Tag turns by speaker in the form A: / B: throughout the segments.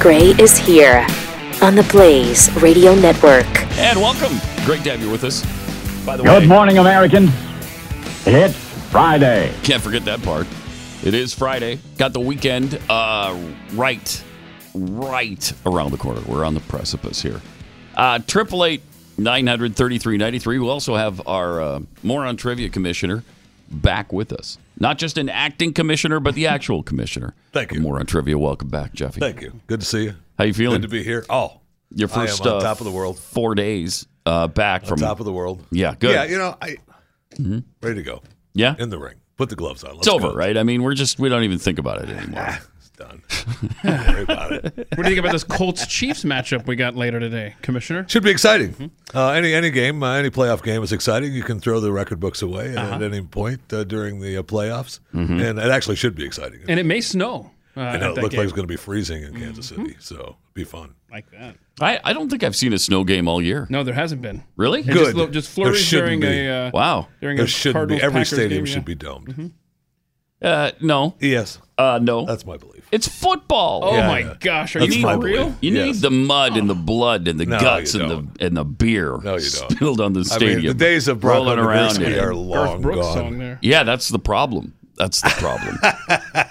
A: Gray is here on the Blaze Radio Network.
B: And welcome. Great to have you with us. By the way,
C: Good morning, Americans. It's Friday.
B: can't forget that part. It is Friday. Got the weekend uh, right, right around the corner. We're on the precipice here. Uh, Triple eight nine hundred thirty three ninety three. We also have our uh, moron trivia commissioner back with us. Not just an acting commissioner, but the actual commissioner.
D: Thank you.
B: Of Moron trivia. Welcome back, Jeffy.
D: Thank you. Good to see you.
B: How you feeling?
D: Good to be here. Oh,
B: Your first
D: I am on
B: uh,
D: top of the world.
B: four days uh, back from
D: top of the world.
B: Yeah, good. Mm-hmm.
D: Yeah, you know, I ready to go
B: yeah.
D: in the ring. Put the gloves on. Let's
B: it's over,
D: go.
B: right? I mean, we're just we don't even think about it anymore.
D: It's done. Don't worry about it.
E: What do you think about this Colts Chiefs matchup we got later today, Commissioner?
D: Should be exciting. Uh, any any game, uh, any playoff game is exciting. You can throw the record books away at-
B: Uh-huh.
D: at any point uh, during the uh, playoffs,
B: Mm-hmm.
D: and it actually should be exciting.
E: And it may snow. Uh,
D: I know
E: at
D: it
E: that
D: looked
E: game. Mm-hmm.
D: like it's going to be freezing in Kansas City, so it'll be fun.
E: like that.
B: I, I don't think I've seen a snow game all year.
E: No, there hasn't been.
B: Really?
E: It
D: Good.
E: Just, lo- just
D: There
E: flurries during
D: shouldn't be.
E: a uh,
B: Wow.
E: during
D: There
E: a
D: shouldn't be.
E: Cardinals
D: Every
E: Packers game,
D: stadium should
E: yeah. Mm-hmm.
D: be domed.
B: Uh, no.
D: Yes,
B: Uh, no.
D: that's my belief.
B: it's football.
E: Oh
D: Yeah,
E: my
D: yeah.
E: gosh, are
D: That's
E: you
D: my
E: for real?
D: belief.
B: You need
D: Yes.
B: the mud and the blood and the
D: No,
B: guts
D: you
B: and
D: don't.
B: the and the beer
D: No, you don't.
B: spilled on the
D: I mean,
B: stadium.
D: the days of Brock
B: rolling around. in
D: Nowinski
B: it.
D: are
E: Garth
D: long
E: Brooks
D: gone.
E: song there.
B: Yeah, that's the problem. That's the problem.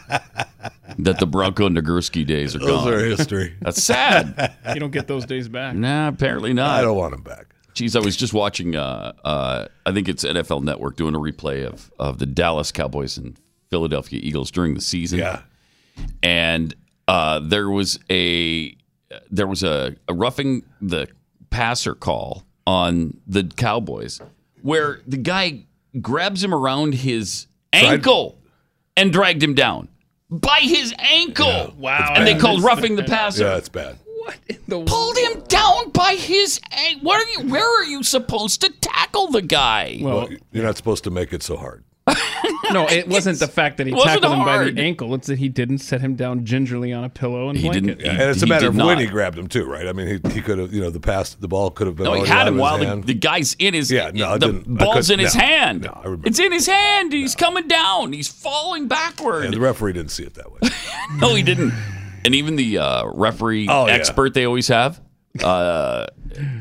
B: that the Bronco Nagurski days are
D: Those
B: gone.
D: are history.
B: that's sad.
E: You don't get those days back.
B: nah, apparently not.
D: I don't want him back.
B: Geez, I was just watching. Uh, uh, I think it's NFL Network doing a replay of of the Dallas Cowboys and Philadelphia Eagles during the season.
D: Yeah.
B: and uh, there was a there was a, a roughing the passer call on the Cowboys where the guy grabs him around his ankle and dragged him down by his ankle.
E: Wow,
B: And
E: I
B: they called
E: missed
B: roughing the
E: that.
B: passer.
D: Yeah, it's bad.
E: What in the
B: Pulled him down by his. an- What are you? Where are you supposed to tackle the guy?
E: Well,
D: You're not supposed to make it so hard.
E: no, it wasn't the fact that he
B: It wasn't
E: tackled him by
B: hard.
E: the ankle. It's that he didn't set him down gingerly on a pillow and
B: He
E: blanket.
B: didn't-
D: And it's a
B: He
D: matter
B: did
D: of
B: not.
D: when he grabbed him too, right? I mean, he, he could have, you know, the pass, the ball could have been.
B: No, he
D: already
B: had
D: out
B: him
D: of
B: while
D: his
B: the,
D: hand.
B: the guy's in his.
D: Yeah, no, I
B: the
D: didn't- I
B: ball's in
D: couldn't-
B: his
D: no,
B: hand.
D: no, I remember.
B: it's in his hand. He's coming down. He's falling backward.
D: And the referee didn't see it that way.
B: no, he didn't. And even the uh, referee
D: Oh, yeah.
B: expert they always have uh,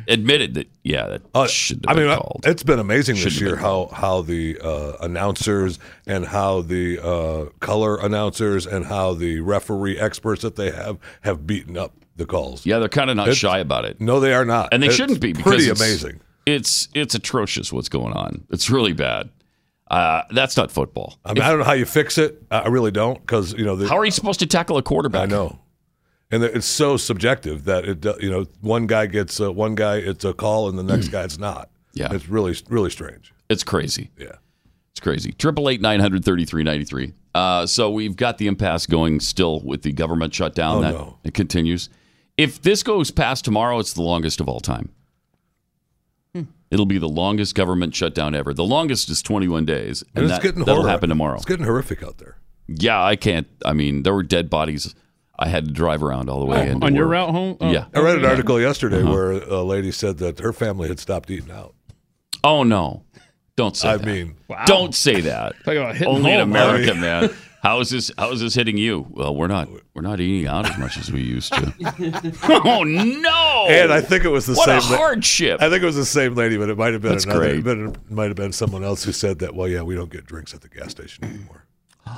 B: admitted that. Yeah, that
D: Uh,
B: should
D: I
B: have been
D: mean, I-
B: called.
D: it's been amazing
B: Shouldn't
D: this
B: have
D: year
B: been
D: how how the uh, announcers and how the uh, color announcers and how the referee experts that they have have beaten up the calls.
B: yeah, they're kind of not
D: it's-
B: shy about it,
D: No, they are not,
B: and they
D: It's
B: shouldn't be. Because
D: Pretty
B: it's-
D: amazing.
B: It's it's atrocious what's going on. It's really bad. Uh, that's not football.
D: I mean, I don't know how you fix it. I I really don't, because you know the,
B: How are you supposed to tackle a quarterback?
D: I know, and that it's so subjective that it do- you know one guy gets uh, one guy it's a call and the next guy it's
B: Mm.
D: not.
B: Yeah.
D: it's really really strange.
B: It's crazy.
D: Yeah,
B: It's crazy. Triple eight nine hundred thirty three ninety three. Uh, so we've got the impasse going still with the government shutdown.
D: Oh,
B: that
D: no.
B: it continues. If this goes past tomorrow, it's the longest of all time.
D: Hmm.
B: It'll be the longest government shutdown ever. The longest is twenty one days,
D: and
B: and
D: it's
B: that,
D: getting
B: that'll
D: horrific.
B: happen tomorrow.
D: It's getting horrific out there.
B: Yeah, I can't. I mean, there were dead bodies. I had to drive around all the way in
E: on your route home. Oh.
B: Yeah. Uh-huh.
D: I read an article yesterday where a lady said that her family had stopped eating out.
B: Oh no! Don't say
D: I
B: that.
D: mean,
E: Wow.
B: Don't say that.
E: Talk about hitting
B: Only in
E: home,
B: America, man. How is this? How is this hitting you? Well, we're not we're not eating out as much as we used to. oh no!
D: and I think it was the
B: what
D: same.
B: a
D: la-
B: hardship.
D: I think it was the same lady, but it might have been
B: That's
D: another.
B: great.
D: It might have- it might have been someone else who said that. Well, yeah, we don't get drinks at the gas station anymore.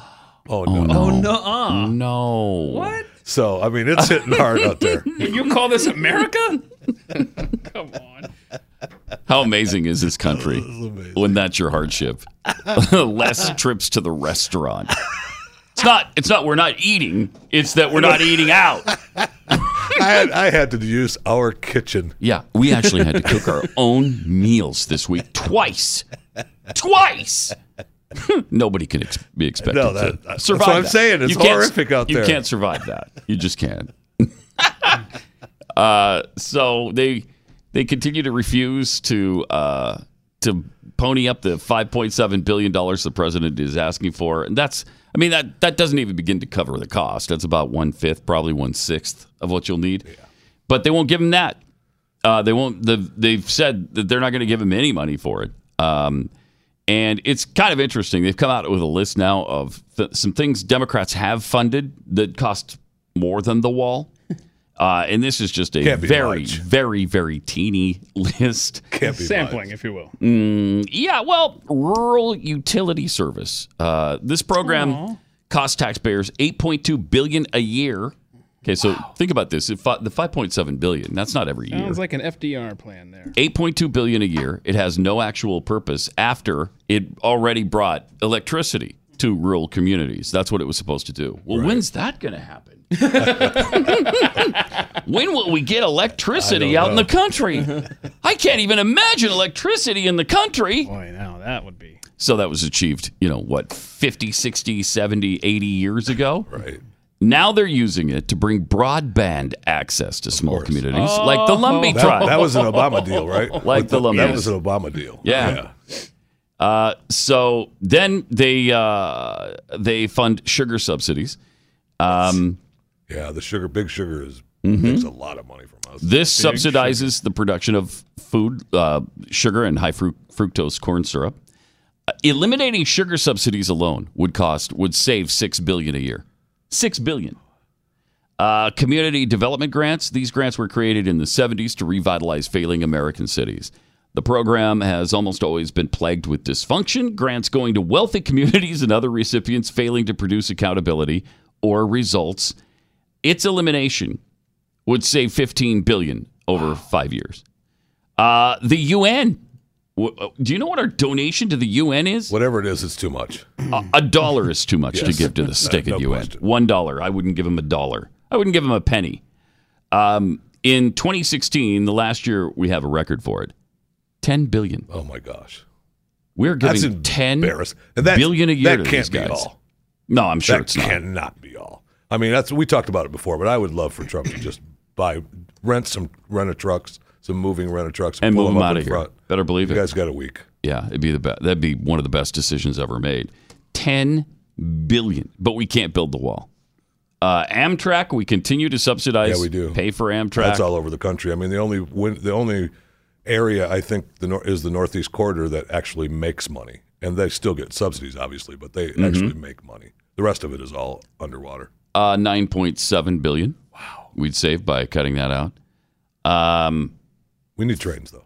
D: Oh no!
B: no! No! What?
D: So I mean, it's hitting hard out there.
E: You call this America? Come on.
B: How amazing is this country when that's your hardship? Less trips to the restaurant. It's not. It's not. We're not eating. It's that we're not eating out.
D: I had, I had to use our kitchen.
B: Yeah, we actually had to cook our own meals this week twice. Twice. Nobody can ex- be expected
D: No, that-
B: to
D: that's
B: survive.
D: what I'm
B: that.
D: saying. It's
B: can't-
D: horrific out
B: You
D: there.
B: can't survive that. You just can't. uh, so they they continue to refuse to uh, to pony up the 5.7 billion dollars the president is asking for, and that's I mean that that doesn't even begin to cover the cost. That's about one fifth, probably one sixth of what you'll need. But they won't give him that. Uh, they won't. The, they've said that they're not going to give him any money for it. Um, and it's kind of interesting. They've come out with a list now of th- some things Democrats have funded that cost more than the wall. Uh, and this is just a
D: Can't be
B: very,
D: much.
B: very, very teeny list. Mm,
D: Can't be
E: Sampling, if
D: live.
E: you will.
B: Yeah, well, rural utility service. Uh, this program costs taxpayers 8.2 billion a year. Okay, so think about this: If fi- the 5.7 billion. That's not every year.
E: Sounds like an FDR plan there.
B: 8.2 billion a year. It has no actual purpose after it already brought electricity to rural communities. That's what it was supposed to do. Well, when's that going to happen? when will we get electricity
D: I don't
B: out in
D: know.
B: the country? I can't even imagine electricity in the country.
E: Boy, now that would be.
B: So that was achieved, you know, what, 50, 60, 70, 80 years ago?
D: Right.
B: Now they're using it to bring broadband access to small communities
E: Oh.
B: like the Lumbee
D: That,
B: tribe.
D: that was an Obama deal, right?
B: Like
D: With
B: the Lummis.
D: That was an Obama deal.
B: Yeah. Uh, so then they uh, they fund sugar subsidies. Um, Mm-hmm.
D: Yeah, the sugar, big sugar is makes a lot of money from us.
B: this subsidizes the production of food, uh, sugar, and high fru- fructose corn syrup. Uh, eliminating sugar subsidies alone would cost would save six billion a year. Six billion. Uh, community development grants. These grants were created in the 70s to revitalize failing American cities. The program has almost always been plagued with dysfunction, grants going to wealthy communities and other recipients failing to produce accountability or results. Its elimination would save 15 billion over 5 years. Uh, the UN w- uh, do you know what our donation to the UN is?
D: Whatever it is, it's too much.
B: A, a dollar is too much to
D: Yes.
B: give to the stinking
D: no
B: UN.
D: question.
B: One dollar. I wouldn't give him a dollar. I wouldn't give him a penny. Um, in 2016, the last year we have a record for it, 10 billion.
D: Oh my gosh,
B: We're
D: that's
B: giving 10
D: embarrassing. And that
B: billion a year
D: That
B: to
D: can't
B: these
D: be
B: guys.
D: all.
B: No, I'm sure
D: That
B: it's not.
D: cannot be all. I mean, that's we talked about it before, but I would love for Trump to just buy, rent some rent a trucks, some moving rent a trucks,
B: And
D: pull
B: move
D: 'em
B: them
D: up
B: out
D: in
B: of here.
D: front.
B: Better believe
D: You
B: it.
D: guys got a week.
B: Yeah, it'd be the best. That'd be one of the best decisions ever made. Ten billion, but we can't build the wall. Uh, Amtrak, we continue to subsidize.
D: Yeah, we do.
B: pay for Amtrak.
D: That's all over the country. I mean, the only win, the only area I think the nor- is the Northeast corridor that actually makes money, and they still get subsidies, obviously, but
B: Mm-hmm.
D: they actually make money. The rest of it is all underwater.
B: Uh, nine point seven billion. Wow, we'd save by cutting that out. Um,
D: We need trains, though.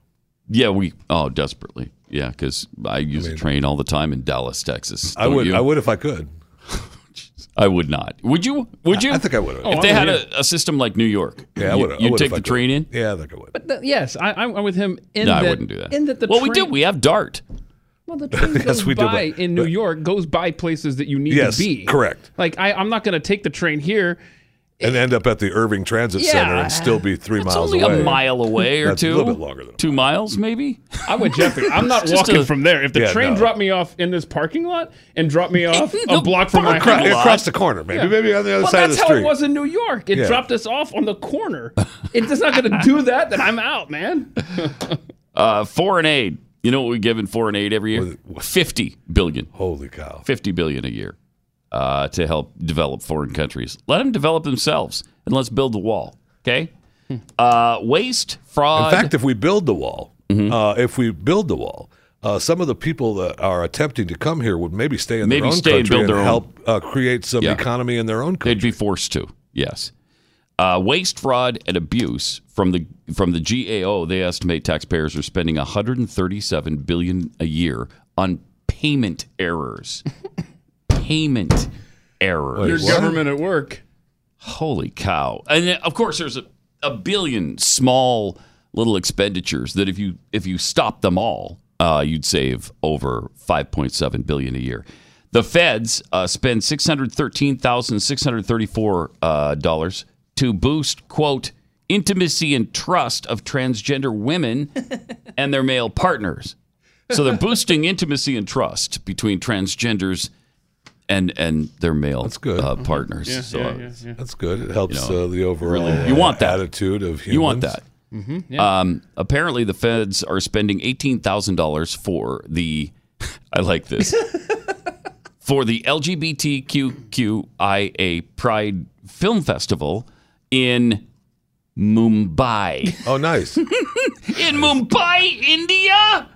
B: yeah, we oh desperately. Yeah, because I use a train all the time in Dallas, Texas.
D: I
B: Don't
D: would,
B: you?
D: I would if I could.
B: I would not. Would you? Would you?
D: I think I would.
E: Oh,
B: If they had a, a system like New York,
D: yeah, I
B: you,
D: would.
B: you'd take the train in.
D: Yeah, I think I would.
E: Th- yes, I, I'm I'm with him in
B: No,
E: that.
B: I wouldn't do that.
E: In that the
B: well, we
E: train-
B: do. We have Dart.
E: Well, the train goes
D: we do,
E: by
D: but-
E: in New
D: but-
E: York goes by places that you need
D: Yes,
E: to be.
D: correct.
E: Like I, I'm not going to take the train here.
D: And end up at the Irving Transit Center
E: Yeah.
D: and still be three
B: It's
D: miles
B: only
D: away.
B: a mile away or
D: That's a
B: two.
D: little bit longer than a
B: two miles, maybe.
E: I would Jeffrey. I'm not
B: Just
E: walking
B: a-
E: from there. If the
D: Yeah,
E: train
D: no.
E: dropped me off in this parking lot and dropped me off
B: No,
E: a block from my house,
B: parking
D: Across, across the corner, maybe.
E: Yeah.
D: Maybe on the other
E: Well,
D: side of
E: that's
D: the
E: how
D: street.
E: it was in New York. It
D: Yeah.
E: dropped us off on the corner. It's not going to do that. Then I'm out, man.
B: Uh, foreign aid. You know what we give in foreign aid every year? Fifty billion.
D: Holy cow.
B: Fifty billion a year uh, to help develop foreign countries. Let them develop themselves, and let's build the wall. Okay. Uh, waste,
D: Hmm. In
B: fraud.
D: fact, if we build the wall,
B: Mm-hmm.
D: uh, if we build the wall, uh, some of the people that are attempting to come here would maybe stay in
B: Maybe
D: their own
B: stay and
D: country
B: build their own.
D: help uh, create some
B: Yeah.
D: economy in their own country.
B: They'd be forced to, yes. Uh, waste, fraud, and abuse from the from the GAO. They estimate taxpayers are spending 137 billion a year on payment errors. payment
D: Wait,
B: errors.
E: Your
D: What?
E: government at work.
B: Holy cow! And then, of course, there's a, a billion small little expenditures that if you if you stop them all, uh, you'd save over 5.7 billion a year. The Feds uh, spend 613,634 uh, dollars to boost quote intimacy and trust of transgender women and their male partners. So they're boosting intimacy and trust between transgenders and and their male
D: good.
B: Uh, partners. so
E: Yeah,
B: uh,
E: yeah, yeah.
D: That's good. It helps
B: know,
D: uh, the overall
B: you
D: uh,
B: want that.
D: attitude of humans.
B: You want that?
E: Mm-hmm,
B: um, apparently, the feds are spending eighteen thousand dollars for the. I like this for the LGBTQIA Pride Film Festival in Mumbai.
D: Oh, nice.
B: in Mumbai, India.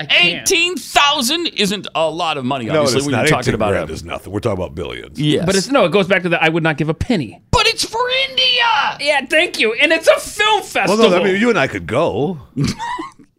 E: I can't.
B: Eighteen thousand isn't a lot of money. Obviously,
D: it's
B: when you're
D: not.
B: talking
D: 18
B: about
D: grand
B: it,
D: is nothing. We're talking about billions.
B: yes,
E: But it's no. It goes back to the I would not give a penny.
B: but it's for India.
E: Yeah, thank you. And it's a film festival.
D: Well, no, I mean, you and I could go.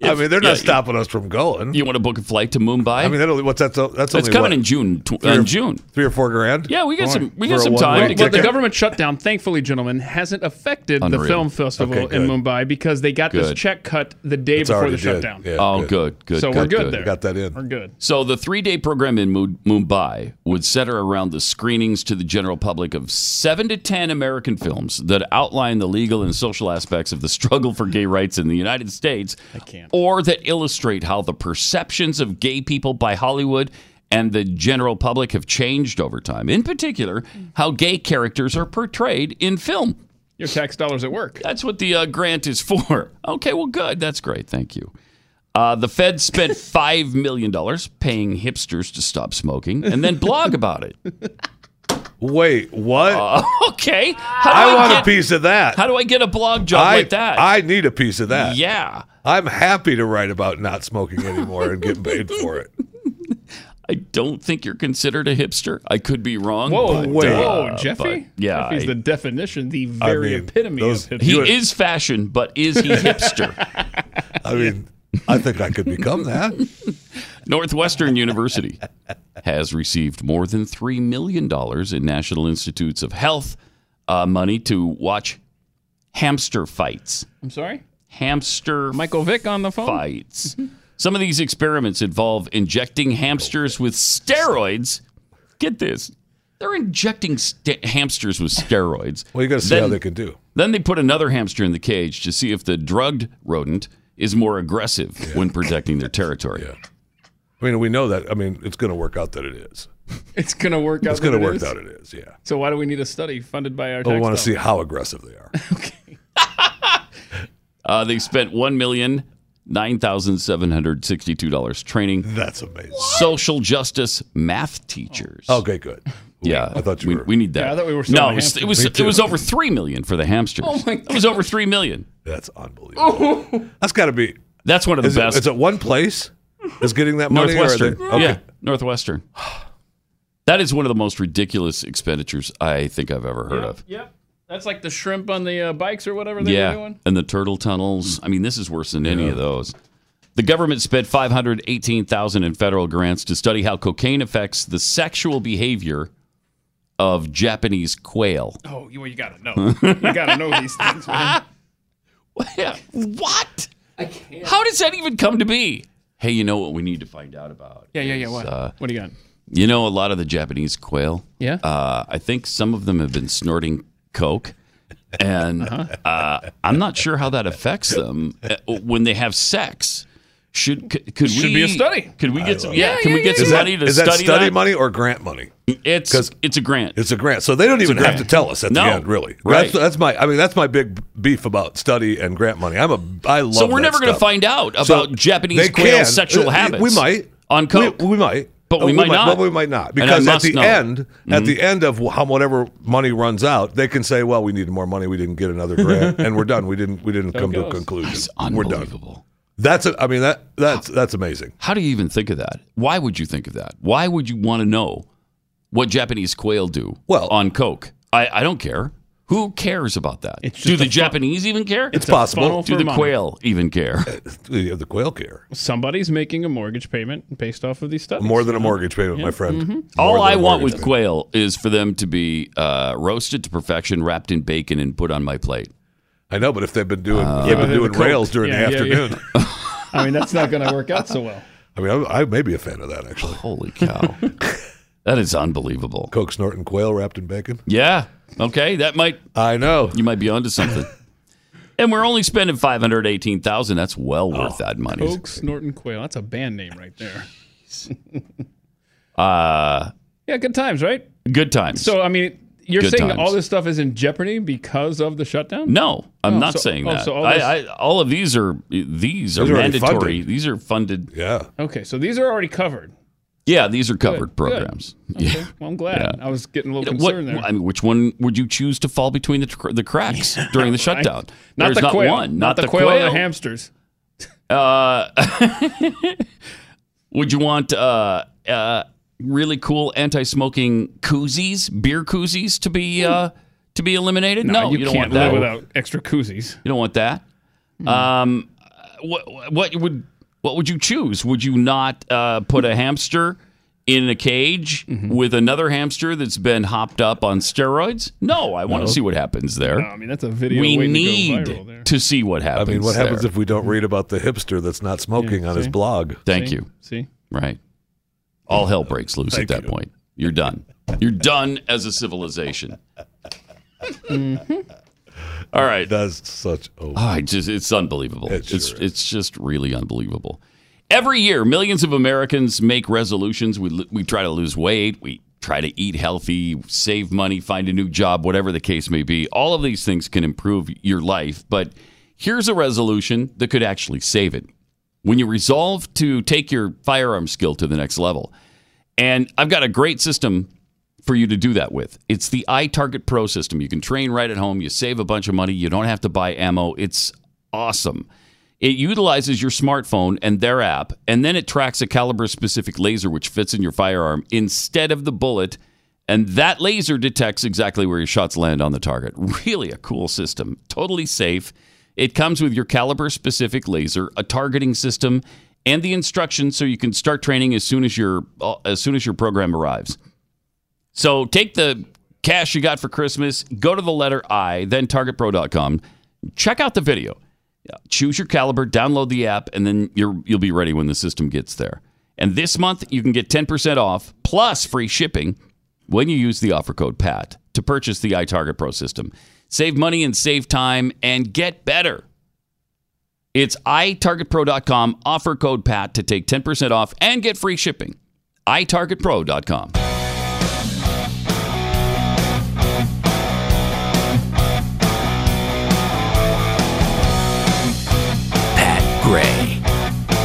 D: I mean, they're
B: yeah,
D: not stopping us from going.
B: You want to book a flight to Mumbai?
D: I mean, that only, what's that? That's
B: it's
D: only
B: coming
D: what,
B: in June. Tw-
D: three or-
B: in June.
D: Three or four grand.
B: Yeah, we got
D: All
B: some-
D: right.
B: we got
D: For a
B: some
D: one-way
B: time to
E: Well,
B: get
E: the
D: ticket?
E: government shutdown, thankfully, gentlemen, hasn't affected
B: Unreal.
E: the film festival
D: Okay,
E: in
D: good.
E: Mumbai because they got
B: Good.
E: this check cut the day
D: It's
E: before the
D: already did.
E: shutdown.
D: Yeah,
B: Oh, good, good.
E: So we're good there.
D: Got that
E: We're
D: in.
E: good.
B: So the three-day program in Mu- Mumbai would center around the screenings to the general public of seven to ten American films that outline the legal and social aspects of the struggle for gay rights in the United States,
E: can't.
B: or that illustrate how the perceptions of gay people by Hollywood and the general public have changed over time. In particular, how gay characters are portrayed in film.
E: Your tax dollars at work.
B: That's what the uh, grant is for. Okay, well, good. That's great. Thank you. Uh, the Fed spent $5 million paying hipsters to stop smoking and then blog about it.
D: Wait, what?
B: Okay. How do I,
D: I want
B: get,
D: a piece of that.
B: How do I get a blog job
D: I,
B: like that?
D: I need a piece of that.
B: yeah.
D: I'm happy to write about not smoking anymore and getting paid for it.
B: I don't think you're considered a hipster. I could be wrong.
E: Whoa,
B: but,
D: wait.
B: uh,
E: whoa, Jeffy?
B: but, yeah.
E: Jeffy's
B: I-
E: the definition, the very
D: mean,
E: epitome
D: those-
E: of hipster.
B: he
D: You-
B: is fashion, but is he hipster?
D: I mean, I think I could become that.
B: Northwestern University has received more than $3 million in National Institutes of Health uh, money to watch hamster fights.
E: I'm sorry?
B: Hamster
E: Michael Vick on the phone?
B: fights. Some of these experiments involve injecting hamsters with steroids. Get this. They're injecting st- hamsters with steroids.
D: Well, you got to see how
B: Then-
D: they can do.
B: then they put another hamster in the cage to see if the drugged rodent is more aggressive when protecting their territory.
D: I mean, we know that. I mean, it's going to work out that it is.
E: It's going to work out.
D: It's going to
E: that it
D: work
E: is.
D: out. It is. Yeah.
E: So why do we need a study funded by our
D: But
E: tax
D: we want to
E: dollars?
D: see how aggressive they are.
B: Uh, they spent one million nine thousand seven hundred sixty-two dollars training
D: That's amazing. Oh,
B: social justice math teachers.
D: Okay, good.
B: yeah,
D: I thought you
B: we,
D: were.
B: we need that.
E: Yeah, I thought we were still
B: no,
E: on
B: it was
E: hamsters.
B: it was,
D: Me
B: it
D: too.
B: was over three million for the hamsters.
E: Oh, my
B: It was over three million.
D: That's unbelievable. That's got to be.
B: That's one of the
D: Is it,
B: best.
D: is it one place? Is getting that money? or are they-
B: Northwestern. Yeah, Northwestern. That is one of the most ridiculous expenditures I think I've ever heard of.
E: Yep. That's like the shrimp on the uh, bikes or whatever they were
B: Yeah,
E: doing.
B: and the turtle tunnels. I mean, this is worse than any of those. The government spent five hundred eighteen thousand in federal grants to study how cocaine affects the sexual behavior of Japanese quail.
E: Oh, you, well, you got to know. you got to know these things, man.
B: what? How does that even come to be? Hey, you know what we need to find out about?
E: Yeah, yeah, yeah.
B: is,
E: What,
B: uh,
E: what do you got?
B: you know, a lot of the Japanese quail.
E: Yeah.
B: Uh, I think some of them have been snorting coke, and uh, I'm not sure how that affects them uh, when they have sex. Should could, could
E: Should
B: we
E: be a study.
B: Could we get some? Yeah,
E: yeah,
B: can we
E: yeah,
B: get
E: yeah,
B: some
D: Is that,
B: money to
D: is that
B: study
D: study
B: that?
D: money or grant money?
B: It's
D: 'Cause-
B: it's a grant.
D: It's a grant, so they don't even have to tell us at
B: No.
D: the end, really.
B: Right.
D: That's, that's my. I mean, that's my big beef about study and grant money. I'm a. I love.
B: so we're
D: that
B: never going to
D: stuff.
B: find out about
D: So
B: Japanese
D: they
B: quail
D: can.
B: sexual
D: Uh,
B: habits.
D: We might
B: on coke.
D: We, we might,
B: But
D: Uh,
B: we might not.
D: But we might not
B: And I
D: because at
B: must
D: the
B: know. Mm-hmm.
D: end, at the end of wh- how whatever money runs out, they can say, "Well, we needed more money. We didn't get another grant, and we're done. We didn't. We didn't come to a
E: goes.
D: conclusion.
B: it's
D: we're done."
B: unbelievable.
D: That's. A, I mean that. That's that's amazing.
B: How do you even think of that? Why would you think of that? Why would you want to know what Japanese quail do
D: Well-
B: on coke? I, I don't care. Who cares about that?
E: It's just
B: Do
E: a
B: the
E: fun-
B: Japanese even care?
D: It's, possible.
E: funnel
B: do
E: for
B: the
E: money.
B: quail even care?
D: You have the quail care
E: Somebody's making a mortgage payment based off of these studies. Mm-hmm.
D: more than a mortgage payment, my friend. More
B: Mm-hmm. All
D: than
B: I
D: a
B: want
D: mortgage
B: with
D: payment.
B: quail is for them to be uh, roasted to perfection, wrapped in bacon, and put on my plate. Uh,
D: I know, but if they've been doing if they've
E: but
D: been
E: they're
D: doing
E: the coke.
D: rails during
E: Yeah,
D: the
E: yeah, yeah.
D: afternoon,
E: I mean, that's not going to work out so well.
D: I mean, I, I may be a fan of that actually.
B: Holy cow. that is unbelievable.
D: Coke snorting quail wrapped in bacon.
B: Yeah. Okay. That might
D: I know.
B: You might be onto something. and we're only spending five hundred eighteen thousand. That's well
E: Oh.
B: worth that money.
E: Oak Snorton Quail. That's a band name right there.
B: Uh,
E: Yeah, good times, right?
B: good times.
E: So, I mean, you're
B: Good
E: saying
B: times.
E: all this stuff is in jeopardy because of the shutdown?
B: no, I'm
E: Oh,
B: not
E: so-
B: saying
E: oh,
B: that.
E: so all this-
B: I, I, all of these are these are
D: These are already
B: mandatory.
D: funded.
B: These are funded.
D: Yeah.
E: Okay, so these are already covered.
B: Yeah, these are covered
E: good.
B: programs. Yeah.
E: Well, I'm glad.
B: Yeah.
E: I was getting a little
B: What,
E: concerned there.
B: I mean, which one would you choose to fall between the, tr- the cracks during the shutdown?
E: not
B: There's
E: the quail.
B: one. Not,
E: the quail, or the hamsters.
B: Uh, would you want uh, uh, really cool anti-smoking koozies, beer koozies, to be uh, to be eliminated? No,
E: you,
B: you, don't
E: can't
B: want that.
E: live without Hmm. extra koozies.
B: You don't want that. Um, what what would what would you choose? Would you not uh, put a hamster in a cage
E: Mm-hmm.
B: with another hamster that's been hopped up on steroids? No, I want to see what happens there.
E: I mean, that's a video
B: we
E: waiting
B: need
E: to go viral there.
B: to see what
D: I
B: happens.
D: mean, what happens
B: there.
D: if we don't read about the hipster that's not smoking on his
E: Mm-hmm. see?
D: blog?
B: Thank
E: See?
B: you.
E: See?
B: Right. All hell breaks loose at
D: Thank
B: that
D: you.
B: point. You're done. You're done as a civilization. All right.
D: That's such a
B: Oh, I just it's unbelievable.
D: It sure
B: it's
D: is.
B: it's just really unbelievable. Every year, millions of Americans make resolutions. We l- we try to lose weight. We try to eat healthy, save money, find a new job, whatever the case may be. All of these things can improve your life, but here's a resolution that could actually save it. When you resolve to take your firearm skill to the next level, and I've got a great system for you to do that with. It's the iTarget Pro system. You can train right at home. You save a bunch of money. You don't have to buy ammo. It's awesome. It utilizes your smartphone and their app, and then it tracks a caliber specific laser which fits in your firearm instead of the bullet. And that laser detects exactly where your shots land on the target. Really a cool system. Totally safe. It comes with your caliber specific laser, a targeting system, and the instructions so you can start training as soon as your uh, as soon as your program arrives. So take the cash you got for Christmas, go to the letter I, then targetpro.com, check out the video, choose your caliber, download the app, and then you're, you'll be ready when the system gets there. And this month, you can get 10% off plus free shipping when you use the offer code PAT to purchase the iTarget Pro system. Save money and save time and get better. It's itargetpro.com, offer code PAT to take 10% off and get free shipping. itargetpro.com.
F: Pat Gray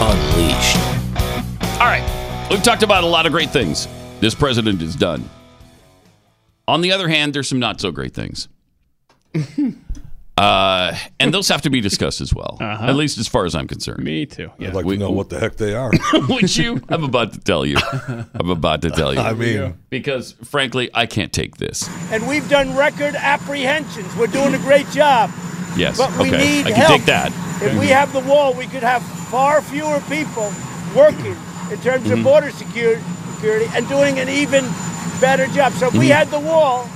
F: Unleashed.
B: All right. We've talked about a lot of great things. This president is done. On the other hand, there's some not so great things. uh, and those have to be discussed as well,
D: Uh-huh.
B: at least as far as I'm concerned.
E: Me too. Yeah.
D: I'd like
B: we-
D: to know what the heck they are.
B: Would you? I'm about to tell you. I'm about to tell
D: I
B: you.
D: mean,
B: Because frankly, I can't take this.
G: and we've done record apprehensions. We're doing a great job.
B: Yes.
G: But we
B: okay.
G: need
B: I can
G: help.
B: take that. Mm-hmm.
G: If we have the wall, we could have far fewer people working in terms
B: Mm-hmm.
G: of border security, security and doing an even better job. So if
B: Mm-hmm.
G: we had the wall,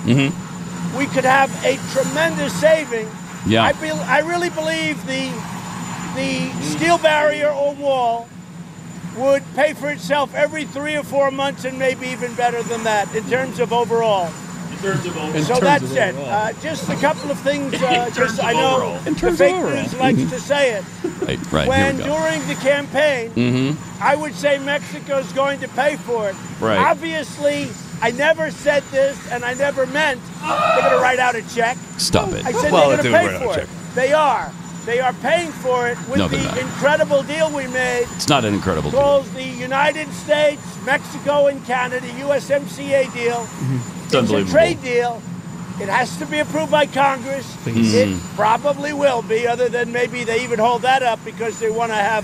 G: we could have a tremendous saving.
B: Yeah.
G: I, feel, I really believe the, the steel barrier or wall would pay for itself every three or four months and maybe even better than that in terms of overall. So that's it. Uh, just a couple of things. Uh, just I know the
E: terms of
G: fake
E: overall.
G: news likes to say it.
B: Mm-hmm. Right, right
G: When
B: here we go. Mm-hmm.
G: during the campaign, I would say Mexico's going to pay for it.
B: Right.
G: Obviously, I never said this, and I never meant they're going to write out a check.
B: Stop it.
G: I said
D: Well,
G: they're
D: they do
G: going to
D: write
G: pay
D: out a
G: for
D: check.
G: it. They are. They are paying for it with
B: No, they're not.
G: the incredible deal we made
B: It's not an incredible deal.
G: calls the United States, Mexico, and Canada USMCA deal. It's, a
B: unbelievable.
G: trade deal. It has to be approved by Congress. It
B: Mm-hmm.
G: probably will be, other than maybe they even hold that up because they want to have,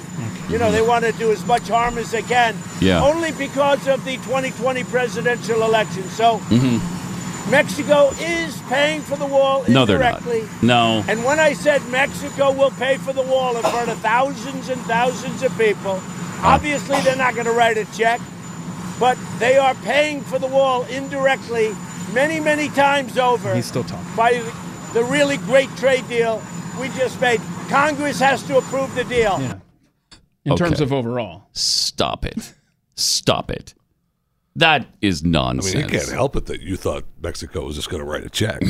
G: you know, they want to do as much harm as they can.
B: Yeah.
G: Only because of the 2020 presidential election. So Mexico is paying for the wall
B: Mm-hmm. No, they're not.
G: indirectly.
B: No.
G: And when I said Mexico will pay for the wall in front of thousands and thousands of people, obviously they're not going to write a check, but they are paying for the wall indirectly many, many times over.
E: He's still talking.
G: By the really great trade deal we just made. Congress has to approve the deal.
E: Yeah. In terms
B: Okay.
E: of overall.
B: Stop it. Stop it. That is
D: I
B: nonsense.
D: mean, he can't help it that you thought Mexico was just going to write a check.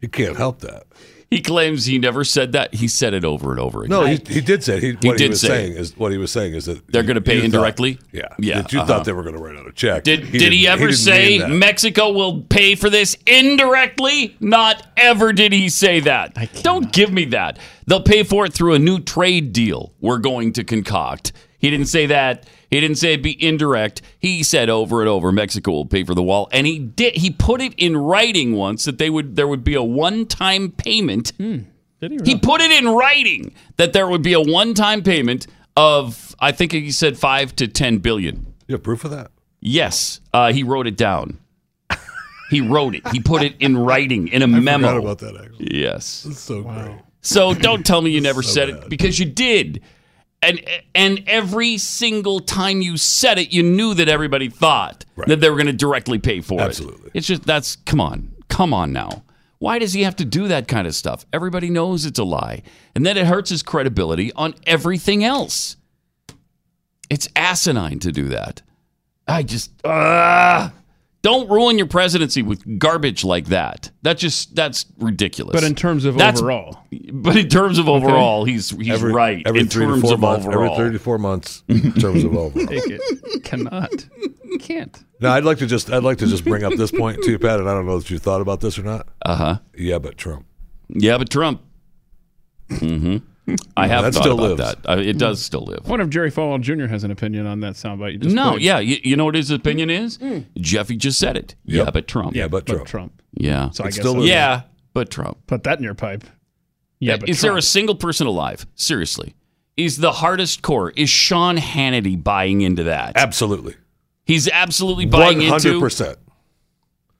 D: he can't help that.
B: He claims he never said that. He said it over and over again.
D: No, he, he did say he, what he
B: did
D: was
B: say
D: saying is what he was saying is that
B: They're gonna pay
D: you thought-
B: indirectly?
D: yeah,
B: Yeah,
D: That you
B: uh-huh.
D: thought they were going to write out a check.
B: Did did he
D: didn't-
B: ever
D: didn't
B: say
D: mean that.
B: Mexico will pay for this indirectly? Not ever did he say that. Don't give me that. They'll pay for it through a new trade deal we're going to concoct. He didn't say that. He didn't say it'd be indirect. He said over and over Mexico will pay for the wall. And he did he put it in writing once that they would there would be a one-time payment
E: Hmm. Did he?
B: He put it in writing that there would be a one-time payment of, I think he said five to ten billion.
D: You have proof of that?
B: Yes, uh, he wrote it down. he wrote it. He put it in writing in a memo.
D: Forgot about that actually.
B: Yes.
D: It's so great.
B: So don't tell me you never
D: So
B: said
D: bad.
B: it because you did. And and every single time you said it, you knew that everybody thought
D: Right.
B: that they were going to directly pay for it.
D: Absolutely.
B: It's just that's come on. Come on now. Why does he have to do that kind of stuff? Everybody knows it's a lie. And then it hurts his credibility on everything else. It's asinine to do that. I just ah. don't ruin your presidency with garbage like that. That just that's ridiculous.
E: But in terms of
B: That's-
E: overall,
B: but in terms of overall, he's he's right.
D: Every
B: in
D: three to
B: terms
D: four
B: of
D: months.
B: overall,
D: Every three to four months in terms of overall.
E: take it. Cannot. Can't.
D: now I'd like to just I'd like to just bring up this point too, Pat, and I don't know if you thought about this or not. Uh huh. Yeah, but Trump.
B: Uh-huh. yeah, but Trump. Mm-hmm. I have
D: that
B: thought
D: still
B: about
D: lives.
B: that. Uh, it does still live.
E: I wonder if Jerry Falwell Jr. has an opinion on that soundbite. You just
B: No,
E: played.
B: yeah, you, you know what his opinion is. Jeffy just said it. Yeah,
D: Mm. Yep.
B: but Trump.
D: Yeah, but
E: But
D: Trump.
E: Trump.
B: yeah,
E: So I guess
D: still
E: I'll
D: is.
B: yeah, but Trump.
E: put that in your pipe. Yeah, but
B: Uh, is there a single person alive? Seriously, is the hardest core? Is Sean Hannity buying into that?
D: Absolutely.
B: He's absolutely buying
D: One hundred
B: into.
D: percent.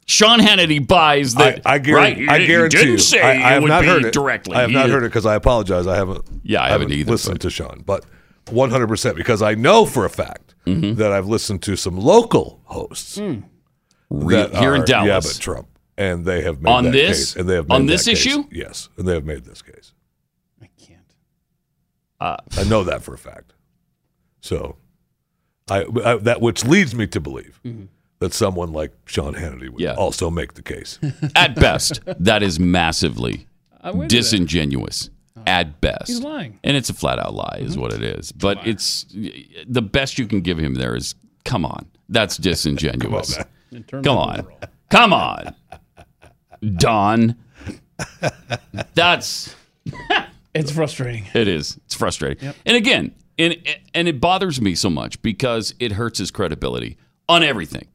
B: Sean Hannity buys
D: I,
B: that.
D: I
B: right?
D: guarantee.
B: He
D: I
B: didn't-
D: guarantee
B: Didn't
D: you.
B: say
D: I, I
B: it
D: have
B: would
D: not
B: be
D: heard it
B: directly.
D: I have
B: He
D: not
B: did-
D: heard it because I apologize. I haven't.
B: Yeah, I haven't either,
D: listened to Sean, but 100 percent because I know for a fact
B: Mm-hmm.
D: that I've listened to some local hosts that
B: Hmm. here in
D: are,
B: Dallas.
D: Yeah, but Trump, and they have made
B: On
D: that
B: this?
D: case, and they have made
B: On
D: that
B: this
D: case.
B: issue?
D: Yes, and they have made this case.
E: I can't.
B: Uh.
D: I know that for a fact. So, I, I that which leads me to believe
E: Mm-hmm.
D: that someone like Sean Hannity would
B: Yeah.
D: also make the case.
B: At best, that is massively
E: I went to that.
B: disingenuous. At best,
E: Oh. He's lying.
B: and it's a flat out lie, is what it is. But it's the best you can give him. There is, come on, that's disingenuous.
E: In terms
B: come
E: of
B: on,
E: overall.
B: come on, Don. That's
E: It's frustrating.
B: It is. It's frustrating. And again, and and it bothers me so much because it hurts his credibility on everything.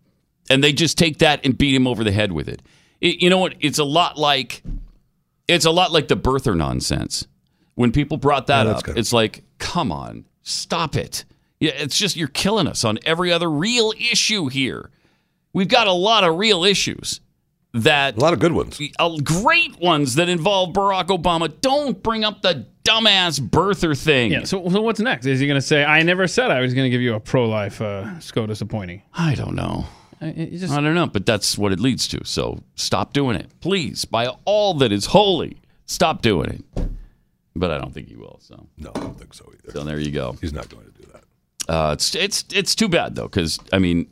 B: And they just take that and beat him over the head with it. it you know what? It's a lot like it's a lot like the birther nonsense. When people brought that
D: that's
B: up,
D: good.
B: it's like, come on, stop it. Yeah, it's just you're killing us on every other real issue here. We've got a lot of real issues that
D: a lot of good ones.
B: uh, great ones that involve Barack Obama. Don't bring up the dumbass birther thing.
E: Yeah. So, so what's next? Is he going to say, "I never said I was going to give you a pro-life uh, SCOTUS appointee"?
B: I don't know.
E: I- it just-
B: I don't know, but that's what it leads to. So stop doing it. Please, by all that is holy, stop doing it. But I don't think he will. So,
D: No, I don't think so either.
B: so there you go.
D: He's not going to do that.
B: Uh, it's it's it's too bad though, because I mean,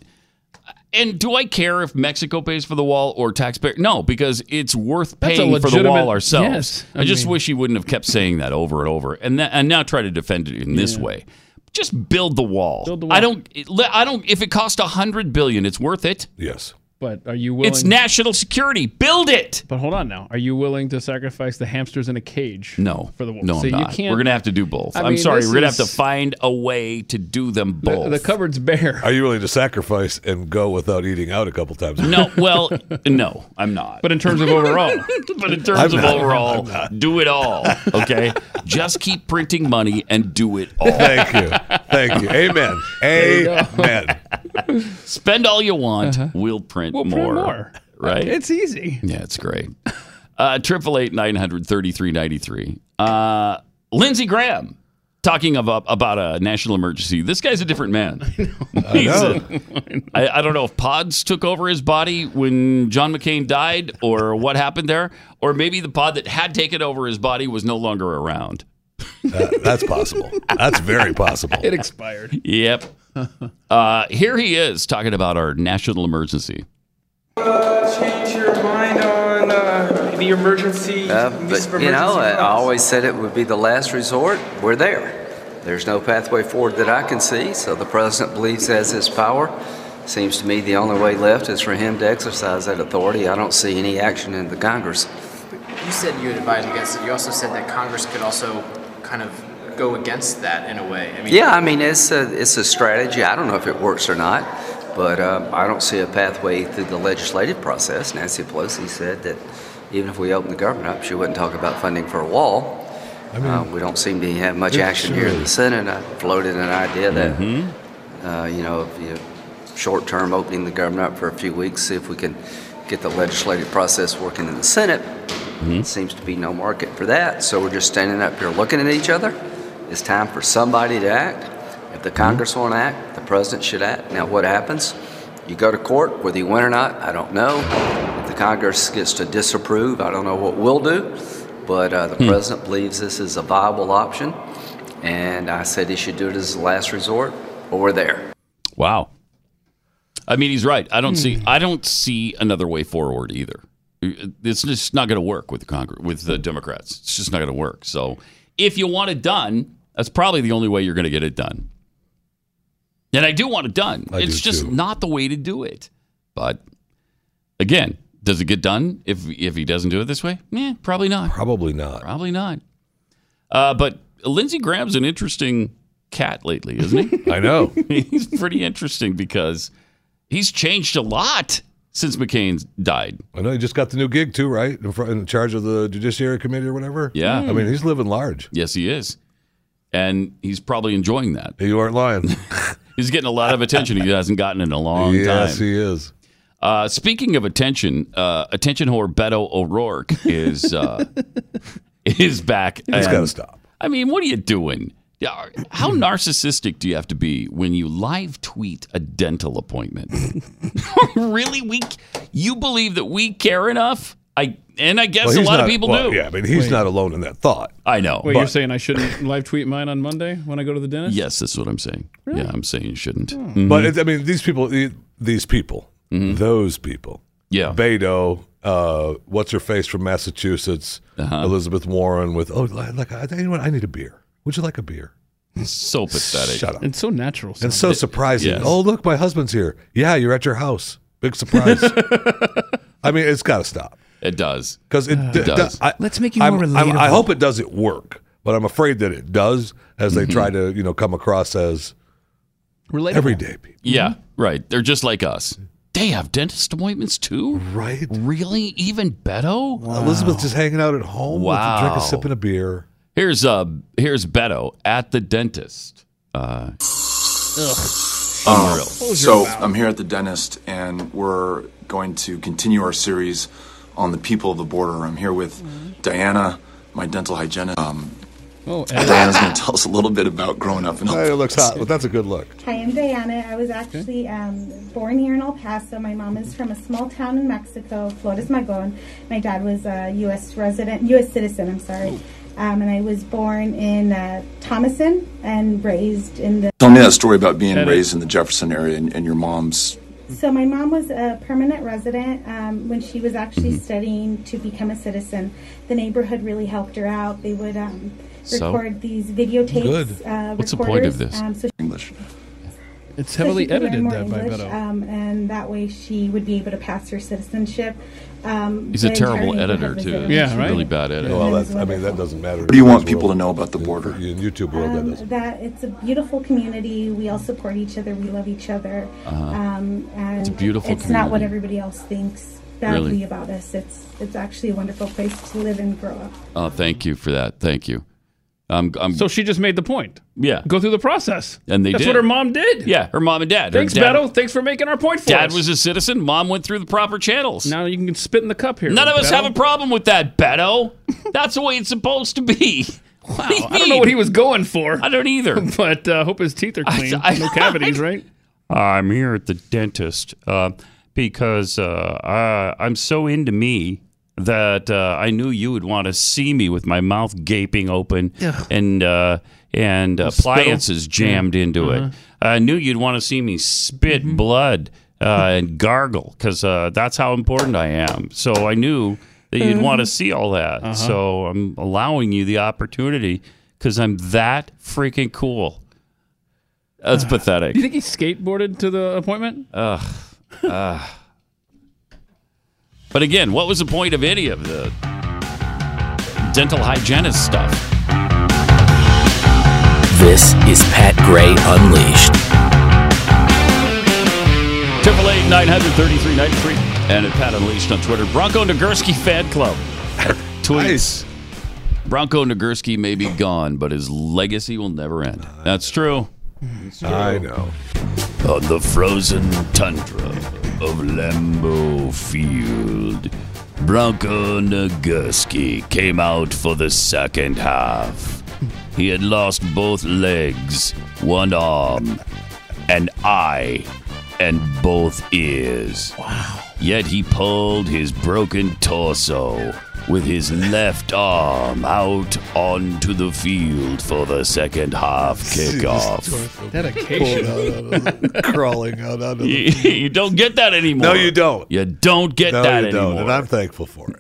B: and do I care if Mexico pays for the wall or taxpayer? No, because it's worth
E: That's a
B: paying for the
E: legitimate-
B: wall ourselves.
E: yes,
B: I,
E: I
B: just
E: mean-
B: wish he wouldn't have kept saying that over and over, and that, and now try to defend it in this way. Just build the wall.
E: Build the wall.
B: I don't. I don't. If it cost a hundred billion, it's worth it.
D: Yes.
E: But are you willing?
B: It's national security. Build it.
E: But hold on now. Are you willing to sacrifice the hamsters in a cage?
B: No,
E: For the wall.
B: no,
E: See,
B: I'm not.
E: you can't.
B: We're gonna have to do both.
E: I
B: I'm
E: mean,
B: sorry.
E: this
B: We're gonna
E: is-
B: have to find a way to do them both.
E: The, the cupboard's bare.
D: Are you willing to sacrifice and go without eating out a couple times? a week?
B: no, well, no, I'm not.
E: But in terms of overall,
B: but in terms of overall, do it all. Okay, just keep printing money and do it all.
D: Thank you. Thank you. Amen. Amen.
B: Spend all you want. We'll print
E: Uh-huh. We'll
B: more.
E: print more.
B: Right?
E: it's easy.
B: yeah, it's great. Uh, Triple eight nine hundred thirty three ninety three. Uh, Lindsey Graham talking about about a national emergency. This guy's a different man. He's a- I, I don't know if pods took over his body when John McCain died, or what happened there, or maybe the pod that had taken over his body was no longer around.
D: That- that's possible. That's very possible.
E: It expired.
B: Yep. Uh, here he is talking about our national emergency.
H: change your mind on uh, the emergency?
I: Uh,
H: use
I: But,
H: of
I: you know,
H: emergency
I: I
H: clause?
I: always said it would be the last resort. We're there. There's no pathway forward that I can see, so the president believes he has his power. Seems to me the only way left is for him to exercise that authority. I don't see any action in the Congress.
J: You said you had advised against it. You also said that Congress could also kind of go against that in a way. I mean,
I: Yeah, I mean, it's a, it's a strategy. I don't know if it works or not, uh, but um, I don't see a pathway through the legislative process. Nancy Pelosi said that, even if we opened the government up, she wouldn't talk about funding for a wall.
D: I mean,
I: Uh, we don't seem to have much
D: it's,
I: action here in
D: uh,
I: the Senate. I floated an idea that,
D: Mm-hmm.
I: uh, you know, if you short term opening the government up for a few weeks, see if we can get the legislative process working in the Senate.
D: Mm-hmm.
I: Seems to be no market for that, so we're just standing up here looking at each other. It's time for somebody to act. If the Congress won't act, the president should act. Now, what happens? You go to court, whether you win or not, I don't know. If the Congress gets to disapprove, I don't know what we'll do. But uh, the president believes this is a viable option, and I said he should do it as a last resort, or we're there.
B: Wow. I mean, he's right. I don't see. I don't see another way forward either. It's just not going to work with the Congress, with the Democrats. It's just not going to work. So, if you want it done, that's probably the only way you're going to get it done. And I do want it done.
D: I do
B: it's just
D: too.
B: not the way to do it. But again, does it get done if if he doesn't do it this way? Yeah, probably not.
D: Probably not.
B: Probably not. Uh, but Lindsey Graham's an interesting cat lately, isn't he?
D: I know.
B: he's pretty interesting because he's changed a lot since McCain's died.
D: I know he just got the new gig too, right? In, front, in charge of the Judiciary Committee or whatever.
B: Yeah.
D: I mean, he's living large.
B: Yes, he is. And he's probably enjoying that.
D: You aren't lying.
B: He's getting a lot of attention he hasn't gotten in a long
D: yes,
B: time.
D: he is.
B: Uh, speaking of attention, uh, attention whore Beto O'Rourke is uh, is back.
D: He's
B: And-
D: got to stop.
B: I mean, what are you doing? Yeah, How narcissistic do you have to be when you live tweet a dental appointment? really, we you believe that we care enough? I and I guess
D: Well,
B: a
D: he's
B: lot
D: not-
B: of people
D: well,
B: do.
D: Yeah, I mean, he's not alone in that thought.
B: I know.
E: Wait,
B: but-
E: you're saying I shouldn't live tweet mine on Monday when I go to the dentist?
B: yes, Mm-hmm. that's what I'm saying. Yeah, I'm saying you shouldn't.
E: Hmm.
D: But it, I mean, these people, the- these people, those people.
B: Mm-hmm. Yeah.
D: Beto, uh, what's her face from Massachusetts?
B: Uh-huh.
D: Elizabeth Warren with oh, li- like I, you know what? I need a beer. Would you like a beer?
B: So pathetic.
D: Shut up.
E: It's so natural.
D: And
E: sounding.
D: so surprising.
B: yes.
D: Oh, look, my husband's here. Yeah, you're at your house. Big surprise. I mean, it's got to stop
B: It does.
D: because it, d-
B: does.
D: d- I,
K: Let's make you more
D: I'm- I'm- I
K: relatable.
D: hope it doesn't work, but I'm afraid that it does as
B: Mm-hmm.
D: they try to you know come across as
E: Relatable.
D: everyday people.
B: Yeah, right. They're just like us. They have dentist appointments too.
D: Right.
B: Really? Even Beto?
D: Elizabeth's just hanging out at home with a drink,
B: Wow.
D: a sip, and a beer.
B: Here's uh here's Beto at the dentist. Uh, Unreal.
D: Oh.
L: So I'm here at the dentist, and we're going to continue our series on the people of the border. I'm here with Diana, my dental hygienist. Um,
E: Oh,
L: Diana's going to tell us a little bit about growing up in El
D: Hey, it looks hot, but that's a good look.
M: Hi, I'm Diana. I was actually um, born here in El Paso. My mom is from a small town in Mexico, Flores Magon. My dad was a U.S. resident, U.S. citizen. I'm sorry, um, and I was born in uh, Thomason and raised in the.
L: Tell me that story about being
E: Edit.
L: raised in the Jefferson area and, and your mom's.
M: So my mom was a permanent resident um, when she was actually
B: Mm-hmm.
M: studying to become a citizen. The neighborhood really helped her out. They would um,
B: So?
M: record these videotapes.
B: Good.
M: Uh,
B: What's the point of
M: recorders,
B: this?
M: Um, so
L: English.
E: It's
M: So
E: heavily
M: she could learn
E: edited
M: more
E: that by
M: English,
E: Beto.
M: Um, and that way she would be able to pass her citizenship. Um,
B: He's a
M: the
B: terrible
M: entire
B: editor
M: neighborhood was
B: too.
M: in.
E: Yeah,
B: He's a
E: right?
B: Really bad editor.
D: Well, that's, I mean, that doesn't matter.
L: What do you want people to know about the border?
D: In YouTube world, that
M: Um,
D: doesn't.
M: that it's a beautiful community. We all support each other. We love each other. Um, and
B: Uh-huh. It's a beautiful
M: It's not what
B: community.
M: everybody else thinks badly
B: Really.
M: about us. It's it's actually a wonderful place to live and grow up.
B: Oh, thank you for that. Thank you. I'm, I'm
E: So she just made the point.
B: yeah.
E: Go through the process.
B: And they
E: That's
B: did.
E: what her mom did.
B: Yeah, her mom and dad. Her
E: Thanks,
B: dad,
E: Beto. Thanks for making our point for
B: Dad
E: us.
B: was a citizen. Mom went through the proper channels.
E: now you can spit in the cup here.
B: None of us
E: Beto.
B: have a problem with that, Beto. That's the way it's supposed to be. Wow.
E: I don't know what he was going for,
B: I don't either.
E: but uh, hope his teeth are clean.
B: I-
E: no cavities, right?
B: I'm here at the dentist uh, because uh, I, I'm so into me that uh, I knew you would want to see me with my mouth gaping open and uh, and appliances jammed into it. I knew you'd want to see me spit blood uh, and gargle because uh, that's how important I am. So I knew that you'd want to see all that. So I'm allowing you the opportunity because I'm that freaking cool. That's pathetic.
E: Do you think he skateboarded to the appointment?
B: But again, what was the point of any of the dental hygienist stuff?
F: This is Pat Gray Unleashed.
B: Triple eight nine hundred thirty three ninety three and at Pat Unleashed on Twitter. Bronco Nagurski Fan Club tweets. Bronco Nagurski may be gone, but his legacy will never end. That's true.
D: I know.
B: On the frozen tundra of Lambeau Field, Bronco Nagurski came out for the second half. He had lost both legs, one arm, an eye, and both ears. Wow. Yet he pulled his broken torso with his left arm out onto the field for the second half kickoff.
E: Dedication.
D: Crawling out onto
B: you, you don't get that anymore.
D: No, you don't.
B: You don't get
D: No,
B: that
D: you don't,
B: anymore.
D: and I'm thankful for it.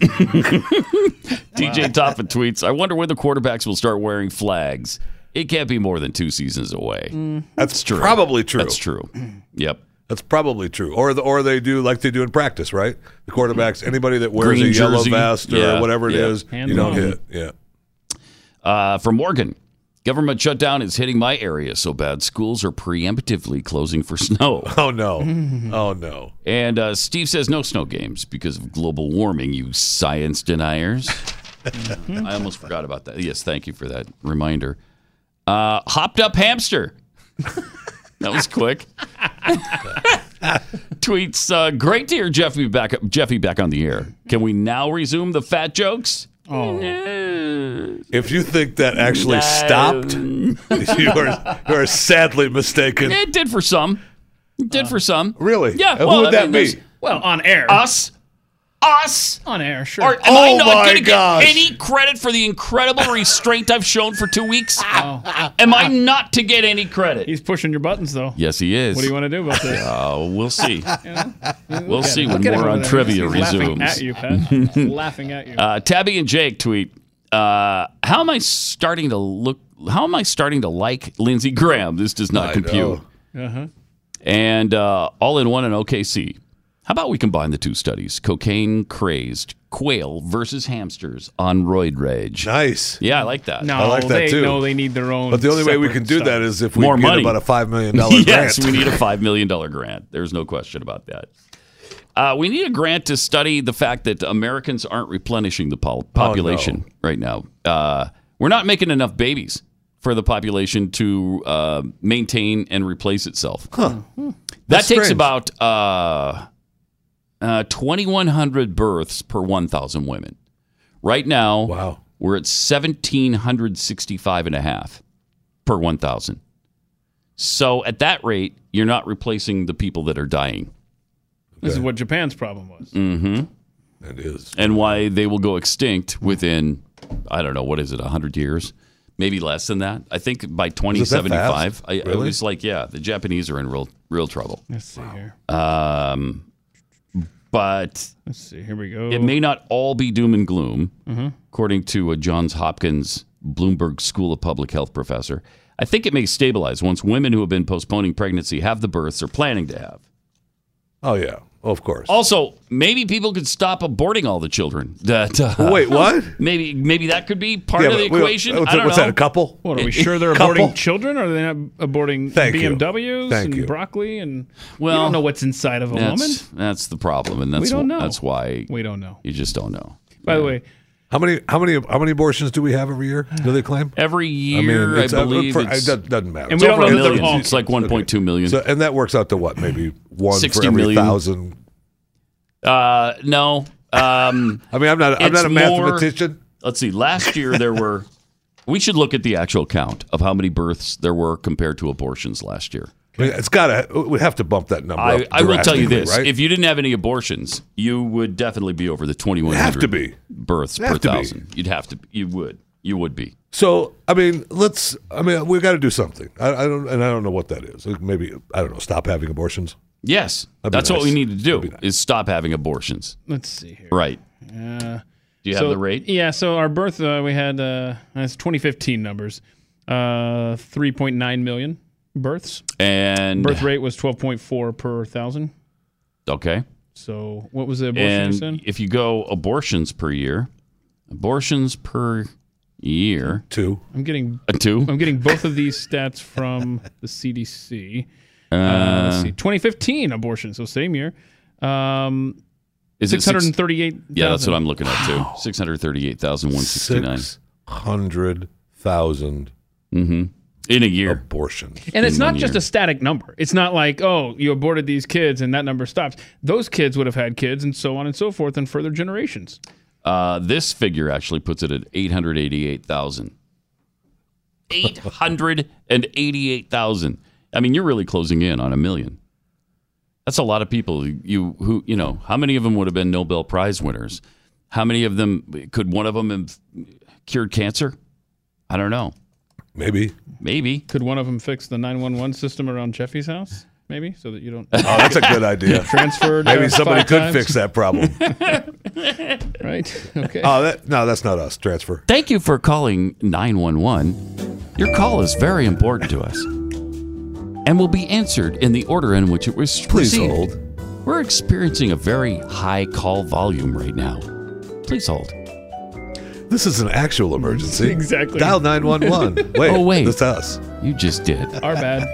B: DJ Toppin tweets, I wonder when the quarterbacks will start wearing flags. It can't be more than two seasons away.
D: Mm. That's true. Probably true.
B: That's true. Yep.
D: That's probably true. Or the, or they do like they do in practice, right? The quarterbacks, anybody that wears
B: Green
D: a yellow
B: jersey.
D: vest or
B: Yeah,
D: whatever it
B: yeah.
D: is,
B: Hand
D: you don't
B: on.
D: hit. Yeah.
B: Uh, from Morgan, government shutdown is hitting my area so bad schools are preemptively closing for snow.
D: Oh no. oh no.
B: And uh, Steve says no snow games because of global warming, you science deniers. I almost forgot about that. Yes, thank you for that reminder. Uh, hopped up hamster. that was quick. Tweets. Uh, Great to hear Jeffy back. Jeffy back on the air. Can we now resume the fat jokes? Oh.
D: If you think that actually
B: No.
D: stopped, you are, you are sadly mistaken.
B: It did for some. It did for some.
D: Really?
B: Yeah.
D: And who would that be?
B: there's-
E: Well, on air.
B: Us. Us.
E: On air, sure.
B: Are, am
D: Oh
B: I not
D: my
B: going to get
D: gosh.
B: any credit for the incredible restraint I've shown for two weeks?
E: Oh.
B: Am I not to get any credit?
E: He's pushing your buttons, though.
B: Yes, he is.
E: What do you want to do about this?
B: Uh, we'll see. We'll
E: Look at
B: see
E: him.
B: when
E: Look at him
B: more
E: over
B: on
E: there.
B: trivia
E: He's Laughing
B: resumes.
E: at you, Pat. laughing at you.
B: Uh, Tabby and Jake tweet. Uh, how am I starting to look? How am I starting to like Lindsey Graham? This does not
D: I
B: compute.
D: know.
E: Uh-huh.
B: And uh, all in one in OKC. How about we combine the two studies? Cocaine crazed quail versus hamsters on roid rage.
D: Nice.
B: Yeah, I like that.
E: No,
D: I like that
E: they
D: too.
E: know they need their own.
D: But the only way we
E: separate
D: can do
E: stuff.
D: that is if we
B: More
D: get
B: money.
D: about a five million dollar
B: yes,
D: grant.
B: we need a $5 million grant. There's no question about that. Uh, we need a grant to study the fact that Americans aren't replenishing the pol-
D: Oh,
B: population right now. Uh, we're not making enough babies for the population to uh, maintain and replace itself. That
D: That's
B: takes
D: strange.
B: about uh, uh, 2,100 births per 1,000 women. Right now,
D: Wow.
B: we're at 1,765 and a half per 1,000. So at that rate, you're not replacing the people that are dying.
E: This is what Japan's problem was.
B: Mm-hmm.
D: That is.
B: And why they will go extinct within, I don't know, what is it, 100 years? Maybe less than that. I think by 2075. I, I
D: Really?
B: was like, yeah, the Japanese are in real, real trouble.
E: Let's see here.
B: Um, but
E: Let's see. Here we go.
B: it may not all be doom and gloom,
E: Mm-hmm.
B: according to a Johns Hopkins Bloomberg School of Public Health professor. I think it may stabilize once women who have been postponing pregnancy have the births they're planning to have.
D: Oh yeah. Of course.
B: Also, maybe people could stop aborting all the children. That uh,
D: Wait, what?
B: Maybe maybe that could be part
D: Yeah,
B: of the
D: but we-
B: equation.
D: What's,
B: I don't
D: what's
B: know.
D: that? A couple?
E: What are we sure they're
D: Couple?
E: aborting children? Or are they not aborting
D: Thank you.
E: BMWs
D: Thank
E: and
D: you.
E: broccoli? And
B: Well,
E: we don't know what's inside of a woman.
B: That's, that's the problem, and that's
E: We don't
B: wh-
E: know.
B: that's why
E: We don't know.
B: you just don't know.
E: By the way,
D: How many? How many? How many abortions do we have every year? Do they claim?
B: Every year, I,
D: it's- uh,
B: believe
D: for- it
B: it's,
D: doesn't- doesn't matter.
E: And
B: it's
E: we don't
B: over a
E: know that they're
B: million.
E: all-
B: It's like 1.2 million.
D: So, and that works out to what? Maybe one
B: 60
D: for every
B: million.
D: thousand.
B: uh, no. Um,
D: I mean, I'm not. I'm
B: It's
D: not a
B: more-
D: mathematician.
B: let's see. Last year there were. We should look at the actual count of how many births there were compared to abortions last year.
D: I mean, it's got to. We have to bump that number.
B: I,
D: up
B: I will tell you
D: drastically,
B: this:
D: Right?
B: if you didn't have any abortions, you would definitely be over the twenty-one
D: have to
B: hundred
D: be.
B: births
D: Have
B: per
D: to be.
B: thousand. You'd have to. You would. You would be.
D: so, I mean, let's. I mean, we got to do something. I, I don't, and I don't know what that is. Like, Maybe I don't know. Stop having abortions.
B: Yes,
D: That'd be
B: that's what
D: nice.
B: we need to do: is stop having abortions.
E: let's see here.
B: Right?
E: Uh,
B: Do you
E: so,
B: have the rate?
E: Yeah. So our birth, uh, we had uh, that's 2015 numbers. Uh, 3.9 million births.
B: And
E: Birth rate was 12.4 per thousand.
B: okay.
E: So what was the abortion you
B: And
E: said?
B: if you go abortions per year, abortions per year,
D: Two.
E: I'm getting
B: uh, two.
E: I'm getting both of these stats from the CDC. Uh,
B: Uh,
E: let's see, 2015 abortion, so same year. Um,
B: Is it
E: Six hundred and thirty-eight.
B: Yeah, that's what I'm looking at too. Six hundred thirty-eight thousand one sixty-nine.
D: hundred thousand
B: Mm-hmm. in a year
D: abortion,
E: And it's not just a static number. It's not like, oh, you aborted these kids and that number stops. Those kids would have had kids and so on and so forth in further generations.
B: Uh, this figure actually puts it at eight hundred eighty-eight thousand. Eight hundred and eighty-eight thousand. I mean, you're really closing in on a million. That's a lot of people. You who you know how many of them would have been Nobel Prize winners? How many of them could one of them have cured cancer? I don't know.
D: Maybe.
B: Maybe.
E: Could one of them fix the 911 system around Jeffy's house? Maybe so that you don't.
D: Oh, that's a good idea.
E: Transferred.
D: Maybe
E: uh,
D: somebody
E: five
D: could
E: times.
D: fix that problem.
E: right. Okay.
D: Oh, that no, that's not us. Transfer.
B: Thank you for calling 911. Your call is very important to us and will be answered in the order in which it was
D: Please
B: received.
D: hold.
B: We're experiencing a very high call volume right now. Please hold.
D: This is an actual emergency.
E: Exactly.
D: Dial nine one one. Wait.
B: oh, wait.
D: That's us.
B: You just did.
E: Our bad.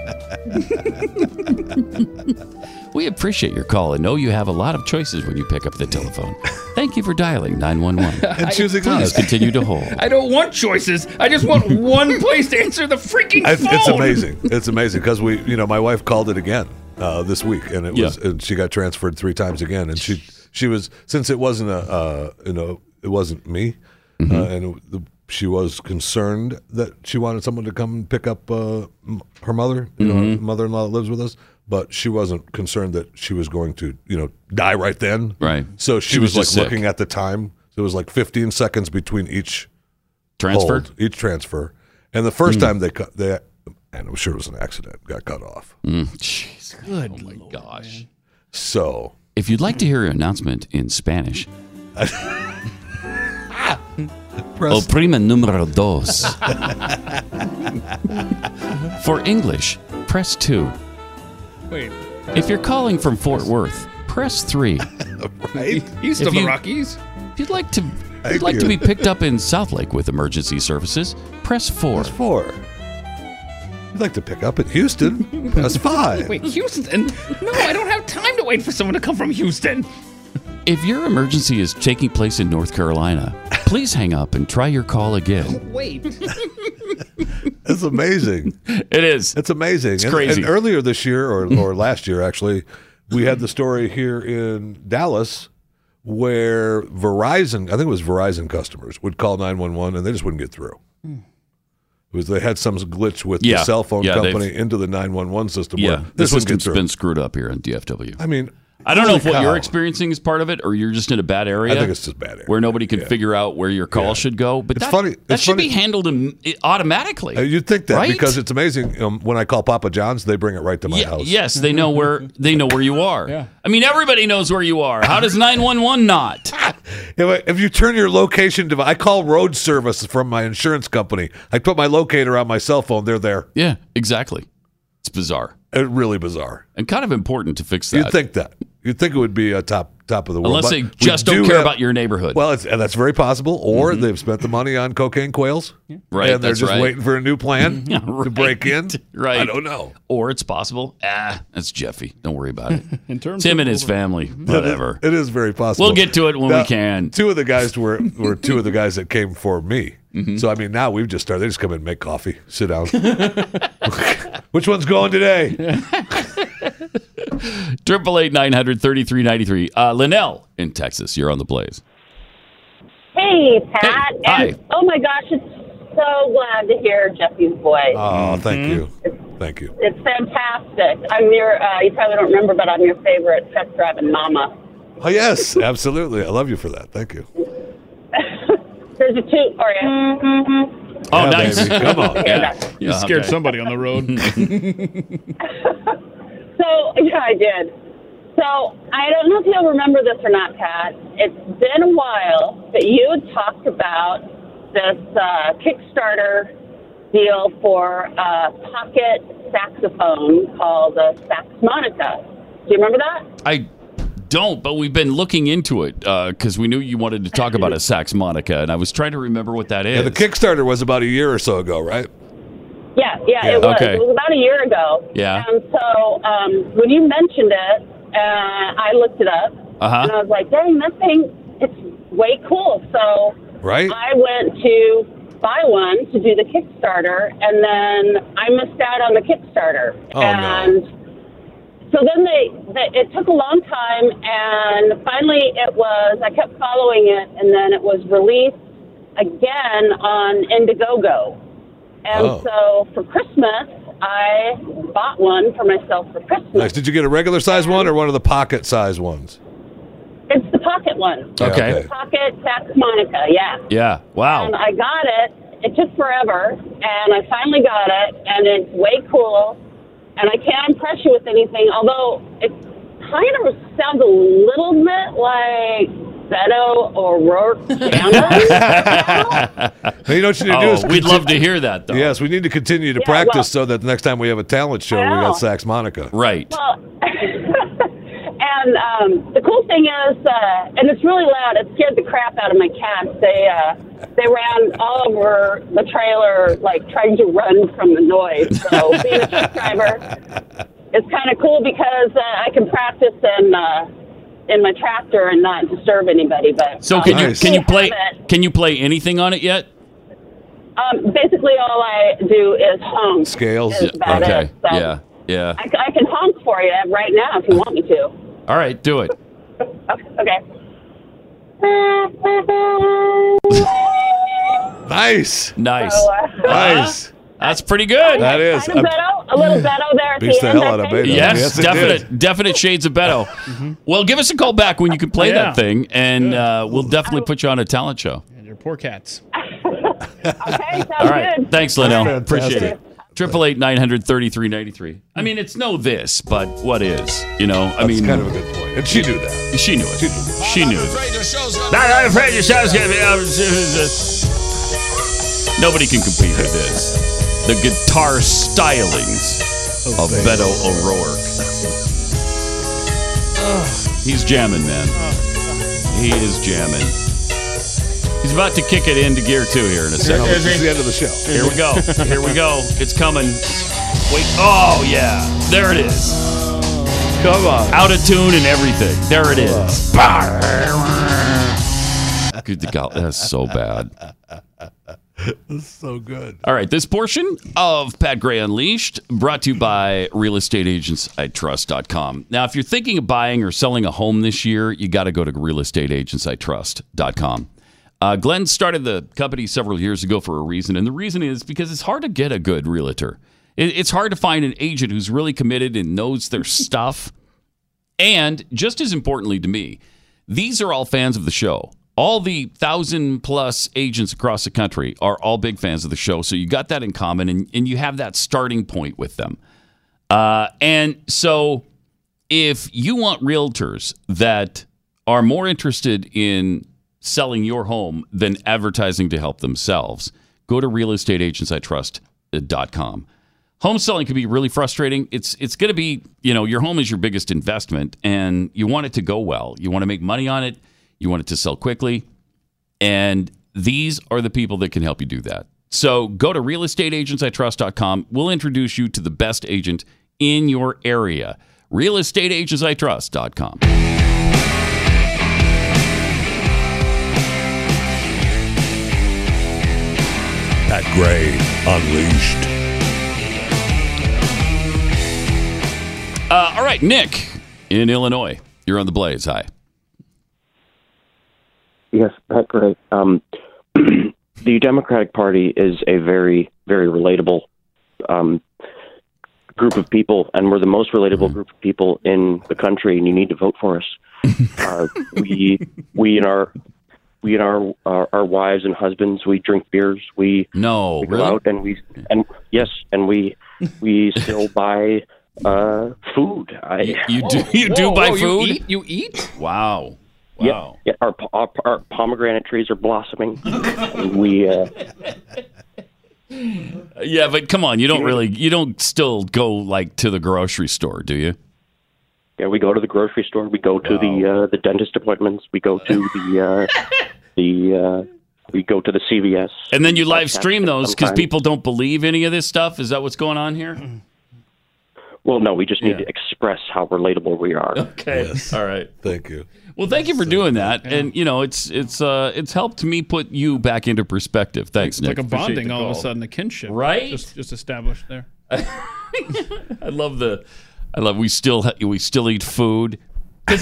B: We appreciate your call and know you have a lot of choices when you pick up the telephone. Thank you for dialing 911.
D: And choosing
B: Please
D: us.
B: continue to hold.
E: I don't want choices. I just want one place to answer the freaking
D: I-
E: phone.
D: it's amazing. It's amazing because we, you know, my wife called it again uh, this week, and it was, and she got transferred three times again, and she, she was since it wasn't a, uh, you know, it wasn't me,
B: Mm-hmm.
D: uh, and it, the, she was concerned that she wanted someone to come pick up uh, m- her mother, you
B: Mm-hmm.
D: know, mother-in-law that lives with us, but she wasn't concerned that she was going to, you know, die right then.
B: Right.
D: So she,
B: She
D: was,
B: was just
D: like
B: sick.
D: looking at the time. There was like 15 seconds between each
B: Transfer? Hmm.
D: hold, each transfer. And the first time they cut, they, and I'm sure it was an accident, got cut off.
B: Mm, Jeez.
E: Good.
B: Oh, my gosh.
D: So
B: If you'd like to hear your announcement in Spanish,
D: press
B: Oprima número dos. For English, press two.
E: Wait.
B: If you're calling from Fort Worth, press three.
D: right.
E: East
B: If
E: of the
B: you-
E: Rockies.
B: If you'd like to, if
D: Thank
B: you'd like to be
D: you.
B: picked up in South Lake with emergency services, press four.
D: Press four. You'd like to pick up at Houston? press five.
E: Wait, Houston? No, I don't have time to wait for someone to come from Houston.
B: If your emergency is taking place in North Carolina, please hang up and try your call again.
E: Wait.
D: That's amazing.
B: It is.
D: It's amazing. It's
B: crazy.
D: And, earlier this year, or, or last year actually, we had the story here in Dallas where Verizon, I think it was Verizon customers, would call 911 and they just wouldn't get through. It was they had some glitch with
B: Yeah.
D: the cell phone
B: Yeah, they've-
D: company into the 911 system.
B: Yeah,
D: where
B: this
D: this
B: has
D: wouldn't get through.
B: been screwed up here on DFW.
D: I mean,
B: I don't know if
D: holy
B: what you're
D: cow.
B: experiencing is part of it, or you're just in a bad area.
D: I think it's just bad area.
B: where nobody can figure out where your call should go. But
D: It's
B: that,
D: funny-
B: that
D: it's
B: should be
D: funny-
B: handled im- automatically.
D: Uh, You'd think that
B: Right?
D: because it's amazing. Um, when I call Papa John's, they bring it right to my
B: Ye-
D: house.
B: Yes, they know where they know where you are.
E: Yeah.
B: I mean, everybody knows where you are. How does nine one one not?
D: If, I- if you turn your location device, I call road service from my insurance company. I put my locator on my cell phone. They're there.
B: Yeah, exactly. It's bizarre
D: It's really bizarre.
B: and kind of important to fix
D: You'd
B: that.
D: think that. You'd think it would be a top top of the world.
B: unless
D: but
B: they
D: we
B: just don't
D: do
B: care
D: have-
B: about your neighborhood. Mm-hmm.
D: Well, it's, and that's very possible. Or they've spent the money on cocaine quails,
B: Right,
D: And they're
B: that's
D: just
B: right.
D: waiting for a new plan to
B: right.
D: break in.
B: Right.
D: I don't know.
B: or it's possible. Ah, that's Jeffy. Don't worry about it.
E: In terms
B: it's him
E: of
B: and his family. Whatever.
D: It is very possible.
B: We'll get to it when we
D: Now,
B: can.
D: Two of the guys were were two of the guys that came for me. So I mean, now we've just started. They just come in, make coffee, sit down. Which one's going today?
B: Triple eight nine hundred thirty three ninety three. Uh, Linnell in Texas. You're on the blaze.
K: Hey, Pat.
B: Hey, hi.
K: And, oh my gosh, it's so glad to hear Jeffy's voice.
D: Oh, thank you, thank you.
K: it's fantastic. I'm your, uh, you probably don't remember, but I'm your favorite truck driving mama.
D: Oh yes, absolutely. I love you for that. Thank you.
K: Here's a toot for you.
B: Oh,
D: Yeah,
B: nice.
D: baby, Come on.
B: Yeah.
E: You
B: Yeah,
E: scared
B: okay.
E: somebody on the road.
K: So, yeah, I did. So, I don't know if you'll remember this or not, Pat. It's been a while, but you had talked about this uh, Kickstarter deal for a pocket saxophone called a Saxmonica. Do you remember that?
B: I don't, but we've been looking into it because we knew you wanted to talk about a sax monica, and I was trying to remember what that
D: Yeah,
B: is.
D: the Kickstarter was about a year or so ago, right?
K: Yeah, yeah,
D: Yeah.
K: it was.
B: Okay.
K: It was about a year ago.
B: Yeah.
K: And so um, when you mentioned it, uh, I looked it up,
B: Uh-huh.
K: And I was like, dang, this thing, it's way cool. So
B: Right.
K: I went to buy one to do the Kickstarter, and then I missed out on the Kickstarter.
N: Oh, no.
K: and so then they, they, it took a long time, and finally it was, I kept following it, and then it was released again on Indiegogo. And so for Christmas, I bought one for myself for Christmas.
D: Nice. Did you get a regular size one or one of the pocket size ones?
K: It's the pocket one.
D: Yeah, Okay. okay.
K: Pocket Tax Monica, yeah.
B: Yeah. Wow.
K: And Um, I got it. It took forever, and I finally got it, and it's way cool. And I can't impress you with anything, although it kind of sounds a little bit like Beto or
D: Now, you know what you need to do
B: Oh,
D: is
B: we'd love to hear that, though.
D: Yes, we need to continue to
K: Yeah,
D: practice
K: well-
D: so that the next time we have a talent show, we
K: I know.
D: got Sax Monica.
B: Right.
K: Well, and um, the cool thing is, uh, and it's really loud. It scared the crap out of my cats. They uh, they ran all over the trailer, like trying to run from the noise. So being a truck driver is kind of cool because uh, I can practice in uh, in my tractor and not disturb anybody. But
B: So
K: um,
B: can
K: I
B: you can you
K: have
B: play
K: it.
B: can you play anything on it yet?
K: Um, basically, all I do is honk. Is about
B: Okay.
K: It. So
B: Yeah. Yeah.
K: I, I can honk for you right now if you want me to.
B: All right. Do it.
K: Okay.
D: Nice.
B: Nice.
K: So, uh,
B: nice. That's pretty good.
D: That is.
K: Kind of Beto, a little Beto there at
B: Beats
K: the
B: the
K: end.
B: hell
K: I
B: out of
K: think.
B: Beto. Yes, Mm-hmm. definite, definite shades of Beto. Well, give us a call back when you can play
E: Yeah.
B: that thing, and uh, we'll definitely put you on a talent show.
E: Your poor cats.
B: All right,
E: good.
B: thanks,
E: That's
B: Linnell.
E: fantastic.
B: Appreciate it. Triple eight nine hundred thirty three ninety three. I mean, it's no this, but what is? You know, I mean,
D: kind of a good point. And she knew that.
B: She knew it. She knew it.
O: Not I'm afraid your show's gonna be
B: Nobody can compete with this. The guitar stylings
D: Oh,
B: of Beto O'Rourke. He's jamming, man. He is jamming. He's about to kick it into gear two here in a second.
D: This is the end of the show.
B: Here we go. Here we go. It's coming. Wait. Oh, yeah. There it is. Come on. Out of tune and everything. There it is. Bah. Good to go. That's so bad.
D: This is so good.
B: All right. This portion of Pat Gray Unleashed brought to you by realestateagentsitrust.com. Now, if you're thinking of buying or selling a home this year, you got to go to realestateagentsitrust.com. Uh, Glenn started the company several years ago for a reason, and the reason is because it's hard to get a good realtor. It- It's hard to find an agent who's really committed and knows their stuff. And just as importantly to me, these are all fans of the show. All the thousand plus agents across the country are all big fans of the show. So you got that in common and, and you have that starting point with them. Uh, and so if you want realtors that are more interested in selling your home than advertising to help themselves, go to realestateagentsitrust.com. Home selling can be really frustrating. It's it's going to be, you know, your home is your biggest investment and you want it to go well. You want to make money on it, you want it to sell quickly, and these are the people that can help you do that. So go to realestateagentsitrust.com. We'll introduce you to the best agent in your area. realestateagentsitrust.com.
D: Pat Gray Unleashed.
B: Uh, all right, Nick in Illinois. You're on the Blaze. Hi.
P: Yes, Pat Gray. Um, the Democratic Party is a very, very relatable um, group of people, and we're the most relatable group of people in the country. And you need to vote for us. uh, we, we and our, we and our, our our wives and husbands. We drink beers. We
B: no,
P: we go
B: really?
P: out and we and yes, and we we still buy uh, food. I,
B: you do you do buy food?
P: You eat?
B: Wow.
P: Yeah.
B: Wow.
P: Yeah, our, po- our, our pomegranate trees are blossoming. And we uh,
B: Uh, Yeah, but come on, you don't really you don't still go like to the grocery store, do you?
P: yeah, we go to the grocery store. We go to the uh, the dentist appointments. We go to the uh, the uh, we go to the CVS.
B: And then you live stream those
P: Sometimes.
B: because
E: Mm-hmm.
B: people don't believe any of this stuff. Is that what's going on here?
P: Well, no, we just need to express how relatable we are.
B: Okay. All right.
D: Thank you.
B: Well, thank you for doing that, and you know, it's it's uh it's helped me put you back into perspective. Thanks,
E: It's like
B: Nick.
E: a
B: Appreciate
E: bonding
B: the
E: all of a
B: call.
E: sudden, a kinship.
B: Right?
E: Just, just established there.
B: I love the, I love we still ha- we still eat food because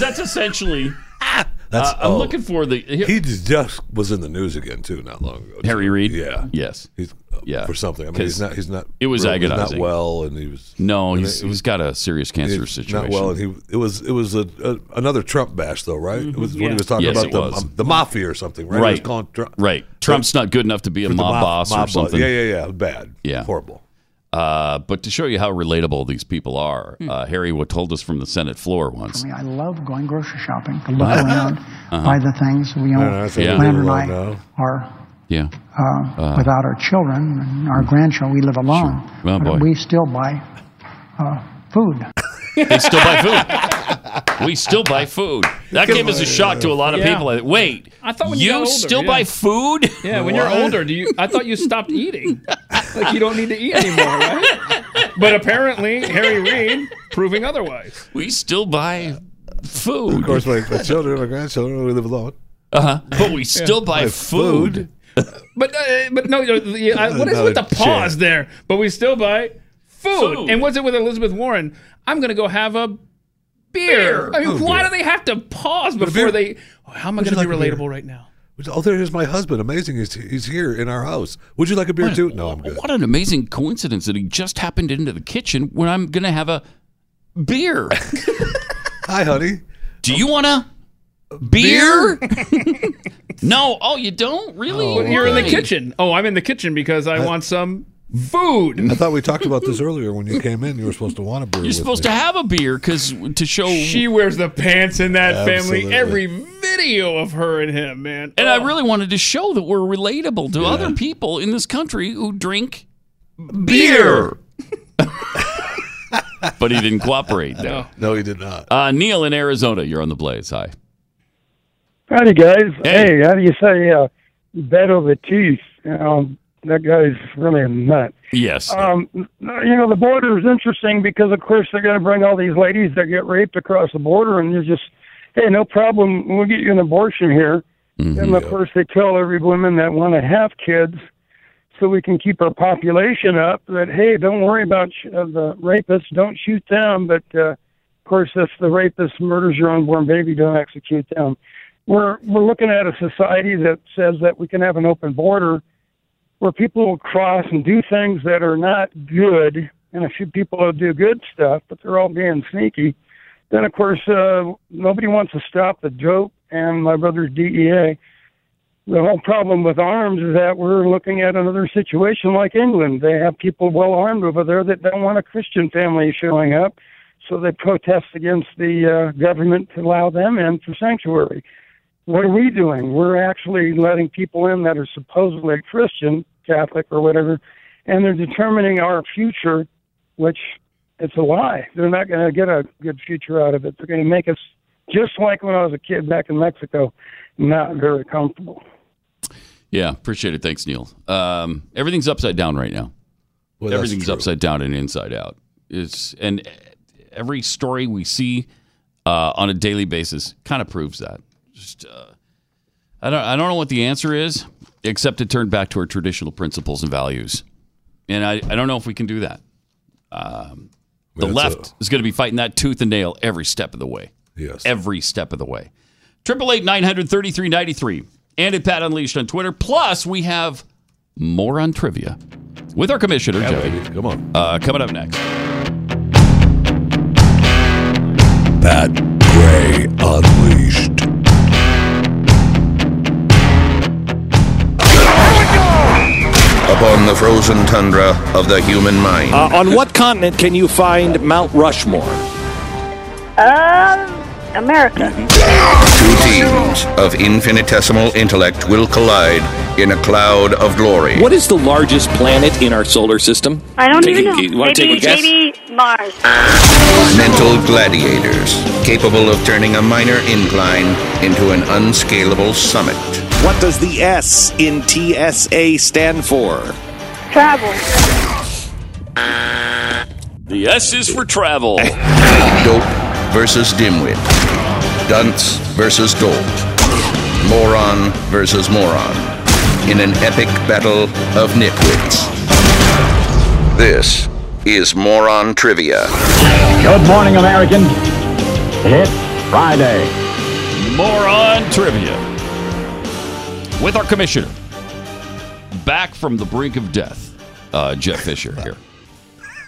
B: that's essentially.
D: That's-
B: uh, I'm
D: oh.
B: looking for the here-
D: He just was in the news again too, not long ago.
B: Harry Reid.
D: Yeah.
B: Yes.
D: He's
B: yeah.
D: for something. I mean, he's
B: 'Cause
D: not. He's not.
B: It was
D: real- he's
B: agonizing.
D: Not well, and he was.
B: No,
D: and
B: he's,
D: it-
B: he's got a serious cancer situation.
D: Not well, and he it was it was a, a another Trump bash though, right? It was when
B: Yeah.
D: he was talking
B: Yes,
D: about
B: it
D: the,
B: was.
D: um, the mafia or something, right? He was
B: Right.
D: calling Trump,
B: Right. Trump's not good enough to be a
D: For the
B: mob,
D: mob-
B: boss
D: mob
B: or
D: boss.
B: something.
D: Yeah, yeah, yeah. Bad.
B: Yeah.
D: Horrible.
B: Uh, but to show you how relatable these people are,
N: Hmm.
B: uh, Harry what told us from the Senate floor once.
N: I love going grocery shopping to look around,
B: Uh-huh.
N: buy the things we own.
B: Uh, that's a little
N: Landon and
B: low
N: I
B: now.
N: are
B: Yeah.
N: uh, without our children and our grandchildren. We live alone,
B: Oh,
N: but
B: boy.
N: we still buy uh, food.
B: They still buy food. We still buy food. That came as a shock to a lot of
E: Yeah.
B: people. I- Wait,
E: I thought when you
B: you
E: got older,
B: still
E: yeah.
B: buy food?
E: Yeah, when you're older, do you? I thought you stopped eating. like you don't need to eat anymore, right? But apparently, Harry Reid proving otherwise.
B: We still buy food.
D: Of course, my, my children, my grandchildren, we live alone.
B: Uh huh. But we still buy food.
E: But uh, but no, you know, the- I- what is
D: Another
E: with the pause
D: chair.
E: there? But we still buy food.
B: Food.
E: And what's it with Elizabeth Warren? I'm gonna go have a beer.
B: Beer.
E: I mean,
D: Oh,
E: why
D: dear.
E: do they have to pause
D: But a
E: before
D: beer-
E: they? Oh, how am I
D: Would you
E: gonna be
D: like a beer?
E: relatable right now?
D: Oh, there is my husband. Amazing, he's he's here in our house. Would you like a beer too? No, I'm good.
B: What an amazing coincidence that he just happened into the kitchen when I'm going to have a beer.
D: Hi, honey.
B: Do you want a beer? no. Oh, you don't? Really?
E: But you're in the
B: Why?
E: kitchen. Oh, I'm in the kitchen because I, want some food.
D: I thought we talked about this earlier when you came in. You were supposed to want a beer.
B: You're supposed to have a beer because to show.
E: She wears the pants in that
D: Absolutely.
E: family. Every video of her and him, man.
B: and
E: Oh.
B: I really wanted to show that we're relatable to other people in this country who drink beer. but he didn't cooperate. Though.
D: No, he did not.
B: Uh, Neil in Arizona, you're on the blaze. Hi.
Q: Howdy, guys. Hey, how do you say uh, bed over teeth? Um, that guy's really a nut.
B: Yes.
H: Uh,
Q: Um, you know, the border is interesting because, of course, they're going to bring all these ladies that get raped across the border, and they're just, hey, no problem, we'll get you an abortion here. And, of course, they tell every woman that want to have kids so we can keep our population up that, hey, don't worry about sh- uh, the rapists, don't shoot them, but, uh, of course, if the rapist murders your unborn baby, don't execute them. We're, we're looking at a society that says that we can have an open border where people will cross and do things that are not good, and a few people will do good stuff, but they're all being sneaky. Then, of course, uh, nobody wants to stop the dope and my brother's DEA. The whole problem with arms is that we're looking at another situation like England. They have people well armed over there that don't want a Christian family showing up, so they protest against the uh, government to allow them in for sanctuary what are we doing? We're actually letting people in that are supposedly Christian, Catholic, or whatever, and they're determining our future, which it's a lie. They're not going to get a good future out of it. They're going to make us just like when I was a kid back in Mexico, not very comfortable.
B: Yeah, appreciate it. Thanks, Neil. Um, everything's upside down right now.
D: Well, that's
B: everything's
D: true.
B: upside down and inside out. It's and every story we see uh, on a daily basis kind of proves that. Just uh, I don't I don't know what the answer is, except to turn back to our traditional principles and values. And I, I don't know if we can do that. Um, the
D: that's
B: left is going to be fighting that tooth and nail every step of the way.
D: Yes.
B: Every step of the way. Triple eight nine hundred thirty three ninety three. And at Pat Unleashed on Twitter. Plus, we have more on trivia with our commissioner, Joey.
D: Come on.
B: Uh, coming up next.
D: Pat Gray Unleashed.
R: upon the frozen tundra of the human mind.
S: Uh, on what continent can you find Mount Rushmore?
T: Um, America.
R: Two
S: oh.
R: teams of infinitesimal intellect will collide in a cloud of glory.
S: What is the largest planet in our solar system?
T: I don't
S: Take
T: even
S: a-
T: know.
S: You want to take a
T: maybe,
S: guess?
T: maybe Mars.
R: Mental gladiators, capable of turning a minor incline into an unscalable summit.
S: What does the S in TSA stand for?
T: Travel.
B: The S is for travel.
R: Dope versus dimwit. Dunce versus dope. Moron versus moron. In an epic battle of nitwits. This is Moron Trivia.
C: Good morning, American. It's Friday.
B: Moron trivia with our commissioner, back from the brink of death, uh, Jeff Fisher here.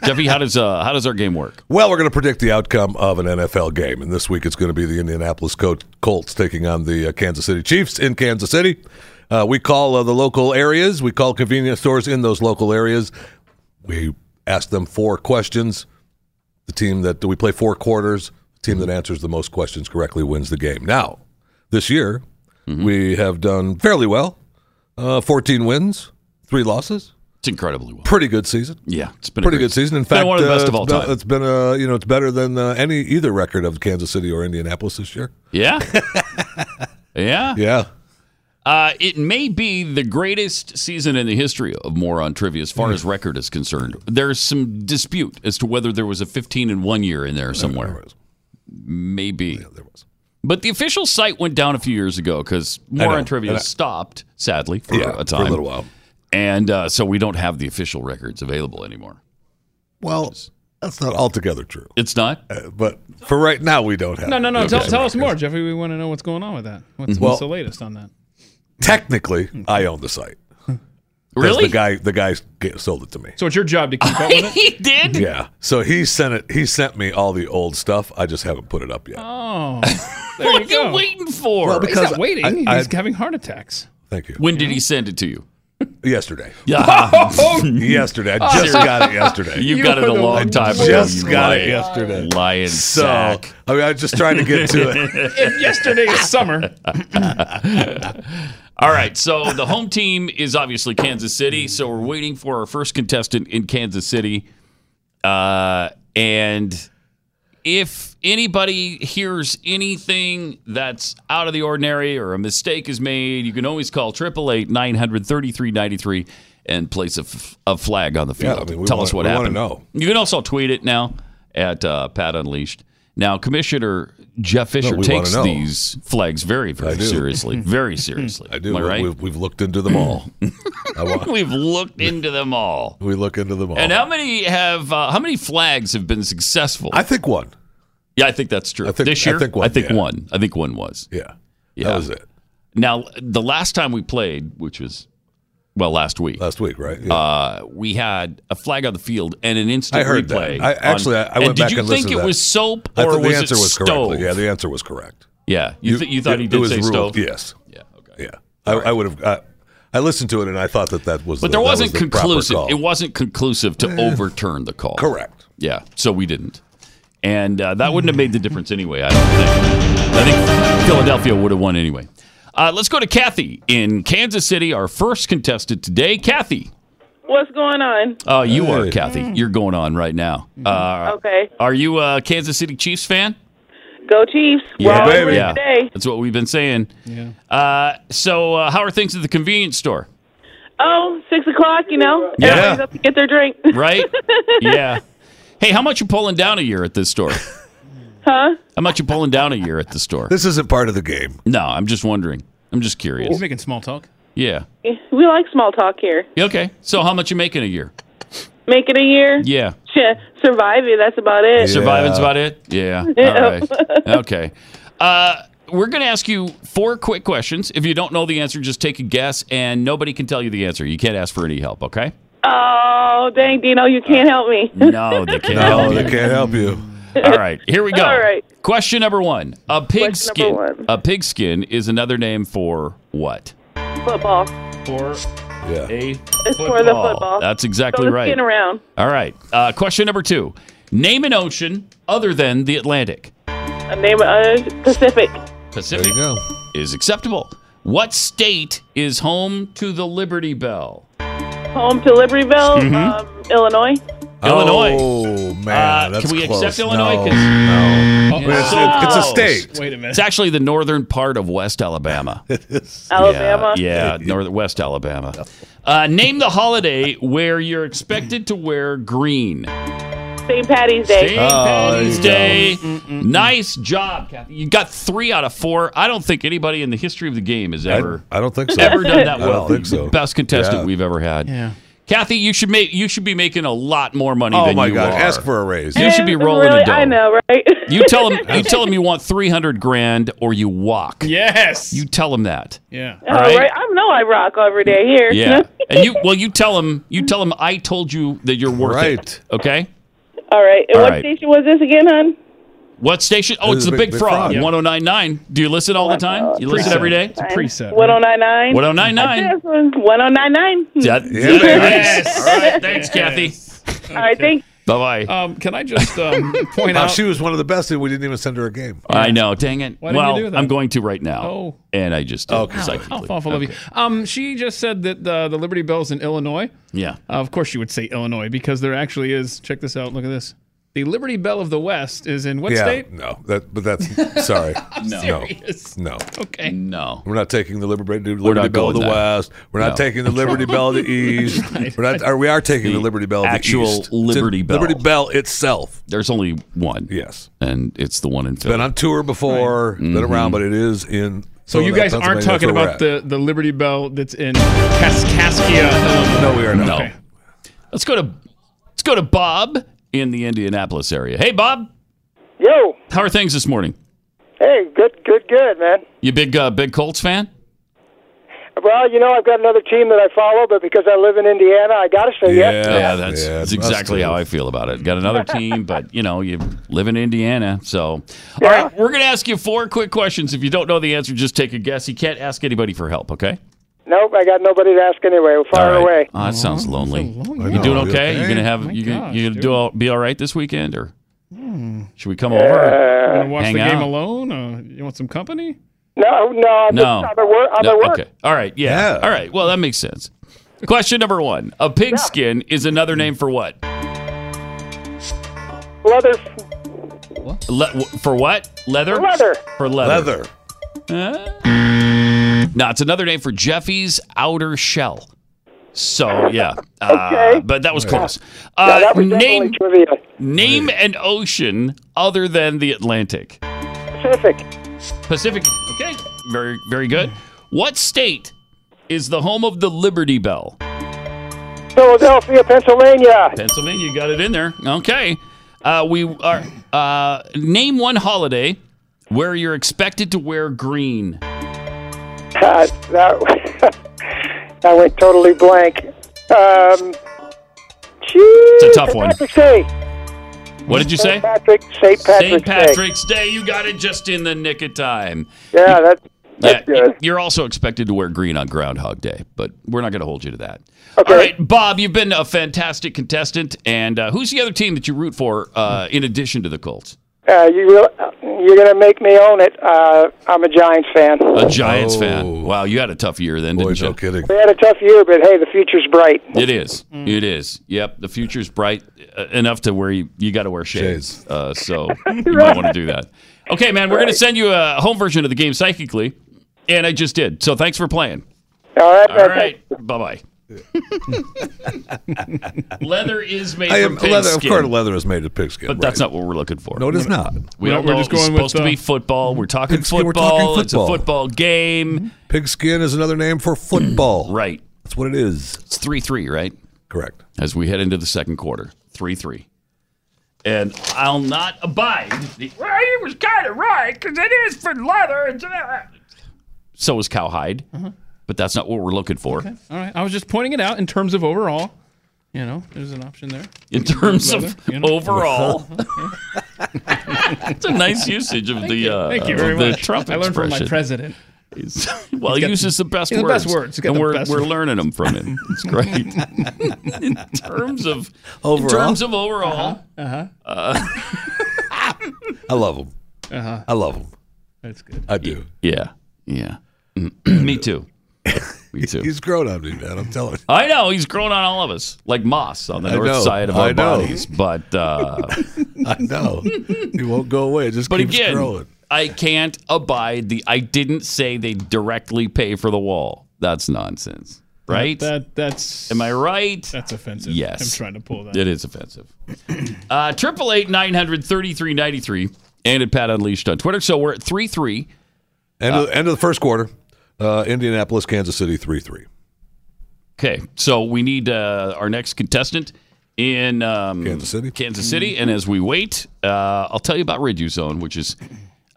B: Jeffy, how does uh, how does our game work?
D: Well, we're going to predict the outcome of an NFL game, and this week it's going to be the Indianapolis Col- Colts taking on the uh, Kansas City Chiefs in Kansas City. Uh, we call uh, the local areas. We call convenience stores in those local areas. We ask them four questions. The team that we play four quarters. The team
B: Mm-hmm.
D: that answers the most questions correctly wins the game. Now, this year
B: Mm-hmm.
D: we have done fairly well. Uh, Fourteen wins, three losses.
B: It's incredibly well.
D: Pretty good season.
B: Yeah, it's been a
D: pretty
B: great
D: good season. In
B: Been
D: fact,
B: one of the
D: uh,
B: best of all
D: it's been-
B: time.
D: It's been uh, you know it's better than uh, any either record of Kansas City or Indianapolis this year.
B: Yeah, yeah,
D: yeah.
B: Uh, it may be the greatest season in the history of moron trivia, as
D: Hmm.
B: far as record is concerned. There's some dispute as to whether there was a 15 and one year in there somewhere. Maybe there was, but the official site went down a few years ago because
D: I know,
B: moron trivia
D: and I-
B: stopped sadly for
D: Yeah, for
B: a
D: a
B: time,
D: little while.
B: and uh, so we don't have the official records available anymore.
D: Well, that's not altogether true. Uh,
B: It's not,
D: but for right now we don't have.
E: No, no, no.
D: Okay.
E: Tell, tell us more, Jeffrey. We want to know what's going on with that. What's,
D: Mm-hmm. Well-
E: what's the latest on that?
D: Technically, I own the site. 'Cause
E: Really?
D: The guy, the guy g- sold it to me.
E: So it's your job to keep up with it.
B: he did.
D: Yeah. So he sent it. He sent me all the old stuff. I just haven't put it up yet.
E: Oh,
B: what are you waiting for?
D: Well,
E: he's
D: because
E: not waiting.
D: I-
E: he's
D: I-
E: having heart attacks.
D: Thank you.
B: When did he send it to you?
D: Yesterday.
B: Yeah.
D: yesterday. I just
B: Seriously.
D: got it yesterday.
B: You got it a long time ago.
D: Just
B: you
D: got
B: lying-
D: it yesterday.
B: Lying
D: So
B: sack.
D: I mean, I was just trying to get to it.
E: if yesterday is summer,
B: All right, so the home team is obviously Kansas City. So we're waiting for our first contestant in Kansas City. Uh, and if anybody hears anything that's out of the ordinary or a mistake is made, you can always call 888 900 3393 and place a, f- a flag on the
D: Yeah, I
B: field.
D: mean, we
B: Tell
D: wanna-
B: us what
D: we wanna
B: happened.
D: know.
B: You can also tweet it now at uh, Pat Unleashed. Now, Commissioner Jeff Fisher
D: we
B: takes
D: wanna know.
B: these flags very,
D: I
B: very
D: do.
B: seriously. Very seriously.
D: I
B: Am
D: do.
B: I right?
D: We've, we've looked into them all. I want,
B: We've looked into them all.
D: we look into them all.
B: And how many have uh, how many flags have been successful? I
D: think one.
B: Yeah, I think that's true.
D: I think-
B: this
D: I
B: year,
D: think one, yeah.
B: one. I think one was.
D: Yeah.
B: yeah,
D: That was it.
B: Now, the last time we played, which was well last week,
D: Last week, right?
B: uh, we had a flag on the field and an instant
D: I heard that.
B: replay.
D: I-
B: on-
D: actually, I- I
B: and
D: went
B: did
D: back
B: you
D: and
B: think
D: listened to
B: it
D: that.
B: was soap
D: I
B: or
D: thought the
B: was
D: answer
B: it
D: was correct.
B: stove?
D: Yeah, the answer was correct.
B: Yeah, you, thi- you thought he
D: it
B: did
D: was
B: say
D: ruled-
B: stove?
D: Yes. Yeah. Yeah. I, I would have. I, I listened to it and I thought that that was.
B: But
D: the,
B: there
D: that was
B: wasn't
D: the proper
B: conclusive.
D: call. Eh.
B: It wasn't conclusive to overturn the call.
D: Correct.
B: Yeah. So we didn't, and uh, that wouldn't have made the difference anyway. I don't think. I think Philadelphia would have won anyway. Uh, let's go to Kathy in Kansas City, our first contestant today. Kathy,
U: What's going on?
B: uh, you are
U: Hey.
B: Kathy. You're going on right now. Uh,
U: Mm-hmm. Okay.
B: Are you a Kansas City Chiefs fan?
U: Go Chiefs. We're all in
B: Yeah.
U: today.
B: That's what we've been saying. Yeah. Uh, so, uh, how are things at the convenience store?
U: Oh, six o'clock, you know.
B: Yeah.
U: Everybody's up to get their drink.
B: Right? yeah. Hey, how much you pulling down a year at this store?
U: Huh?
B: How much you pulling down a year at the store?
D: This isn't part of the game.
B: No, I'm just wondering. I'm just curious.
E: he's making small talk.
B: Yeah.
U: We like small talk here.
B: Yeah, Okay. So how much you making a year?
U: Make it a year.
B: Yeah.
U: Shit, Survive it. That's about it.
B: Surviving's about it. Yeah. All
U: Yeah.
B: right. Okay. Uh, we're going to ask you four quick questions. If you don't know the answer, just take a guess, and nobody can tell you the answer. You can't ask for any help. Okay?
U: Oh, dang, Dino, you can't help me.
B: No, they can't.
D: No,
B: help
D: they
B: you.
D: can't help you.
B: All right, here we go.
U: All right.
B: Question number one: A
U: Question
B: pigskin.
U: number
B: A pigskin is another name for what?
U: Football.
E: For
D: yeah.
B: a
U: It's for the football.
B: That's exactly
U: Throw the
B: right.
U: skin around.
B: All right. Uh, question number two: Name an ocean other than the Atlantic.
U: Uh, Name it uh, Pacific.
B: Pacific is acceptable. What state is home to the Liberty Bell?
U: Home to Libertyville,
B: Mhm.
U: um, Illinois.
B: Illinois.
D: Oh man,
B: Uh,
D: that's
B: can we
D: close.
B: accept Illinois?
D: No,
B: 'Cause- Oh, Yeah.
D: no. It's, it's- it's a state.
E: Wait a minute.
B: It's actually the northern part of West Alabama. it is.
U: Alabama.
B: Yeah, yeah north, West Alabama. Uh, name the holiday where you're expected to wear green.
U: St. Patty's Day.
B: St.
D: Oh,
B: Patty's Day. Nice job, Kathy. You got three out of four. I don't think anybody in the history of the game has ever.
D: I don't think so.
B: Ever done that
D: I don't
B: well?
D: think so.
B: You're the Best contestant
D: Yeah.
B: we've ever had.
D: Yeah.
B: Kathy, you should make. You should be making a lot more money.
D: Oh
B: than
D: my
B: you
D: God,
B: are.
D: ask for a raise.
B: You should be rolling
U: really,
B: a dough.
U: I know, right?
B: You tell them. You tell them you want three hundred grand, or you walk. Yes. You tell them that.
U: Yeah.
B: All right.
U: I know I rock every day here.
B: Yeah. and you well, you tell them. You tell them. I told you that you're worth it. Okay.
U: All right. And
B: All
U: what
B: right.
U: station was this again, hon?
B: What station? Oh, it's
D: This is
B: the Big, Frog,
D: Yeah.
B: 1099. Do you listen all the time? You listen every day?
U: Fine. 1099.
B: 1099.
U: That's one. 1099.
B: That-
E: Yes.
B: All right. Thanks, Kathy.
U: All right, thank
B: Bye bye.
E: Um, can I just um, point
D: Wow,
E: out?
D: she was one of the best, and we didn't even send her a game.
B: I know. Dang it.
E: Why didn't
B: well,
E: you do that?
B: I'm going to right now.
E: Oh.
B: And I just did.
E: Oh,
B: because I
E: how
B: completely-
E: thoughtful of you. Um, she just said that uh, the, the Liberty Bells in Illinois.
B: Yeah.
E: Uh, of course, she would say Illinois because there actually is. Check this out. Look at this. The Liberty Bell of the West is in what
D: yeah,
E: state?
D: No, that, but that's sorry.
E: No.
D: no,
E: serious.
D: no.
E: Okay.
B: No.
D: We're not taking the Liberty, Liberty
B: not
D: Bell of
B: going
D: the
B: there.
D: West. We're not
B: No.
D: taking the Liberty Bell of the East. We're not. Or we are taking the, Liberty Bell of the
B: actual
D: East. It's in-
B: Liberty Bell.
D: Liberty Bell itself.
B: There's only one.
D: Yes.
B: And it's the one in Philly. Mm-hmm.
D: Been on tour before. Been around, but it is in.
E: So you guys aren't talking about the, the Liberty Bell that's in Kaskaskia.
D: No, we are not.
B: No. Let's go to let's go to Bob in the Indianapolis area. Hey Bob.
A: Yo.
B: How are things this morning?
A: Hey, good, good, good, man.
B: You big uh, big Colts fan?
A: Well, you know, I've got another team that I follow, but because I live in Indiana, I got to
Q: Uh,
A: say yes. to
B: yeah
A: that.
B: that's,
D: Yeah,
B: that's
D: it must
B: exactly
D: do.
B: how I feel about it. Got another team, but you know, you live in Indiana, so all right, we're gonna ask you four quick questions. If you don't know the answer, just take a guess. You can't ask anybody for help, okay?
A: Nope, I got nobody to ask anyway. We're far
B: All right.
A: away.
B: Oh, that sounds lonely.
A: I
B: You doing
A: know. You
B: okay?
A: okay?
B: You gonna have
A: My
B: you gonna,
A: gosh,
B: you gonna
A: dude.
B: do all, be all right this weekend, or
E: Hmm.
B: should we come
A: Uh,
B: over?
E: You wanna
B: and
E: watch
B: hang
E: the
B: out?
E: game alone? Uh, you want some company?
A: No, no, I'm,
B: No.
A: Just, I'm at work. I'm
B: No,
A: at work.
B: Okay. All right. Yeah. All right. Well, that makes sense. Question number one: A pigskin is another name for what?
A: Leather.
B: Le- for what? Leather.
A: Leather.
B: For leather. Leather. no, it's another name for Jeffy's outer shell. So yeah. Uh,
A: Okay.
B: But that was
A: Yeah.
B: close.
A: Yeah,
B: Uh,
A: that was definitely
B: name
A: trivia.
B: name an ocean other than the Atlantic.
A: Pacific.
B: Pacific. Okay. Very very good. What state is the home of the Liberty Bell?
A: Philadelphia, Pennsylvania.
B: Pennsylvania, you got it in there. Okay. Uh, we are uh, name one holiday where you're expected to wear green.
A: God, that, I went totally blank. Um, it's
B: a tough one.
A: Patrick's Day.
B: What did you say?
A: St. Patrick, St. Patrick's
B: St.
A: Day.
B: Patrick's Day. You got it just in the nick of time.
A: Yeah, that's
B: Yeah, you're also expected to wear green on Groundhog Day, but we're not going to hold you to that.
A: Okay.
B: All right, Bob, you've been a fantastic contestant. And uh, who's the other team that you root for uh, in addition to the Colts?
A: Uh, you real, you're gonna make me own it. Uh, I'm a Giants fan.
B: A Giants fan. Wow, you had a tough year then, didn't you? Oh. No
D: kidding.
A: We had a tough year, but hey, the future's bright.
B: It is. It is. Yep. The future's bright uh, enough to where you, you got to wear shades. Uh, so you might want to do that. Okay, man. We're going to send you a home version of the game psychically, and I just did. So thanks for playing.
A: All right.
B: All right. Bye bye. leather is made
D: I
B: from
D: am
B: pig
D: leather. Of
B: skin.
D: course, leather is made of pigskin.
B: But that's not what we're looking for.
D: No, it is not.
B: We
D: No,
B: don't
D: we're
B: know.
D: just
B: it's
D: going with,
B: supposed to
D: uh,
B: be football. We're talking,
D: Pigskin,
B: football.
D: we're talking
B: It's a
D: football.
B: football game.
D: Pigskin is another name for football.
B: right.
D: That's what it is.
B: It's 3 3, right?
D: Correct.
B: As we head into the second quarter, 3 3. And I'll not abide the
O: Well, he was kind of right because it is for leather. It's, uh,
B: so is cowhide,
E: Mm-hmm.
B: but that's not what we're looking for.
E: All right. I was just pointing it out in terms of overall. You know, there's an option there.
B: In terms of
E: Leather, you know.
B: overall, it's a nice usage of the uh,
E: Thank you
B: of
E: very
B: the
E: much.
B: Trump
E: I learned from my
B: expression.
E: president.
B: well,
E: He's
B: he
E: got-
B: uses the best
E: he's got the
B: words,
E: best words. He's got
B: and
E: the
B: we're
E: best
B: we're
E: words.
B: learning them from him. It's great. in terms of in
D: Overall?
B: terms of overall,
E: Uh-huh,
D: Uh, I love them.
E: Uh-huh.
D: I love them.
E: That's good.
D: I do.
B: Yeah. Yeah. Mm. me too. Me too.
D: He's grown on me, man. I'm telling you.
B: I know he's grown on all of us, like moss on the
D: I
B: north
D: know.
B: side of
D: I
B: our
D: know.
B: bodies. But uh,
D: I know. He won't go away. It just
B: but
D: keeps
B: again,
D: growing.
B: I can't abide the. I didn't say they directly pay for the wall. That's nonsense. right?
E: That that's.
B: Am I right?
E: That's offensive.
B: Yes.
E: I'm trying to pull that.
B: It is offensive. Uh, Triple eight nine hundred thirty three ninety three, and at Pat Unleashed on Twitter. So we're at three three.
D: End, of, end of the first quarter. Uh, Indianapolis, Kansas City, 3 3.
B: Okay, so we need uh, our next contestant in um,
D: Kansas City.
B: Kansas City, and as we wait, uh, I'll tell you about Riduzone, which is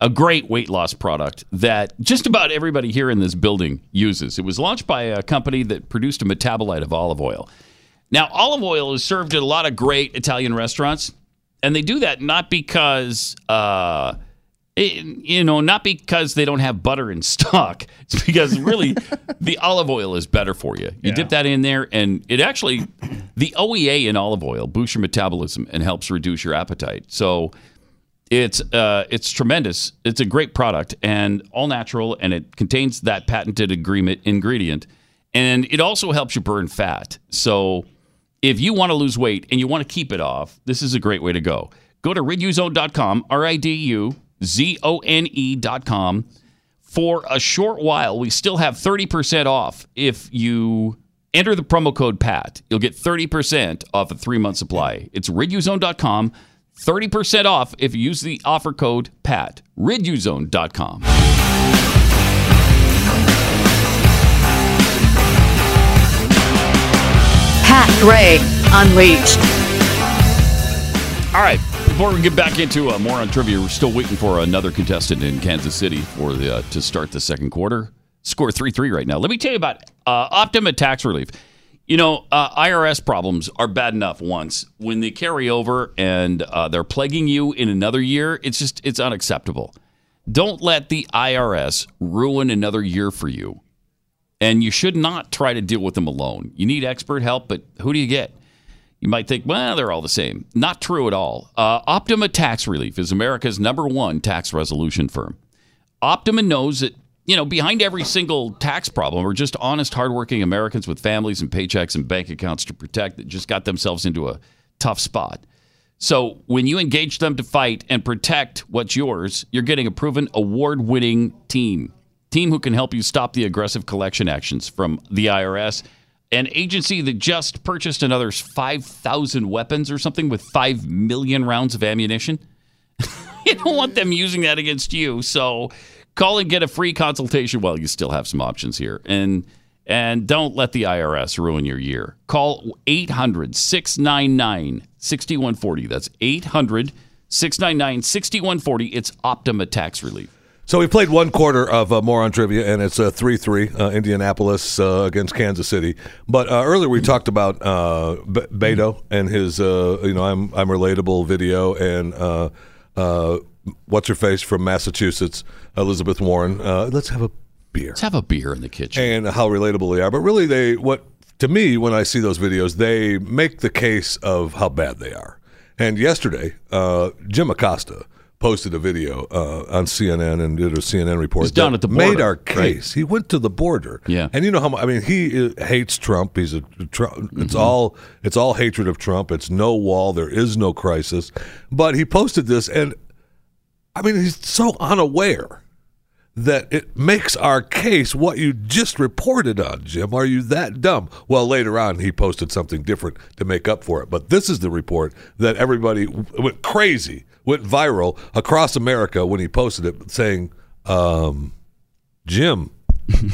B: a great weight loss product that just about everybody here in this building uses. It was launched by a company that produced a metabolite of olive oil. Now, olive oil is served at a lot of great Italian restaurants, and they do that not because. Uh, it, you know, not because they don't have butter in stock. It's because really the olive oil is better for you. You dip that in there, and it actually, the OEA in olive oil boosts your metabolism and helps reduce your appetite. So it's uh, it's tremendous. It's a great product and all natural, and it contains that patented agreement ingredient, and it also helps you burn fat. So if you want to lose weight and you want to keep it off, this is a great way to go. Go to riduzone.com, R I D U Z O N E E.com. For a short while, we still have 30% off if you enter the promo code PAT. You'll get 30% off a three month supply. It's riduzone.com. 30% off if you use the offer code PAT. Riduzone.com.
G: Pat Gray Unleashed.
B: All right. Before we get back into uh, more on trivia, we're still waiting for another contestant in Kansas City for the uh, to start the second quarter. Score three three right now. Let me tell you about uh, Optima Tax Relief. You know, uh, IRS problems are bad enough once when they carry over and uh, they're plaguing you in another year. It's just it's unacceptable. Don't let the IRS ruin another year for you. And you should not try to deal with them alone. You need expert help, but who do you get? You might think, well, they're all the same. Not true at all. Uh, Optima Tax Relief is America's number one tax resolution firm. Optima knows that, you know, behind every single tax problem are just honest, hardworking Americans with families and paychecks and bank accounts to protect that just got themselves into a tough spot. So when you engage them to fight and protect what's yours, you're getting a proven award winning team. Team who can help you stop the aggressive collection actions from the IRS, an agency that just purchased another 5,000 weapons or something with 5 million rounds of ammunition. you don't want them using that against you. So call and get a free consultation while you still have some options here. And and don't let the IRS ruin your year. Call 800 699 6140. That's 800 699 6140. It's Optima Tax Relief.
D: So we played one quarter of uh, more on trivia, and it's a three-three uh, Indianapolis uh, against Kansas City. But uh, earlier we talked about uh, B- Beto and his, uh, you know, I'm I'm relatable video and uh, uh, what's her face from Massachusetts, Elizabeth Warren. Uh, let's have a beer. Let's
B: have a beer in the kitchen.
D: And how relatable they are. But really, they what to me when I see those videos, they make the case of how bad they are. And yesterday, uh, Jim Acosta posted a video uh, on CNN and did a CNN report.
B: He's down
D: that
B: at the border,
D: Made our
B: right?
D: case. He went to the border.
B: Yeah.
D: And you know how mu- I mean, he uh, hates Trump. He's a Trump.
B: Mm-hmm.
D: It's all it's all hatred of Trump. It's no wall. There is no crisis. But he posted this, and I mean, he's so unaware that it makes our case what you just reported on, Jim. Are you that dumb? Well, later on, he posted something different to make up for it. But this is the report that everybody w- went crazy, went viral across America when he posted it, saying, um, Jim.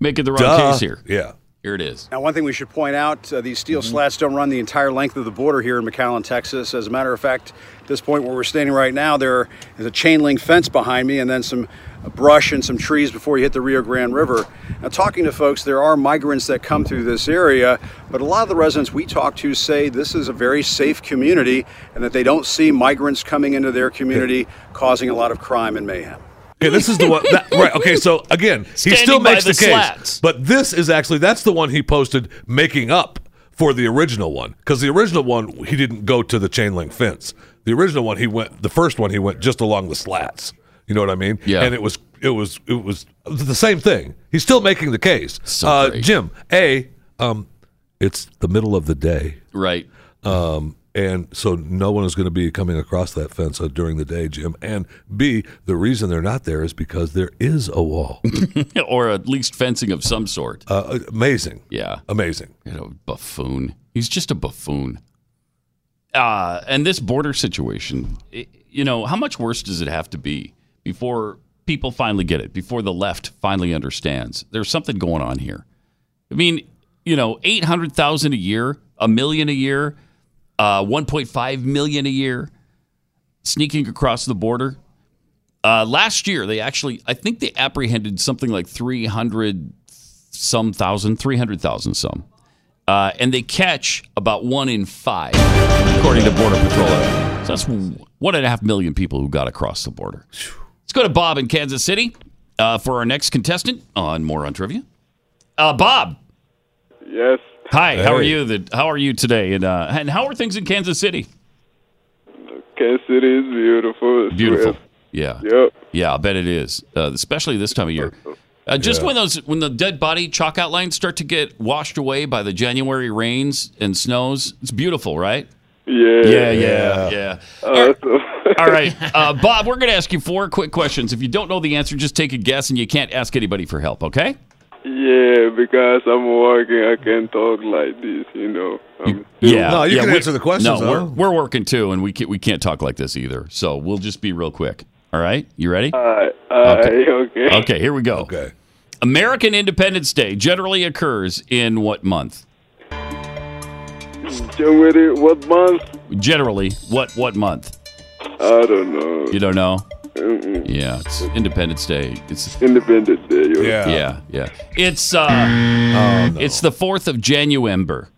B: Making the wrong
D: duh.
B: case here.
D: Yeah.
B: Here it is.
V: Now, one thing we should point out uh, these
D: Mm-hmm.
V: steel slats don't run the entire length of the border here in McAllen, Texas. As a matter of fact, at this point where we're standing right now, there is a chain link fence behind me and then some brush and some trees before you hit the Rio Grande River. Now, talking to folks, there are migrants that come through this area, but a lot of the residents we talk to say this is a very safe community and that they don't see migrants coming into their community causing a lot of crime and mayhem.
D: Okay, this is the one. That, right. Okay, so again, he
V: Standing
D: still
V: by
D: makes
V: the
D: the, case,
V: slats.
D: but this is actually that's the one he posted making up for the original one because the original one he didn't go to the chain link fence. The original one he went the first one he went just along the slats. You know what I mean?
B: Yeah.
D: And it was it was it was the same thing. He's still making the case. uh, Jim, a um, it's the middle of the day.
B: Right.
D: Um, And so no one is going to be coming across that fence uh, during the day, Jim. And B, the reason they're not there is because there is a wall.
B: or at least fencing of some sort.
D: Uh, amazing.
B: Yeah.
D: Amazing.
B: You know, buffoon. He's just a buffoon. Uh, and this border situation, i you know, how much worse does it have to be before people finally get it, before the left finally understands there's something going on here? I mean, you know, 800,000 a year, a million a year, uh, 1.5 million a year sneaking across the border. Uh, last year, they actually, I think they apprehended something like 300 some thousand, 300,000 some. Uh, and they catch about one in five, according to Border Patrol. So that's one and a half million people who got across the border. Let's go to Bob in Kansas City uh, for our next contestant on More on Trivia. Uh, Bob.
H: Yes.
B: Hi, how are
H: Hey.
B: you? The, how are you today? And uh, and how are things in Kansas City?
H: Kansas City is beautiful. It's
B: Beautiful.
H: red.
B: Yeah.
H: Yep.
B: Yeah, I bet it is, uh, especially this time of year. Uh, just
H: Yeah.
B: when those when the dead body chalk outlines start to get washed away by the January rains and snows, it's beautiful, right?
H: Yeah. Uh,
B: Yeah, yeah, yeah. All right, uh, Bob, we're going to ask you four quick questions. If you don't know the answer, just take a guess, and you can't ask anybody for help. Okay?
H: Yeah, because I'm working, I can't talk like this, you know. Um,
B: Yeah.
H: No, you can
B: we-
H: answer the questions,
B: No, we're,
H: though.
B: we're working too, and we can't, we can't talk like this either. So we'll just be real quick. All right, you ready?
H: all right, all right, okay.
B: Okay, here we go. Okay. American Independence Day generally occurs in what month?
H: January, what month?
B: Generally, what what month?
H: I don't know.
B: You don't know?
H: Mm-mm.
B: Yeah, it's Independence Day. It's
H: Independence Day. you
B: yeah, yeah. It's uh, it's the fourth of Januember.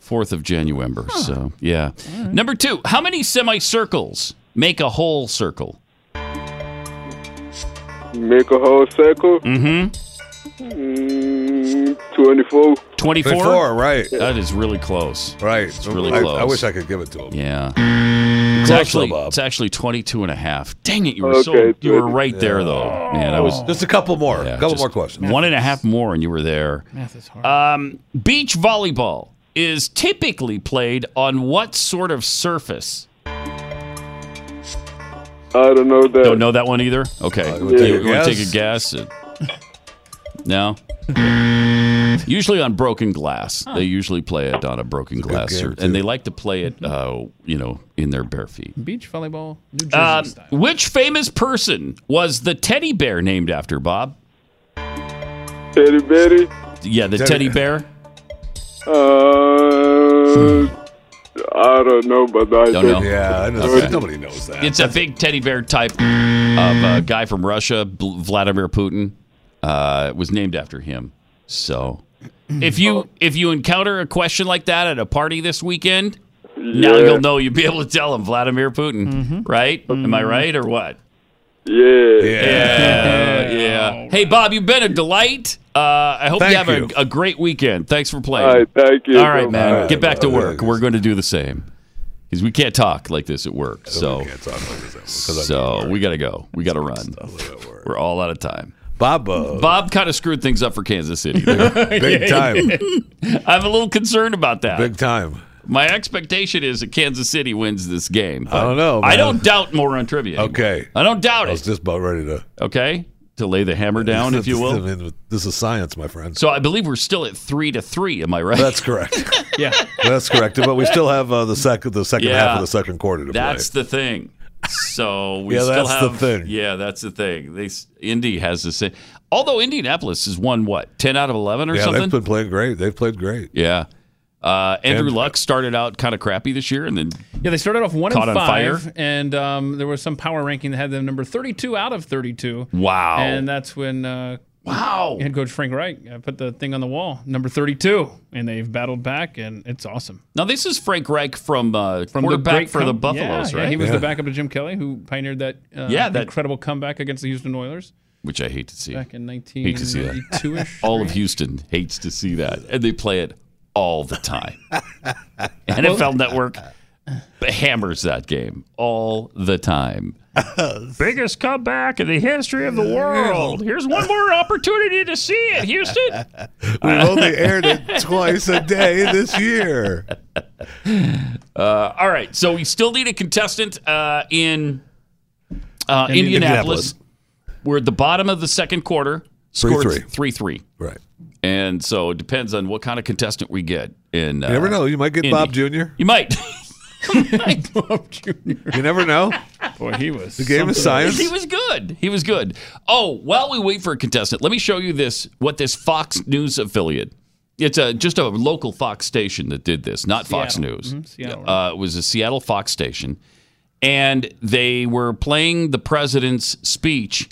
B: Fourth of Januember. So yeah. Number two. How many semicircles make a whole circle?
H: Make a whole circle.
B: Mm-hmm.
H: Mm, 24.
B: 24?
H: 24,
D: right.
B: That is really close.
D: Right.
B: It's really
D: I-
B: close.
D: I wish I could give it to him.
B: Yeah. It's
D: Close,
B: actually,
D: though, Bob.
B: it's actually 22 and a half. Dang it, you were so
D: Okay,
B: you were
D: good.
B: right there
D: Yeah.
B: though. Man, I was
D: Just a couple more.
B: yeah,
D: couple
B: just
D: more questions.
B: One and a half more and you were there.
E: Math is hard.
B: Um, beach volleyball is typically played on what sort of surface?
H: I don't know that.
B: Don't know that one either. Okay,
D: wanna take a
B: you want to
D: guess?
B: take a guess? Uh, No. usually on broken glass. They usually play it on a broken glass,
E: game,
B: sur- and they like to play it, uh, you know, in their bare feet.
E: Beach volleyball. New Jersey
B: Um,
E: style.
B: which famous person was the teddy bear named after, Bob?
H: Teddy Betty.
B: Yeah, the
H: Teddy-
B: teddy bear.
H: Uh, I don't know, but I
B: Hmm. Don't know.
H: think-
B: Okay.
D: knows
B: It's a big teddy bear type of uh, guy from Russia, Bl- Vladimir Putin. Uh, it was named after him. So, if you if you encounter a question like that at a party this weekend, now
H: Yeah.
B: you'll know you'll be able to tell him Vladimir Putin,
E: Mm-hmm.
B: right? Am I right or what?
H: Mm-hmm. Yeah.
B: Yeah, yeah. Hey, Bob, you've been a delight. Uh, I hope you
H: Thank
B: have
H: you.
B: A, a great weekend. Thanks for playing.
H: All right, thank you.
B: All right, man.
H: All right,
B: Get back to
H: bye.
B: work. We're going to do the same because we can't talk like this at work. So so we got to go. We got to run. We're all out of time.
D: Bob, uh,
B: Bob kind of screwed things up for Kansas City. there.
D: Big time.
B: I'm a little concerned about that.
D: Big time.
B: My expectation is that Kansas City wins this game.
D: I don't know,
B: I
D: man.
B: don't doubt more on trivia. anymore.
D: Okay.
B: I don't doubt
D: I was
B: it.
D: just about ready to.
B: Okay. To lay the hammer down, if you will.
D: I mean, this is science, my friend.
B: So I believe we're still at three to three. Am I right?
D: That's correct.
E: yeah.
D: That's correct. But we still have uh, the second the second half
B: Yeah.
D: of the second quarter to
B: That's the thing. So we
D: Yeah,
B: still
D: that's the
B: have
D: thing.
B: Yeah, that's the thing. They s- Indy has the same. Although Indianapolis has won what ten out of eleven or
D: play. Yeah,
B: something.
D: they've been playing great. They've played great.
B: yeah. Uh, Andrew
D: And-
B: Luck started out kind of crappy this year, and then
E: Yeah, they started off one and
B: Caught on
E: five,
B: fire.
E: and um, there was some power ranking that had them number thirty-two out of thirty-two.
B: Wow.
E: And that's when uh,
B: wow
E: head coach Frank Reich uh, put the thing on the wall, number thirty-two, and they've battled back, and it's awesome.
B: now this is Frank Reich from uh,
E: From
B: quarterback
E: great
B: for the
E: com-
B: Buffaloes,
E: yeah,
B: right?
E: Yeah, he was the backup to Jim Kelly, who pioneered that, uh,
B: Yeah, that-
E: incredible comeback against the Houston Oilers
B: which I hate to see.
E: back in
B: Hate to see that.
E: 1992-ish.
B: All of Houston hates to see that, and they play it all the time. NFL Network hammers that game all the time.
E: Biggest comeback in the history of the world. Here's one more opportunity to see it, Houston.
I: We've only aired it twice a day this year.
B: Uh, all right, so we still need a contestant uh, in uh,
I: In
B: Indianapolis.
I: Indianapolis.
B: We're at the bottom of the second quarter.
D: Three,
B: Scored
D: three.
B: three three.
D: Right.
B: And so it depends on what kind of contestant we get. In uh,
D: You never know. You might get
B: Indy.
D: Bob Jr.
B: You might.
D: You never know.
E: Boy, he was.
D: The game of science.
B: He was good. He was good. Oh, while we wait for a contestant, let me show you this. What this Fox News affiliate? It's a just a local Fox station that did this, not Fox
E: Seattle.
B: News.
E: Mhm, Seattle,
B: uh, it was a Seattle Fox station, and they were playing the president's speech,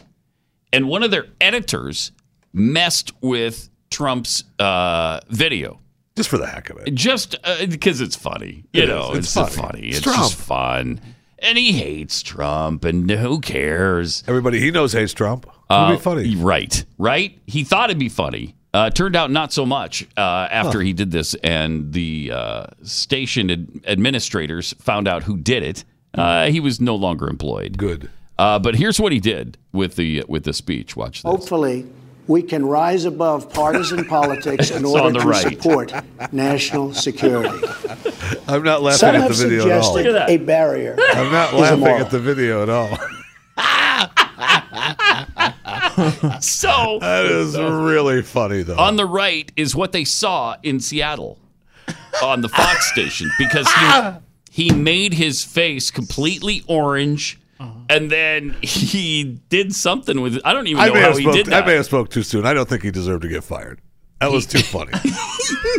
B: and one of their editors messed with Trump's uh, video.
D: Just for the heck of it.
B: Just because it's funny. You
D: It is.
B: know,
D: It's
B: it's,
D: funny.
B: funny. It's,
D: It's
B: just
D: Trump.
B: fun. And he hates Trump, and who cares?
D: Everybody he knows hates Trump.
B: Uh,
D: It'll be funny.
B: Right, right. He thought it'd be funny. Uh, turned out not so much uh, after
D: Huh.
B: he did this, and the uh, station ad- administrators found out who did it. Uh, he was no longer employed.
D: Hmm. Good.
B: Uh, but here's what he did with the with the speech. Watch this.
J: Hopefully, we can rise above partisan politics in
B: It's
J: order
B: on the
J: to
B: right.
J: support national security.
D: I'm not laughing
J: Some
D: at
J: have
D: the video at all.
J: suggested a barrier.
D: I'm not
J: is
D: laughing
J: immoral.
D: at the video at all.
B: so
D: that is really funny though.
B: on the right is what they saw in Seattle on the Fox station because he, he made his face completely orange.
D: Uh-huh.
B: And then he did something with I don't even
D: I
B: know
D: may,
B: how
D: have
B: he
D: spoke,
B: did
D: I
B: that.
D: may have spoke too soon. I don't think he deserved to get fired. That was too funny.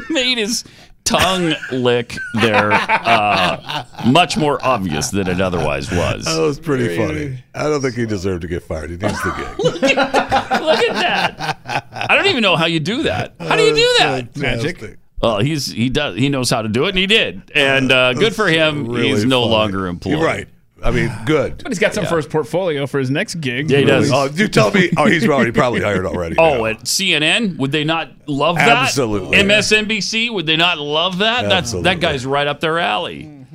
B: made his tongue lick there uh, much more obvious than it otherwise was.
D: That was pretty funny. I don't think he deserved to get fired. He needs the gig.
B: Look at that. I don't even know how you do that. How do you do that?
D: Magic.
B: Well, he's he does he knows how to do it, and he did. And uh, good for him.
D: really
B: he's no
D: funny.
B: longer employed.
D: You're right. I mean, good.
E: But he's got some
B: Yeah.
E: for his portfolio for his next gig.
B: Yeah, he does.
D: Oh, you tell me. Oh, he's already probably hired already.
B: Oh, at CNN, would they not love that?
D: Absolutely.
B: MSNBC, would they not love that? That's, that
D: Absolutely.
B: guy's right up their alley.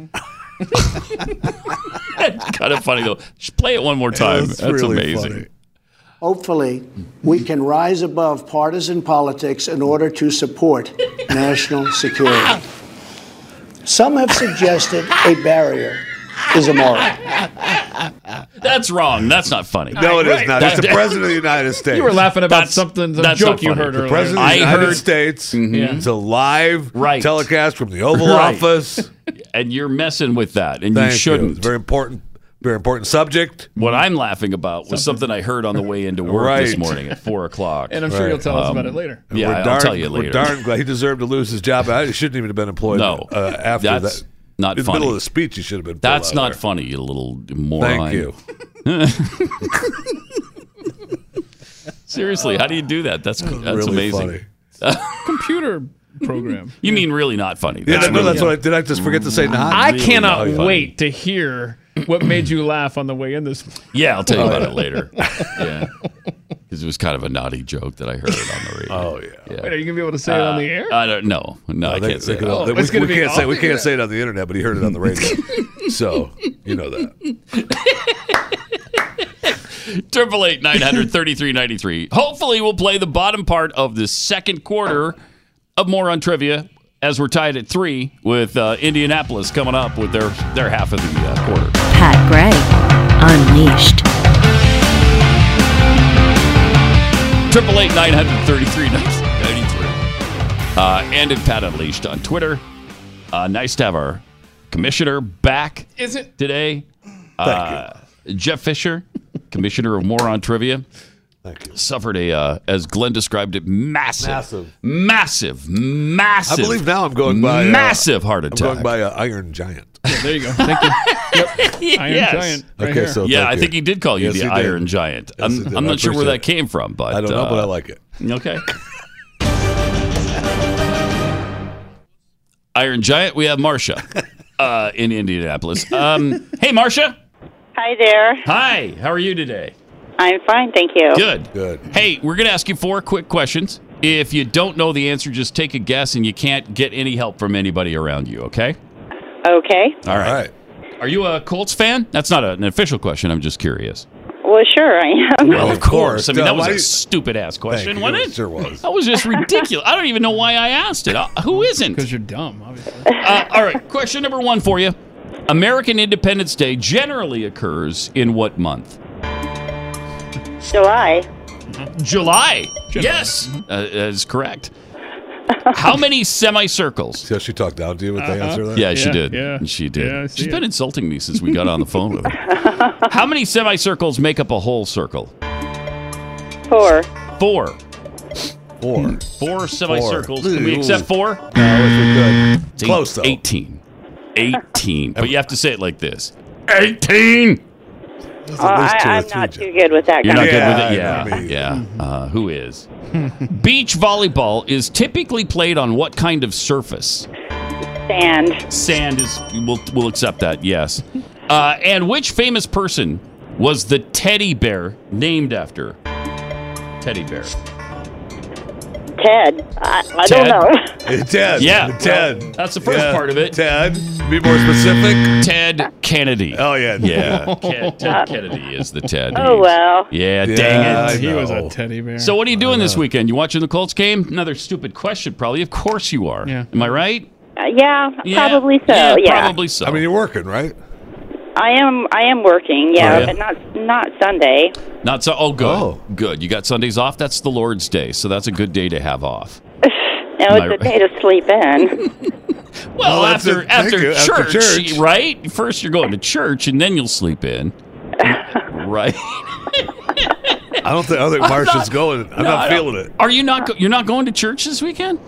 B: That's kind of funny though. Just play it one more time.
D: Mm-hmm. That's
B: That's,
D: really
B: amazing.
D: funny.
J: Hopefully, we can rise above partisan politics in order to support national security. Some have suggested a barrier is immoral.
B: That's wrong. That's not funny.
D: No, it is not. It's the president of the United States.
E: You were laughing about
B: That's-
E: something, some
B: that's
E: joke
B: not
E: you
B: funny.
E: heard
B: The
E: earlier.
D: The president of
B: I
D: the United
B: heard-
D: States.
B: Mhm.
D: It's a live
B: Right.
D: telecast from the Oval
B: Right.
D: Office.
B: and you're messing with that, and
D: Thank
B: you
D: you.
B: shouldn't.
D: It's very important. Very important subject.
B: What I'm laughing about was something I heard on the way into work this
D: Right.
B: morning at four o'clock. Um,
E: And I'm sure you'll tell us about it later.
D: And
B: Yeah,
D: we're
B: I'll
D: darn-
B: tell you later.
D: We're darn glad he deserved to lose his job. I- He shouldn't even have been employed.
B: No,
D: uh, after
B: that's
D: that,
B: not
D: in the
B: funny.
D: middle of the speech, he should have been. pulled
B: That's
D: out
B: not
D: of
B: funny, you little
D: there.
B: moron.
D: Thank you.
B: Seriously, how do you do that? That's that's
D: really
B: amazing.
D: funny.
E: Computer program.
B: You mean really not funny?
D: Yeah,
B: That's
D: no,
B: really-
D: that's what I did. I just forget to say. Not.
E: I
B: Really
E: cannot
B: funny.
E: wait to hear what made you laugh on the way in this.
B: Yeah, I'll tell you about it later. Yeah, because it was kind of a naughty joke that I heard on the radio. Uh,
D: Oh yeah.
E: Wait, are you gonna be able to say it on the air? Oh,
B: I don't know. No, I
D: They-
B: can't say
D: they could
B: that.
D: all- they-
E: it's
D: we,
E: gonna
D: we
E: be
D: can't say we
E: all-
D: can't say it on the internet, but he heard it on the radio, so you know that.
B: Triple eight nine hundred thirty three ninety three. Hopefully, we'll play the bottom part of the second quarter of more on trivia as we're tied at three with uh, Indianapolis coming up with their their half of the uh, quarter.
G: Pat Gray, Unleashed.
B: Triple eight nine hundred thirty three ninety three. Uh, and at Pat Unleashed on Twitter. Uh, nice to have our commissioner back.
E: Is it?
B: today. Uh, Jeff Fisher, commissioner of Moron Trivia,
D: Thank you.
B: suffered a, uh, as Glenn described it, massive,
D: Massive.
B: massive, massive.
D: I believe now I'm going by uh,
B: massive heart attack.
D: I'm going by uh, Iron Giant.
E: Yeah, there you go. Thank you. Iron
B: Yes.
E: Giant. right
D: Okay,
E: here.
D: so
B: yeah,
D: thank
B: I think he did call you
D: Yes,
B: the
D: he did.
B: Iron Giant.
D: Yes, he
B: I'm,
D: did.
B: I'm
D: I
B: not sure where
D: appreciate
B: that
D: it.
B: came from, but
D: I don't know,
B: uh,
D: but I like it.
B: Okay. Iron Giant, we have Marcia uh, in Indianapolis. Um, hey, Marcia.
W: Hi there.
B: Hi. How are you today?
W: I'm fine, thank you.
B: Good.
D: Good.
B: Hey, we're going to ask you four quick questions. If you don't know the answer, just take a guess and you can't get any help from anybody around you, okay?
W: Okay.
B: All right. Are you a Colts fan? That's not an official question. I'm just curious.
W: Well, sure I am.
B: Well, of course. I mean,
D: Duh,
B: that
D: why
B: was
D: do
B: a
D: you-
B: stupid ass question,
D: you.
B: wasn't
D: It
B: it?
D: sure was.
B: That was just ridiculous. I don't even know why I asked it. Uh, Who isn't? Because
E: you're dumb, obviously.
B: Uh, all right, question number one for you. American Independence Day generally occurs in what month?
W: July.
B: July. Yes, uh, is correct. How many semicircles? Uh-huh.
D: So she talked down to you with the answer there?
B: Yeah, she did. She did. She's been insulting me since we got on the phone with her. How many semicircles make up a whole circle?
W: Four.
B: Four.
D: Four.
B: Four semicircles. Can we
D: Ooh.
B: accept four?
D: No, if we're good.
B: It's
D: Close, though.
B: 18. 18. but you have to say it like this 18.
W: Oh,
U: Uh,
W: I, I'm not too good with that
B: You're
W: guy.
B: not good with it? Yeah. yeah.
D: mm-hmm.
B: Uh, who is? Beach volleyball is typically played on what kind of surface?
W: Sand.
B: Sand is, we'll, we'll accept that, yes. Uh, and which famous person was the teddy bear named after? Teddy bear.
W: Ted. I, I
B: Ted.
W: don't know.
D: Ted.
B: Yeah.
D: Ted.
B: that's the first part of it.
D: Ted. Be more specific.
B: Ted Kennedy.
D: Oh, yeah.
B: Yeah. Ted,
U: Uh,
B: Ted Kennedy is the Ted.
W: Oh, well.
B: Yeah,
D: Yeah,
B: dang it.
D: I He was a know.
E: teddy bear.
B: So what are you doing this weekend? You watching the Colts game? Another stupid question, probably. Of course you are. Yeah. Am I right?
W: Uh, yeah,
B: Yeah.
W: probably so. Yeah,
B: Probably so.
D: I mean, you're working, right?
W: I am. I am working. Yeah,
B: Oh, yeah.
W: but not not Sunday.
B: Not so. Oh, good. Good. You got Sundays off. That's the Lord's day, so that's a good day to have off.
W: No,
B: My-
W: it's a day to sleep in.
B: Well,
D: Well, that's
B: after
D: it. Thank
B: after,
D: you.
B: church,
D: After church.
B: right? First you're going to church, and then you'll sleep in. right.
D: I don't think I don't think
B: I'm
D: Marcia's
B: not-
D: going. I'm
B: No,
D: not
B: I don't-
D: feeling it.
B: Are you not? Go- you're not going to church this weekend?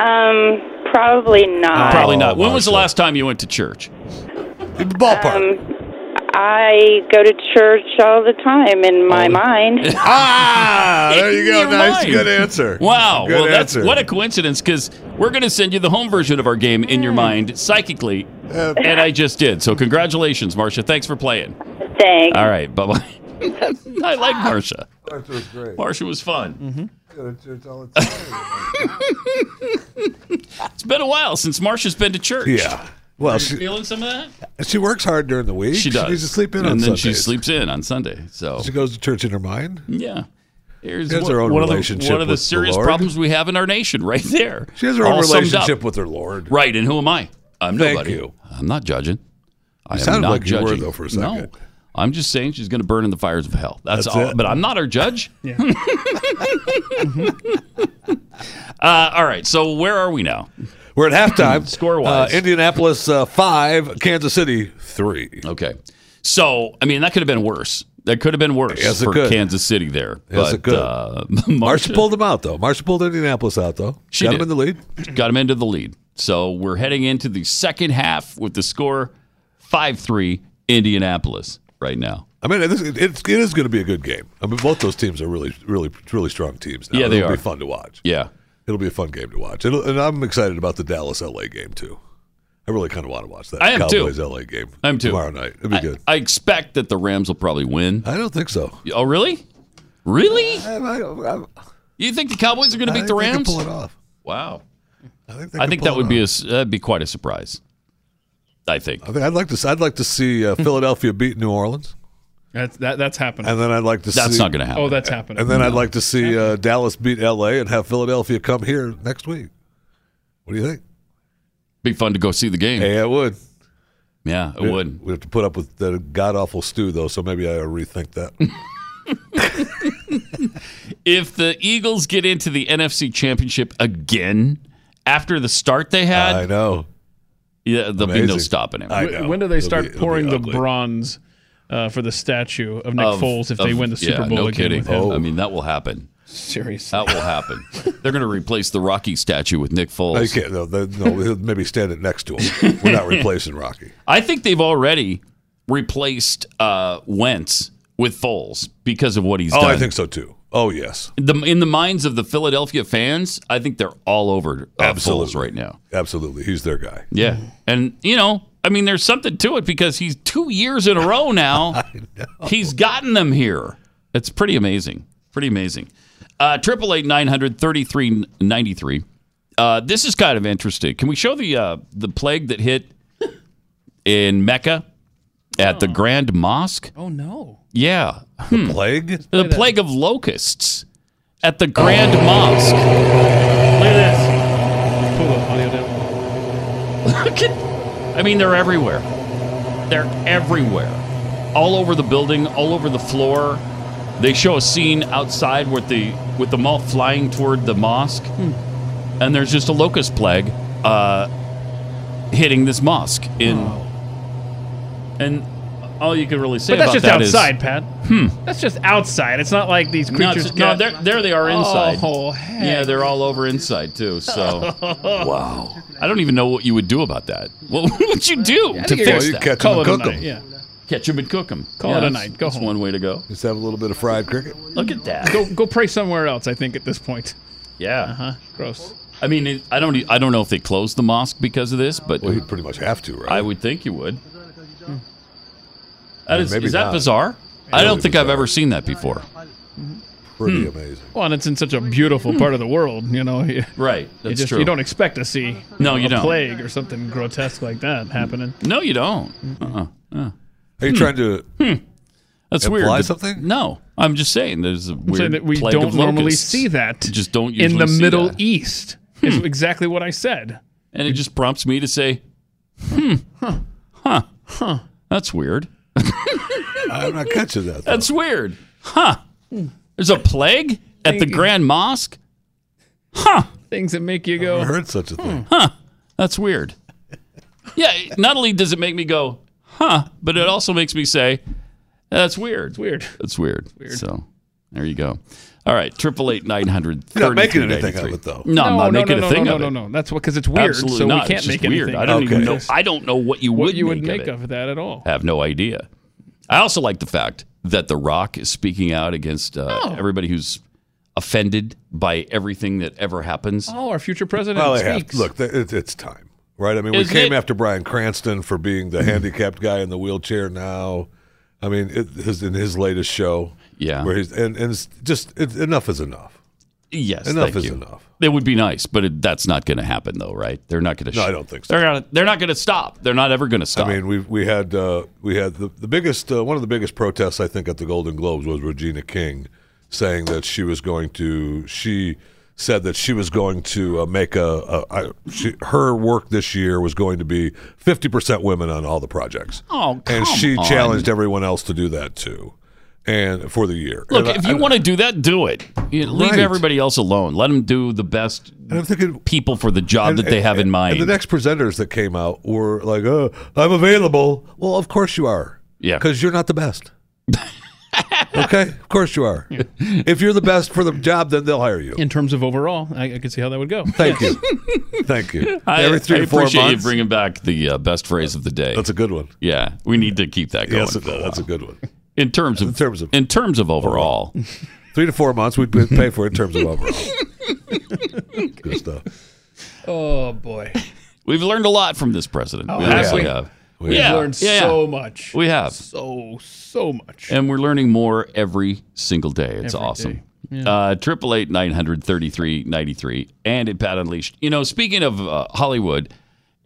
B: Uh,
W: Um, probably
D: Oh,
W: not.
B: Probably not. When was the last time you went to church?
D: Ballpark.
W: Um, I go to church all the time in
B: Oh.
W: my mind.
D: ah, there you go.
B: Never
D: Nice,
B: mind.
D: good answer.
B: Wow.
D: Good
B: well, that's
D: answer.
B: what a coincidence because we're going to send you the home version of our game in your mind psychically,
D: Uh,
B: and I just did. So congratulations, Marcia. Thanks for playing.
W: Thanks.
B: All right. Bye bye. I like
W: Ah.
B: Marcia.
D: That was great.
B: Marcia was fun.
E: Mm-hmm.
D: it's
B: been a while since Marcia's been to church.
D: Yeah. Well,
B: Are you
D: she-
B: feeling some of that?
D: She works hard during the week.
B: She does.
D: She needs to sleep in
B: and
D: on
B: then she
D: Sundays.
B: sleeps in on Sunday. So
D: She goes to church in her mind.
B: Yeah. Here's
D: She has her own
B: one
D: relationship
B: Of the, one of the
D: with the
B: serious
D: Lord.
B: problems we have in our nation, right there.
D: She has her own
B: All summed up.
D: relationship with her Lord.
B: Right, and who am I? I'm
D: Thank
B: nobody.
D: you.
B: I'm not judging. I
D: You
B: am
D: sounded
B: not
D: like you were,
B: judging.
D: though, for a
B: No,
D: second.
B: I'm just saying she's going to burn in the fires of hell. That's,
D: That's
B: all.
D: it.
B: But I'm not her judge. uh, all right. So where are we now?
D: We're at halftime.
B: Score
D: Uh,
B: wise,
D: Indianapolis uh, five, Kansas City three.
B: Okay. So I mean, that could have been worse. That could have been worse
D: Yes, it
B: for
D: could.
B: Kansas City there.
D: Yes,
B: but,
D: it could.
B: Uh,
D: Marcia pulled them out though. Marcia pulled Indianapolis out though.
B: She
D: got
B: did.
D: them in the lead.
B: got him into the lead. So we're heading into the second half with the score five three Indianapolis right now.
D: I mean, this, it, it is going to be a good game. I mean, both those teams are really, really, really strong teams. Now.
B: Yeah, they
D: It'll
B: are.
D: be fun to watch.
B: Yeah.
D: It'll be a fun game to watch. It'll, and I'm excited about the Dallas LA game too. I really kind of want to watch that
B: I am too.
D: Cowboys LA game.
B: I am too.
D: tomorrow night. It'll be
B: I-
D: good.
B: I expect that the Rams will probably win.
D: I don't think so.
B: Oh, really? Really?
D: I,
B: You think the Cowboys are going to
D: I
B: beat the
D: think they can
B: Rams?
D: pull it off.
B: Wow.
D: I think,
B: I think that would be a s- that'd be quite a surprise. I think.
D: I think I'd like to. I'd like to see uh, Philadelphia beat New Orleans,
E: That's that, that's happening.
D: and then I'd like to.
B: That's
D: see,
B: not gonna happen.
E: Oh, that's happening.
D: And then I'd like to see uh, Dallas beat L.A. and have Philadelphia come here next week. What do you think?
B: Be fun to go see the game.
D: Hey, it would.
B: Yeah, it
D: We-
B: would.
D: We have to put up with the god awful stew though, so maybe I rethink that.
B: If the Eagles get into the NFC Championship again after the start they had, I
D: know.
B: Yeah, there'll be no
D: Amazing.
B: stopping him.
D: I
E: Wh-
D: know.
E: When do they
D: It'll
E: start
D: be- it'll be
E: pouring the
D: ugly.
E: bronze uh, for the statue of Nick
B: Of-
E: Foles if they
B: of-
E: win the Super
B: yeah,
E: Bowl
B: No
E: again
B: kidding. Oh,
E: with
D: Oh.
E: him?
B: I mean, that will happen.
E: Seriously,
B: that will happen. They're going to replace the Rocky statue with Nick Foles.
D: No, you can't. No, they, no he'll maybe stand it next to him. We're not replacing Rocky.
B: I think they've already replaced uh, Wentz with Foles because of what he's
D: oh,
B: done.
D: I think so too. Oh yes,
B: The, in the minds of the Philadelphia fans, I think they're all over uh, Foles
D: Absolutely.
B: right now.
D: absolutely. He's their guy.
B: Yeah, and you know, I mean, there's something to it because he's two years in a row now. He's gotten them here. It's pretty amazing. Pretty amazing. Uh, Triple eight nine hundred thirty three ninety uh, three. This is kind of interesting. Can we show the uh, the plague that hit in Mecca at the Grand Mosque.
E: Oh no!
B: Yeah. The
D: plague?
B: The plague of locusts at the Grand Mosque.
E: Look at this. Pull up audio down.
B: Look at I mean they're everywhere. They're everywhere. All over the building, all over the floor. They show a scene outside with the with the moth flying toward the mosque.
E: Hmm.
B: And there's just a locust plague uh, hitting this mosque in and all you could really say
E: But that's
B: about
E: just
B: that
E: outside,
B: is-
E: Pat. Hmm. That's just outside. It's not like these
B: No,
E: creatures.
B: it's- no,
E: got-
B: there, there they are inside.
E: Oh,
B: yeah, they're all over inside too. So, wow, I don't even know what you would do about that. What would you do
E: I
B: to
E: think you
B: fix
E: could
B: that?
E: catch 'em Call and it a cook night, 'em. yeah.
B: Catch 'em and cook 'em.
E: Call
B: Yeah,
E: it a
B: that's-
E: night. Go
B: that's
E: home.
B: one way to go.
E: Just have a little bit of fried cricket.
B: Look at that.
E: Go go pray somewhere else. I think at this point.
B: Yeah.
E: Uh huh. Gross.
B: I mean, it- I don't. e- I don't know if they closed the mosque because of this, but
D: you'd pretty much have to, right?
B: I would think you would. That
D: Yeah,
B: is,
D: maybe
B: is that
D: not.
B: bizarre? I
D: Really
B: don't think I've ever seen that before.
D: Pretty
B: Hmm.
D: amazing.
E: Well, and it's in such a beautiful part of the world, you know. you-
B: Right,
E: you
B: that's
E: just,
B: true.
E: You don't expect to see
B: No, you
E: a
B: don't.
E: plague or something grotesque like that happening.
B: No, you don't. Uh-uh. Uh.
D: Are you
B: Hmm.
D: trying to
B: That's
D: imply
B: weird. but-
D: something?
B: No, I'm just saying there's a
E: saying
B: weird
E: that we
B: plague
E: don't
B: of
E: normally
B: locusts.
E: see that
B: Just don't usually
E: in the
B: see
E: Middle
B: that. Hmm.
E: East. Is exactly what I said.
B: and it just prompts me to say, hmm, huh, huh, that's weird.
D: I'm not catching that.
B: That's weird, huh? There's a plague at the Grand Mosque, huh?
E: Things that make you go.
D: heard such a thing,
B: huh? That's weird. Yeah, it- not only does it make me go, Oh. huh, but it also makes me say, that's weird. It's
E: weird.
B: That's weird. So there you go. All right, triple eight nine hundred.
D: You're not making anything of it, though.
B: No, I'm not
E: no,
B: making
E: no,
B: a thing
E: no,
B: of
E: no,
B: it.
E: No, no, That's what because it's weird,
B: Absolutely
E: so
B: not.
E: we can't
B: it's
E: make
B: just weird.
E: anything
B: I don't
E: of
B: even
E: it.
B: know. I don't know what you
E: what
B: would
E: you
B: make
E: would make
B: of, it.
E: of that at all.
B: Have no idea. I also like the fact that The Rock is speaking out against uh,
E: Oh.
B: everybody who's offended by everything that ever happens.
E: Oh, our future president
D: Well, they have
E: speaks.
D: to. Look, th- it, it's time, right? I mean, we
B: Isn't
D: came
B: it?
D: after Brian Cranston for being the handicapped guy in the wheelchair. Now, I mean, it, his, in his latest show,
B: Yeah.
D: where he's and and it's just it, enough is enough.
B: Yes,
D: enough
B: thank
D: is
B: you.
D: enough.
B: It would be nice, but it, that's not going to happen, though, right? They're not going to.
D: No, I don't think
B: so. They're not. They're not going to stop. They're not ever going to stop.
D: I mean, we we had uh, we had the, the biggest uh, one of the biggest protests I think at the Golden Globes was Regina King saying that she was going to she said that she was going to uh, make a, a I, she, her work this year was going to be 50% women on all the projects.
B: Oh, come
D: and she
B: on.
D: challenged everyone else to do that too. And for the year.
B: Look,
D: And
B: if
D: I-
B: you want to do that, do it. You leave
D: Right.
B: everybody else alone. Let them do the best people for the job
D: and-
B: that they have in mind.
D: and the next presenters that came out were like, "Oh, I'm available." Well, of course you are.
B: Yeah.
D: because you're not the best. okay, of course you are. If you're the best for the job, then they'll hire you.
E: In terms of overall, I, I could see how that would go.
D: Thank you, thank you.
B: I,
D: Every three
B: I
D: or four
B: appreciate
D: months.
B: you bringing back the uh, best phrase of the day. That's
D: a good one.
B: Yeah, we need to keep that going.
D: Yes, it does. that's a good one.
B: In terms of in terms of in terms of overall,
D: three to four months we'd pay for it in terms of overall. good stuff.
E: Oh boy,
B: We've learned a lot from this president.
E: Oh,
B: we
E: have
B: honestly
E: we?
B: have.
E: We've
B: yeah,
E: learned
B: yeah,
E: so
B: yeah.
E: much.
B: We have.
E: so so much.
B: And we're learning more every single day. It's
E: Every
B: awesome.
E: day. Yeah.
B: Uh, Triple eight nine hundred thirty three ninety three and at Pat Unleashed. You know, speaking of uh, Hollywood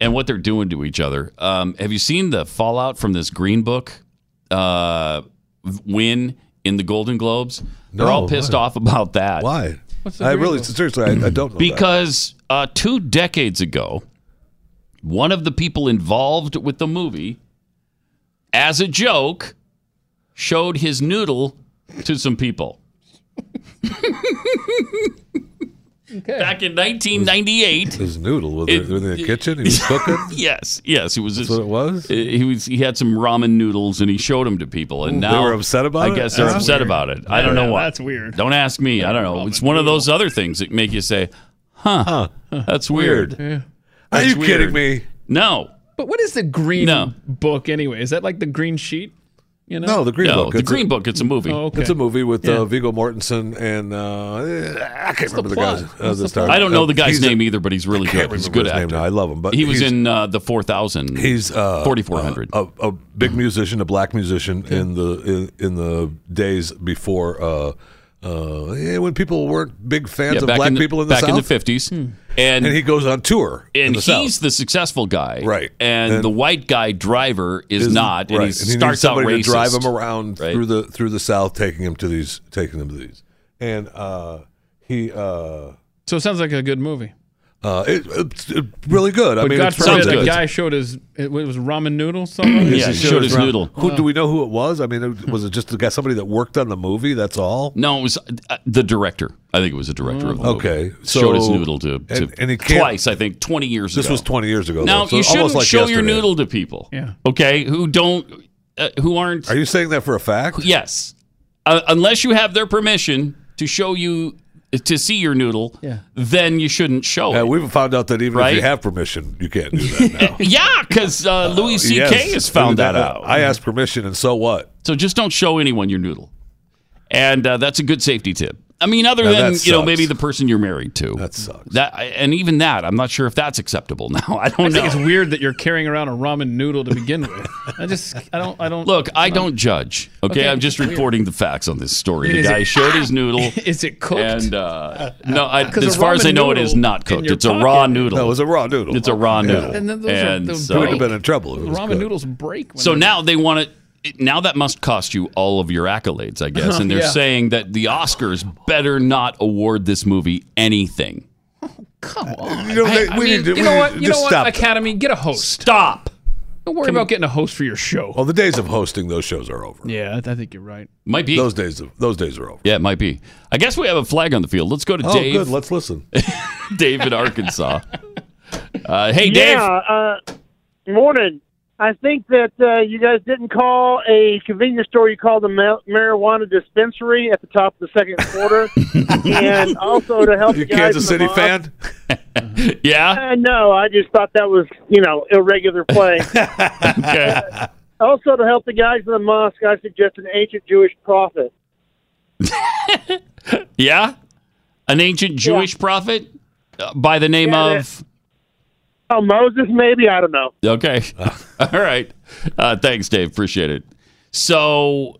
B: and what they're doing to each other, um, have you seen the fallout from this Green Book uh, win in the Golden Globes? they're
D: No,
B: all pissed
D: why?
B: off about that.
D: Why?
E: What's the
D: I
E: Green
D: really,
E: Book?
D: seriously, I, I don't know
B: because uh, two decades ago, one of the people involved with the movie, as a joke, showed his noodle to some people. Back in 1998,
D: His noodle was it, in the kitchen. He was cooking.
B: yes, yes, he was. That's
D: what it was.
B: He was. He had some ramen noodles and he showed them to people, and
D: They
B: now
D: were upset about
B: I
D: it?
B: guess they're
D: That's
B: upset
D: weird.
B: about it. I don't know
E: Yeah,
B: why.
E: that's weird.
B: Don't ask me. I don't know. It's one of those other things that make you say, "Huh, that's weird."
D: Are
B: That's
D: you kidding
B: weird.
D: me?
B: No.
E: But what is the green
B: No.
E: book anyway? Is that like the green sheet? You know?
D: No, Oh, the Green
B: No,
D: Book.
B: The Green Book. It's a movie.
E: Oh, okay.
D: It's a movie with
E: Yeah.
D: uh, Viggo Mortensen and uh, I can't remember the,
E: plot?
D: guy's uh,
E: What's the
D: the star.
B: I don't know the guy's
D: He's a-
B: name either, but he's really
D: I can't
B: good. He's a
D: remember
B: good
D: his name
B: actor.
D: now. I love him, but
B: he was
D: he's-
B: in uh, the four thousand.
D: He's uh,
B: forty four hundred.
D: A, a big musician, a black musician in the in, in the days before uh, uh, yeah, when people weren't big fans
B: Yeah,
D: of
B: back
D: black
B: in the-
D: people in the
B: back in
D: South.
B: the 50s. And,
D: he goes on tour. in
B: and
D: the
B: he's
D: South.
B: the successful guy,
D: Right.
B: And,
D: And-
B: the white guy driver is,
D: Is-
B: not, and
D: right.
B: he
D: needs
B: starts out
D: somebody
B: racist.
D: to drive him around
B: right?
D: through the through the South, taking him to these, taking him to these, and uh, he. Uh,
E: So it sounds like a good movie.
D: uh, it, it's it's really good.
E: But
D: I mean,
E: God
D: it's
E: forbid
D: perfect.
E: a guy showed his it was ramen noodles. Something.
D: Yes, he showed his
B: round-
D: noodle. Who,
E: Wow.
D: Do we know who it was? I mean, it- was it just the guy, somebody that worked on the movie? That's all.
B: No, it was uh, the director. I think it was the director of the movie.
D: Okay,
B: showed his
D: so-
B: noodle to, to
D: and- and he can't-
B: twice. I think twenty years
D: This
B: ago.
D: was 20 years ago,
B: Now
D: though, so
B: you
D: almost
B: shouldn't
D: like
B: show your
D: yesterday.
B: noodle to people.
E: Yeah.
B: Okay, who don't, uh, who aren't.
D: Are you saying that for a fact?
B: Yes, uh, unless you have their permission to show you to see your noodle,
D: Yeah.
B: then you shouldn't show
D: Yeah,
B: it.
D: we've found out that even if
B: Right?
D: you have permission, you can't do that.
B: yeah, because uh, Louis C.K.
D: yes.
B: has found that out.
D: I asked permission, and so what?
B: So just don't show anyone your noodle, and uh, that's a good safety tip. I mean, other
D: Now,
B: than
D: that
B: you know
D: sucks.
B: maybe the person you're married to. That
D: sucks.
B: That and even that, I'm not sure if that's acceptable now. I
E: I
B: don't know.
E: think it's weird that you're carrying around a ramen noodle to begin with. I just I don't I don't
B: Look, I don't judge. Okay,
E: Okay,
B: I'm just
E: it's weird.
B: reporting the facts on this story. The
E: Is
B: guy
E: it-
B: showed his noodle.
E: Is it cooked?
B: And uh, no, I,
E: 'Cause
B: as
E: a
B: far as I
E: ramen
B: know, it is
E: noodle
B: not
E: in
B: cooked.
E: your
B: It's a raw
E: pocket-
B: noodle.
D: No, it was a raw noodle.
B: It's a raw noodle.
E: And then those are- those
B: so,
E: break.
D: in trouble. if it was
E: ramen
D: good.
E: noodles break. When
B: so
E: they're-
B: now they want it. it- Now that must cost you all of your accolades, I guess. And they're
E: Uh-huh. Yeah.
B: saying that the Oscars better not award this movie anything.
D: You know, they-
E: I
D: we
E: mean,
D: need to-
E: you
D: we
E: know
D: need
E: what?
D: to-
E: You know
D: just
E: what?
D: stop.
E: Academy, get a host.
B: Stop.
E: Don't worry about getting a host for your show.
D: Well, the days of hosting those shows are over.
E: Yeah, I th- I think you're right.
B: Might be
D: Those days, of, those days are over.
B: Yeah, it might be. I guess we have a flag on the field. Let's go to
D: Oh,
B: Dave.
D: good. Let's listen.
B: Dave in Arkansas. Uh, hey, Dave.
F: Yeah, uh, morning. I think that uh, you guys didn't call a convenience store. You called a ma- marijuana dispensary at the top of the second quarter, and also to help
D: You
F: guys
D: Kansas
F: in the
D: City
F: mob-
D: fan?
B: yeah.
F: Uh, no, I just thought that was you know irregular play.
B: okay.
F: Also to help the guys in the mosque, I suggest an ancient Jewish prophet.
B: Yeah? An ancient Jewish prophet uh, by the name
F: Yeah,
B: of.
F: Oh, Moses, maybe I don't know.
B: Okay. All right. Uh, thanks, Dave. Appreciate it. So.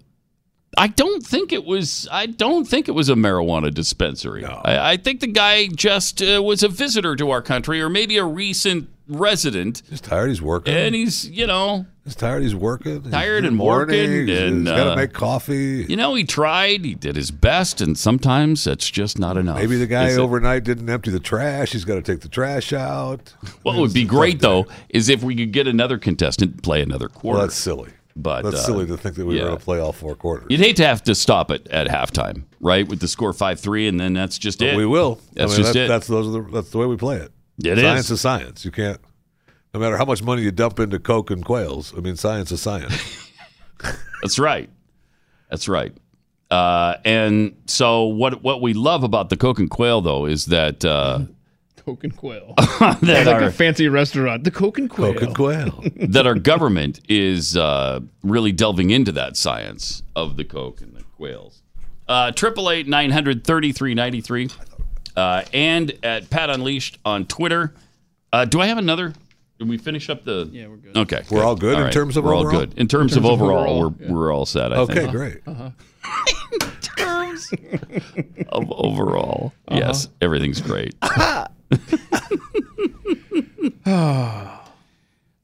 B: I don't think it was. I don't think it was a marijuana dispensary. I, I think the guy just uh, was a visitor to our country, or maybe a recent resident,
D: He's tired. He's working.
B: and he's you know
D: He's tired. He's working. He's
B: Tired
D: in
B: and
D: the morning,
B: working
D: He's,
B: and,
D: he's got
B: uh,
D: to make coffee.
B: you know he tried, he did his best, and sometimes that's just not enough.
D: Maybe the guy
B: Is it-
D: overnight didn't empty the trash. He's got to take the trash out.
B: What would be great though is if we could get another contestant to play another quarter.
D: Well, that's silly.
B: But
D: That's
B: uh,
D: silly to think that we
B: yeah.
D: were going to play all four quarters.
B: You'd hate to have to stop it at halftime, right? With the score five three, and then that's just
D: But
B: it.
D: we will.
B: That's
D: I mean,
B: just
D: that-
B: it.
D: That's those are the, that's the way we play it.
B: It is.
D: science is. science. You can't. No matter how much money you dump into Coke and quails, I mean, science is science.
B: That's right. That's right. Uh, and so what what we love about the Coke and Quail though is that uh,
E: Coke and quail.
B: that
E: That's like
B: our
E: a fancy restaurant. The Coke and quail.
D: quail.
B: that our government is uh, really delving into that science of the Coke and the quails. Triple eight nine hundred thirty three ninety three, Uh, and at Pat Unleashed on Twitter. Uh, do I have another? Did we finish up the? Yeah, we're good. Okay,
D: We're all good in terms of
B: we're all
D: overall?
B: good in terms, of
D: In terms of
B: overall.
D: overall,
B: We're we're all set. I
D: okay,
B: think.
D: great.
B: terms of overall. Yes, everything's great. Uh,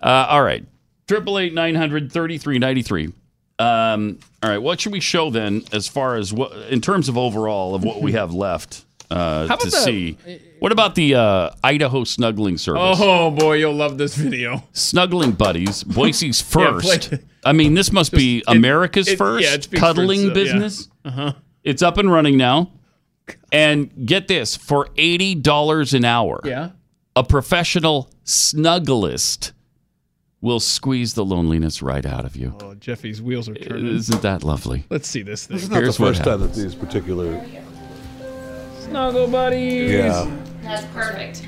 B: all right. Triple eight nine hundred thirty three ninety three. Um, all right. What should we show then, as far as what in terms of overall of what we have left uh,
E: How about
B: to
E: the-
B: see? What about the uh, Idaho snuggling service?
E: Oh boy, you'll love this video.
B: Snuggling buddies, Boise's
E: Yeah, play-
B: first. I mean, this must be
E: It-
B: America's
E: it-
B: first
E: yeah, it speaks for
B: cuddling
E: itself, yeah.
B: business.
E: Uh-huh.
B: It's up and running now. And get this for $80 an hour,
E: Yeah.
B: a professional snugglist will squeeze the loneliness right out of you.
E: Oh, Jeffy's wheels are turning.
B: Isn't that lovely?
E: Let's see this thing.
D: This is not
B: Here's
D: the
B: what
D: first time that
B: happens.
D: these particular.
E: Snuggle buddies.
D: Yeah.
L: That's perfect.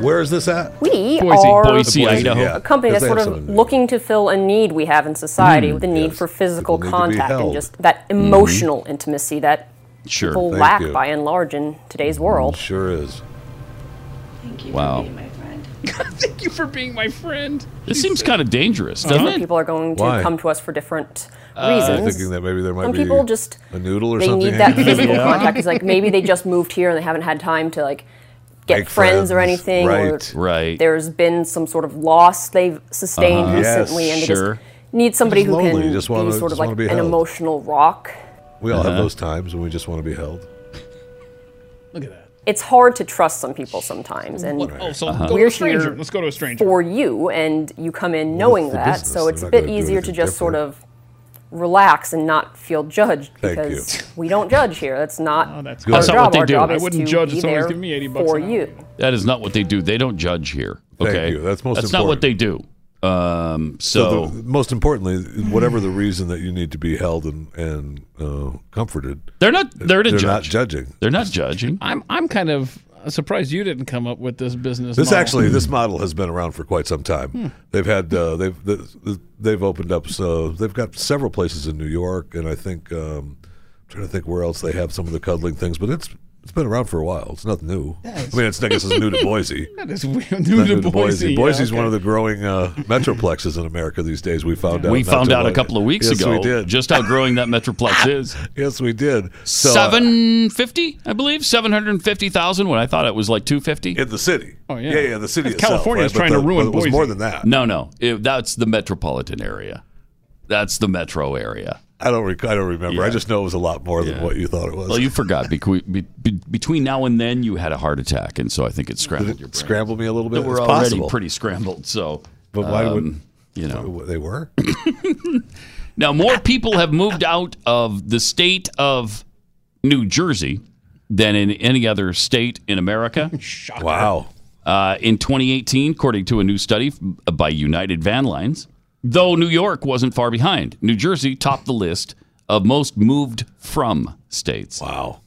D: Where is this at?
L: We
D: Boise.
L: are
D: Boise, Idaho.
L: a company
D: Yeah, 'cause
L: that's
D: they
L: sort
D: have
L: of
D: something
L: looking to fill a need we have in society,
D: Hmm.
L: the need for physical
D: People need to be
L: contact and
D: held.
L: just that
D: Hmm.
L: emotional intimacy that
B: Sure.
L: people
D: Thank
L: lack
D: you.
L: by and large in today's world.
D: Sure is.
B: Wow.
E: Thank you for being my friend.
B: This seems kind of dangerous, doesn't
L: Different
B: it?
L: Uh-huh.
B: Uh,
L: people are going to
B: Why?
L: come to us for different
D: I was
L: reasons.
D: thinking that maybe there might
L: and
D: be
L: people just
D: a noodle or
L: they
D: something.
L: need that
D: hanging out.
L: physical contact. It's like maybe they just moved here and they haven't had time to like get
B: Make
L: friends, or
B: friends,
L: anything.
B: right,
L: Or
B: right.
L: There's been some sort of loss they've sustained
B: Uh-huh. Yes,
L: recently, and they just
B: sure.
L: need somebody
D: Just
L: who
D: lonely,
L: can
D: just wanna-
L: be sort of
D: just
L: like
D: wanna
L: an
D: be held.
L: emotional rock.
D: We all have
B: Uh-huh.
D: those times when we just want to be held.
L: It's hard to trust some people sometimes, and
E: Oh, so
D: Uh-huh.
E: go to
L: We're
E: a stranger.
L: here
E: Let's go to a stranger.
L: for you, and you come in knowing
E: it's the
L: that,
E: business.
L: so it's
E: They're
L: a
E: not
L: bit
E: gonna do
L: easier to
E: anything
L: just sort of relax and not feel judged
E: Thank you.
L: because we don't judge here. That's not
E: Oh, that's
B: good.
L: our
B: That's not
L: job.
B: what they
L: our
B: do.
L: job
B: I
L: is
E: wouldn't
L: to
E: judge if
L: be
E: someone's
L: there
E: giving me 80 bucks
L: for
E: an hour.
L: you.
B: That is not what they do. They don't judge here. Okay,
D: you. That's most
B: That's not what they do. Um, so,
D: the, most importantly, whatever the reason that you need to be held and and uh, comforted,
B: they're not there to
D: they're not
B: judge.
D: judging.
B: They're not judging.
E: I'm I'm kind of surprised you didn't come up with this business.
D: This
E: model.
D: actually, this
B: Hmm.
D: model has been around for quite some time.
E: Hmm.
D: They've had uh, they've th- they've opened up so they've got several places in New York, and I think um, I'm trying to think where else they have some of the cuddling things, but it's. It's been around for a while. It's nothing new. I mean, it's I guess it's new to Boise.
E: That is weird.
D: It's
E: New
D: not
E: to Boise, yeah,
D: Boise's
E: okay.
D: one of the growing uh, metroplexes in America these days. We found out.
B: we
D: not
B: found
D: too
B: out a
D: long-
B: couple of weeks
D: Yes,
B: ago
D: We did.
B: just how growing that metroplex is.
D: Yes, we did. So, uh,
B: Seven fifty, I believe, seven hundred fifty thousand. When I thought it was like two fifty in
D: the city.
E: Oh
D: yeah, yeah, the city.
E: That's California is
D: itself, right?
E: trying to
D: But the-
E: ruin
D: but it was
E: Boise.
D: more than that.
B: No, no, It- that's the metropolitan area. That's the metro area.
D: I don't. Rec- I don't remember. I just know it was a lot more than what you thought it was.
B: Well, you forgot. Beque- be- be- between now and then, you had a heart attack, and so I think it scrambled your brain.
D: Scramble me a little bit.
B: They were
D: It's
B: already
D: possible.
B: pretty scrambled. So,
D: But why
B: um,
D: would
B: you know
D: they were?
B: now more people have moved out of the state of New Jersey than in any other state in America.
D: Wow.
B: Uh, in 2018, according to a new study f- by United Van Lines, though New York wasn't far behind, New Jersey topped the list of most moved from states.
D: Wow.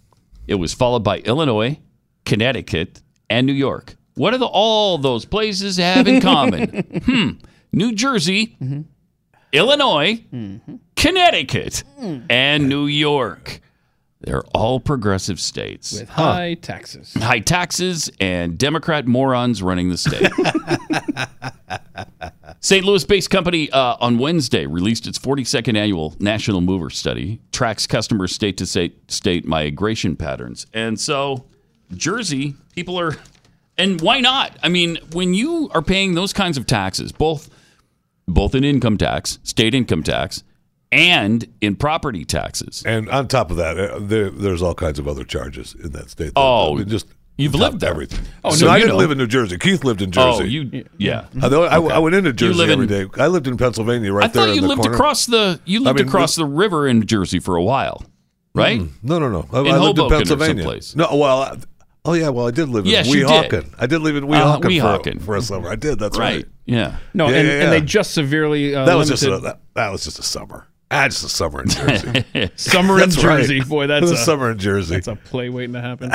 B: It was followed by Illinois, Connecticut, and New York. What do the, all those places have in common? hmm. New Jersey, Illinois, Connecticut, and New York. They're all progressive states.
E: with high taxes.
B: High taxes and Democrat morons running the state. St. Louis based company uh, on Wednesday released its 42nd annual National Mover Study, tracks customers state to state, state migration patterns. And so, Jersey, people are, and why not? I mean, when you are paying those kinds of taxes, both both in income tax, state income tax, and in property taxes.
D: And on top of that, uh, there, there's all kinds of other charges in that state.
B: Oh,
D: I mean, just
B: you've
D: on top
B: lived
D: of
B: there.
D: Everything.
B: Oh,
D: so
B: no,
D: I
B: you
D: didn't
B: know.
D: live in New Jersey. Keith lived in
B: Oh,
D: Jersey.
B: you- yeah.
D: I, know- I-
B: Okay.
D: I went into
B: You
D: Jersey
B: live
D: every
B: in-
D: day. I lived in Pennsylvania, right
B: I
D: there.
B: thought
D: in
B: you
D: the
B: lived
D: corner.
B: across the you lived
D: I mean, Hmm.
B: across the river in New Jersey for a while, right?
D: No, no, no. I,
B: In
D: I lived
B: Hoboken or
D: in Pennsylvania.
B: someplace.
D: No, well, I, oh yeah, well, I did live
B: Yes,
D: in
B: you did.
D: Weehawken. I did live in
B: Uh,
D: Weehawken,
B: Weehawken.
D: For, for a summer. I did. That's
B: Right.
D: right.
B: Yeah.
E: No,
D: Yeah,
E: and,
D: yeah,
E: and they
D: yeah.
E: just severely uh,
D: that was just a,
E: limited-
D: that, that was just a summer. Ah, just a summer in Jersey.
E: Summer in
D: That's right.
E: Jersey, boy. That's
D: It was
E: a
D: summer in Jersey.
E: That's a play waiting to happen.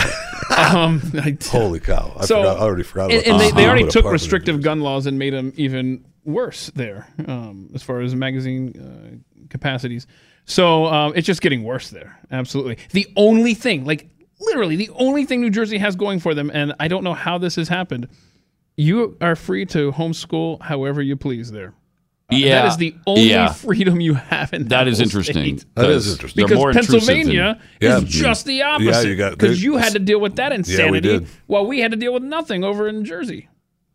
E: um, I,
D: Holy cow! I, forgot, I already forgot.
E: And,
D: about
E: and
D: that.
E: they, they
D: Uh-huh.
E: already
D: What a
E: took
D: part of it.
E: restrictive gun laws and made them even worse there, um, as far as magazine uh, capacities. So um, it's just getting worse there. Absolutely. The only thing, like literally, the only thing New Jersey has going for them, and I don't know how this has happened. You are free to homeschool however you please there. Uh,
B: Yeah.
E: That is the only
B: Yeah.
E: freedom you have in
B: That
E: that
B: is
E: whole
B: interesting.
E: state.
D: That is interesting.
B: They're
E: Because
B: more intrusive than-
E: Pennsylvania
D: Yeah.
E: is just the
D: Yeah, you
E: opposite.
D: got-
E: Because you had to deal with that
D: we
E: insanity
D: did.
E: while we had to deal with nothing over in Jersey.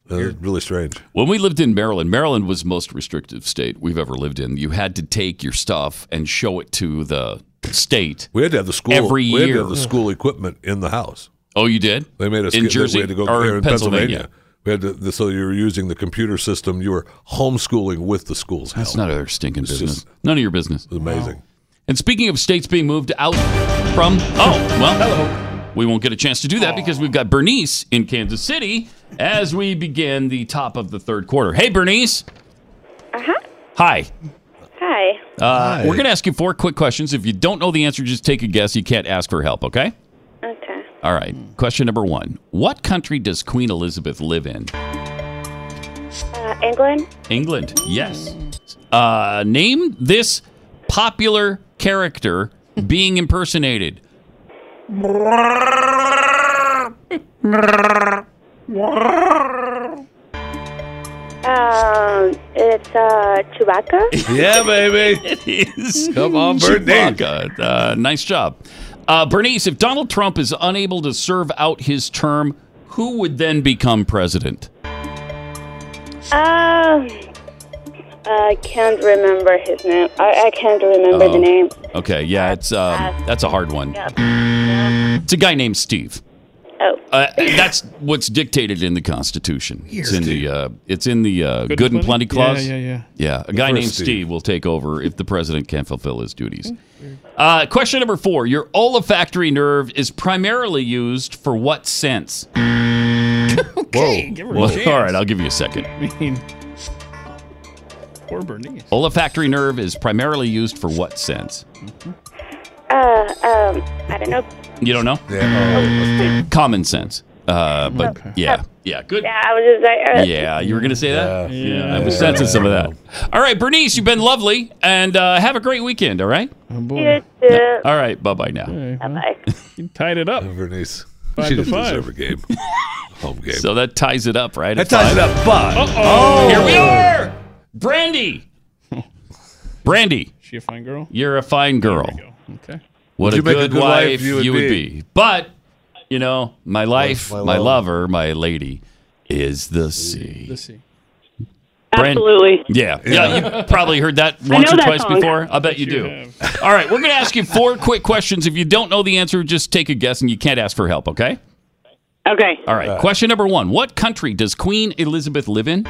D: That was really strange.
B: When we lived in Maryland, Maryland was the most restrictive state we've ever lived in. You had to take your stuff and show it to the state.
D: We had to have the school
B: Every
D: We had to
B: year.
D: have the school equipment in the house.
B: Oh, you did?
D: They made us
B: in
D: get-
B: Jersey
D: We had to go
B: or
D: there in
B: Pennsylvania.
D: Pennsylvania. We had to, the, so you were using the computer system. You were homeschooling with the school's help.
B: That's not our stinking
D: It's
B: business.
D: just-
B: None of your business.
D: amazing.
B: And speaking of states being moved out from, oh, well, we won't get a chance to do that because we've got Bernice in Kansas City as we begin the top of the third quarter. Hey, Bernice. Hi.
W: Hi.
B: Uh, we're going to ask you four quick questions. If you don't know the answer, just take a guess. You can't ask for help, okay?
W: Okay.
B: All right. Question number one What country does Queen Elizabeth live in?
W: Uh, England?
B: England. Yes. Uh, name this popular character being impersonated.
W: Uh, Um, it's, uh, Chewbacca?
B: Yeah, baby. it is.
W: Come on,
D: Bernice.
B: Chewbacca. Uh, nice job. Uh, Bernice, if Donald Trump is unable to serve out his term, Who would then become president?
W: Uh, I can't remember his name. I, I can't remember
B: Oh.
W: the name.
B: Okay, yeah, it's um, that's a hard one. It's a guy named Steve.
W: Oh.
B: Uh, that's what's dictated in the Constitution. It's in the uh, it's in the uh, good, and plenty clause.
E: Yeah, yeah,
B: Yeah, a
E: The
B: guy
E: first
B: named
E: Steve.
B: Steve. will take over if the president can't fulfill his duties. Uh, question number four: Your olfactory nerve is primarily used for what sense? okay,
E: give her a chance.
B: all right, I'll give you a second.
E: I mean, poor Bernice.
B: Olfactory nerve is primarily used for what sense?
W: Uh, um, I don't know.
B: You don't know? Common sense. Uh, but yeah, yeah, good.
W: Yeah, I was just like, uh,
B: Yeah, you were going to say that? Yeah, I was sensing some of that. All right, Bernice, you've been lovely, and uh, have a great weekend, all right?
D: Oh,
W: you too.
B: All right, bye bye now.
W: Bye-bye.
E: You tied it up.
D: Bernice.
E: Five
D: she
E: to
D: didn't
E: five.
D: deserve a game. Home game.
B: So that ties it up, right?
D: That ties it up, but-
B: oh Here we are. Brandy. Brandy,
E: She a fine girl.
B: you're a fine girl.
E: Okay.
B: What
D: Would
B: a
D: you make
B: good, wife, you would, be. But, you know, my life,
E: my
B: my,
E: love.
B: lover, my lady is the sea.
E: Let's see.
B: Brand-
U: Absolutely.
B: Yeah. Yeah. You've probably heard that
U: I
B: once
U: know
B: or
U: that
B: twice
U: song.
B: before. I bet you do. All right. We're going to ask you four quick questions. If you don't know the answer, just take a guess and you can't ask for help, okay?
U: Okay.
B: All right. Question number one What country does Queen Elizabeth live in?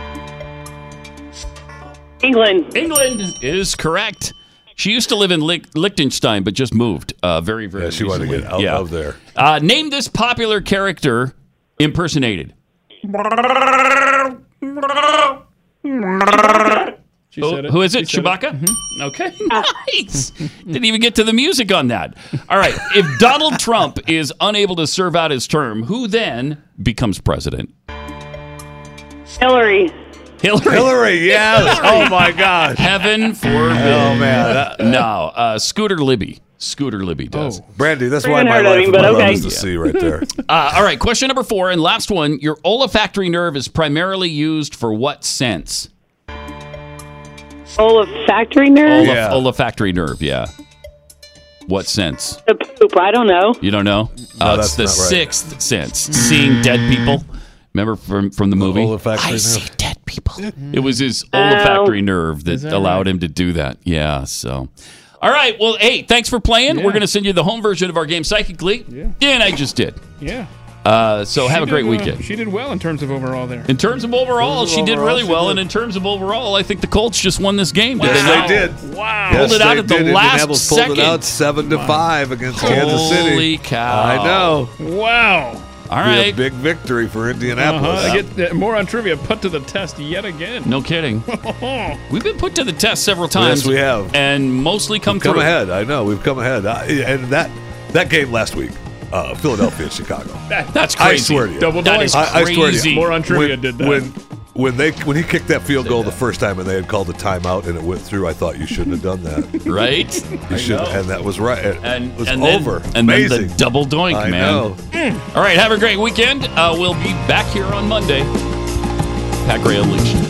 U: England.
B: England is correct. She used to live in Lich- Liechtenstein, but just moved uh, very, very
D: Yeah, she wanted to
B: recently.
D: get out of there.
B: Uh, name this popular character impersonated.
E: She
B: Who-
E: said it.
B: who is it?
E: She said
B: Chewbacca? Okay. Nice. Didn't even get to the music on that. All right. If Donald Trump is unable to serve out his term, who then becomes president?
U: Hillary.
B: Hillary.
U: Hillary, yes.
B: Oh my gosh. Heaven forbid. Oh
D: man. Oh.
B: No. Uh, Scooter Libby. Scooter Libby does.
D: Brandy, that's why my life, my love is the sea right there.
B: Uh, all right. Question number four and last one. Your olfactory nerve is primarily used for what sense?
U: Olfactory nerve.
B: Olf- Olfactory nerve. Yeah. What sense?
U: The poop. I don't know.
B: You don't know?
D: No,
B: uh, it's
D: that's
B: the
D: not right.
B: sixth sense. Seeing dead people. Remember from from the movie? I see dead people. It was his olfactory nerve that,
E: Is that
B: allowed him to do that. Yeah. So. All right. Well, hey, thanks for playing. We're going to send you the home version of our game psychically. Yeah. And I just did.
E: Yeah.
B: Uh, so have
E: She
B: a great
E: did, uh,
B: weekend.
E: she did well in terms of overall there.
B: In terms of overall,
E: In terms of
B: she did
E: overall,
B: really
E: she
B: well,
E: did.
B: and in terms of overall, I think the Colts just won this game. Did
I: Yes,
B: not?
I: they did.
E: Wow.
B: Pulled it out
I: they
B: at the
I: did.
B: last
I: Indianapolis pulled
B: second.
I: it out seven to five against Kansas City.
B: Holy cow.
I: I know.
E: Wow.
I: Be a
B: All right.
I: big victory for Indianapolis.
E: Uh-huh. I get uh, more on trivia put to the test yet again.
B: No kidding. We've been put to the test several times.
I: Yes, we have.
B: And mostly come
I: We've come
B: through.
I: ahead. I know.
D: We've come ahead. I, and that that game last week, uh, Philadelphia and Chicago.
B: That's
D: I
B: crazy.
D: swear to you.
E: Double
B: That
E: doink.
B: is
D: I, I swear to
B: crazy.
D: you.
E: Moron trivia
D: when,
E: did that.
D: When, when they when he kicked that field goal the first time and they had called a timeout and it went through, I thought you shouldn't have done that.
B: Right?
D: You should, and that was right. It
B: And,
D: was
B: and then-
D: over.
B: and then
D: Amazing.
B: the double doink,
D: I
B: man.
D: know.
E: Mm.
B: All right. Have a great weekend. Uh, we'll be back here on Monday. Pat Gray Unleashed.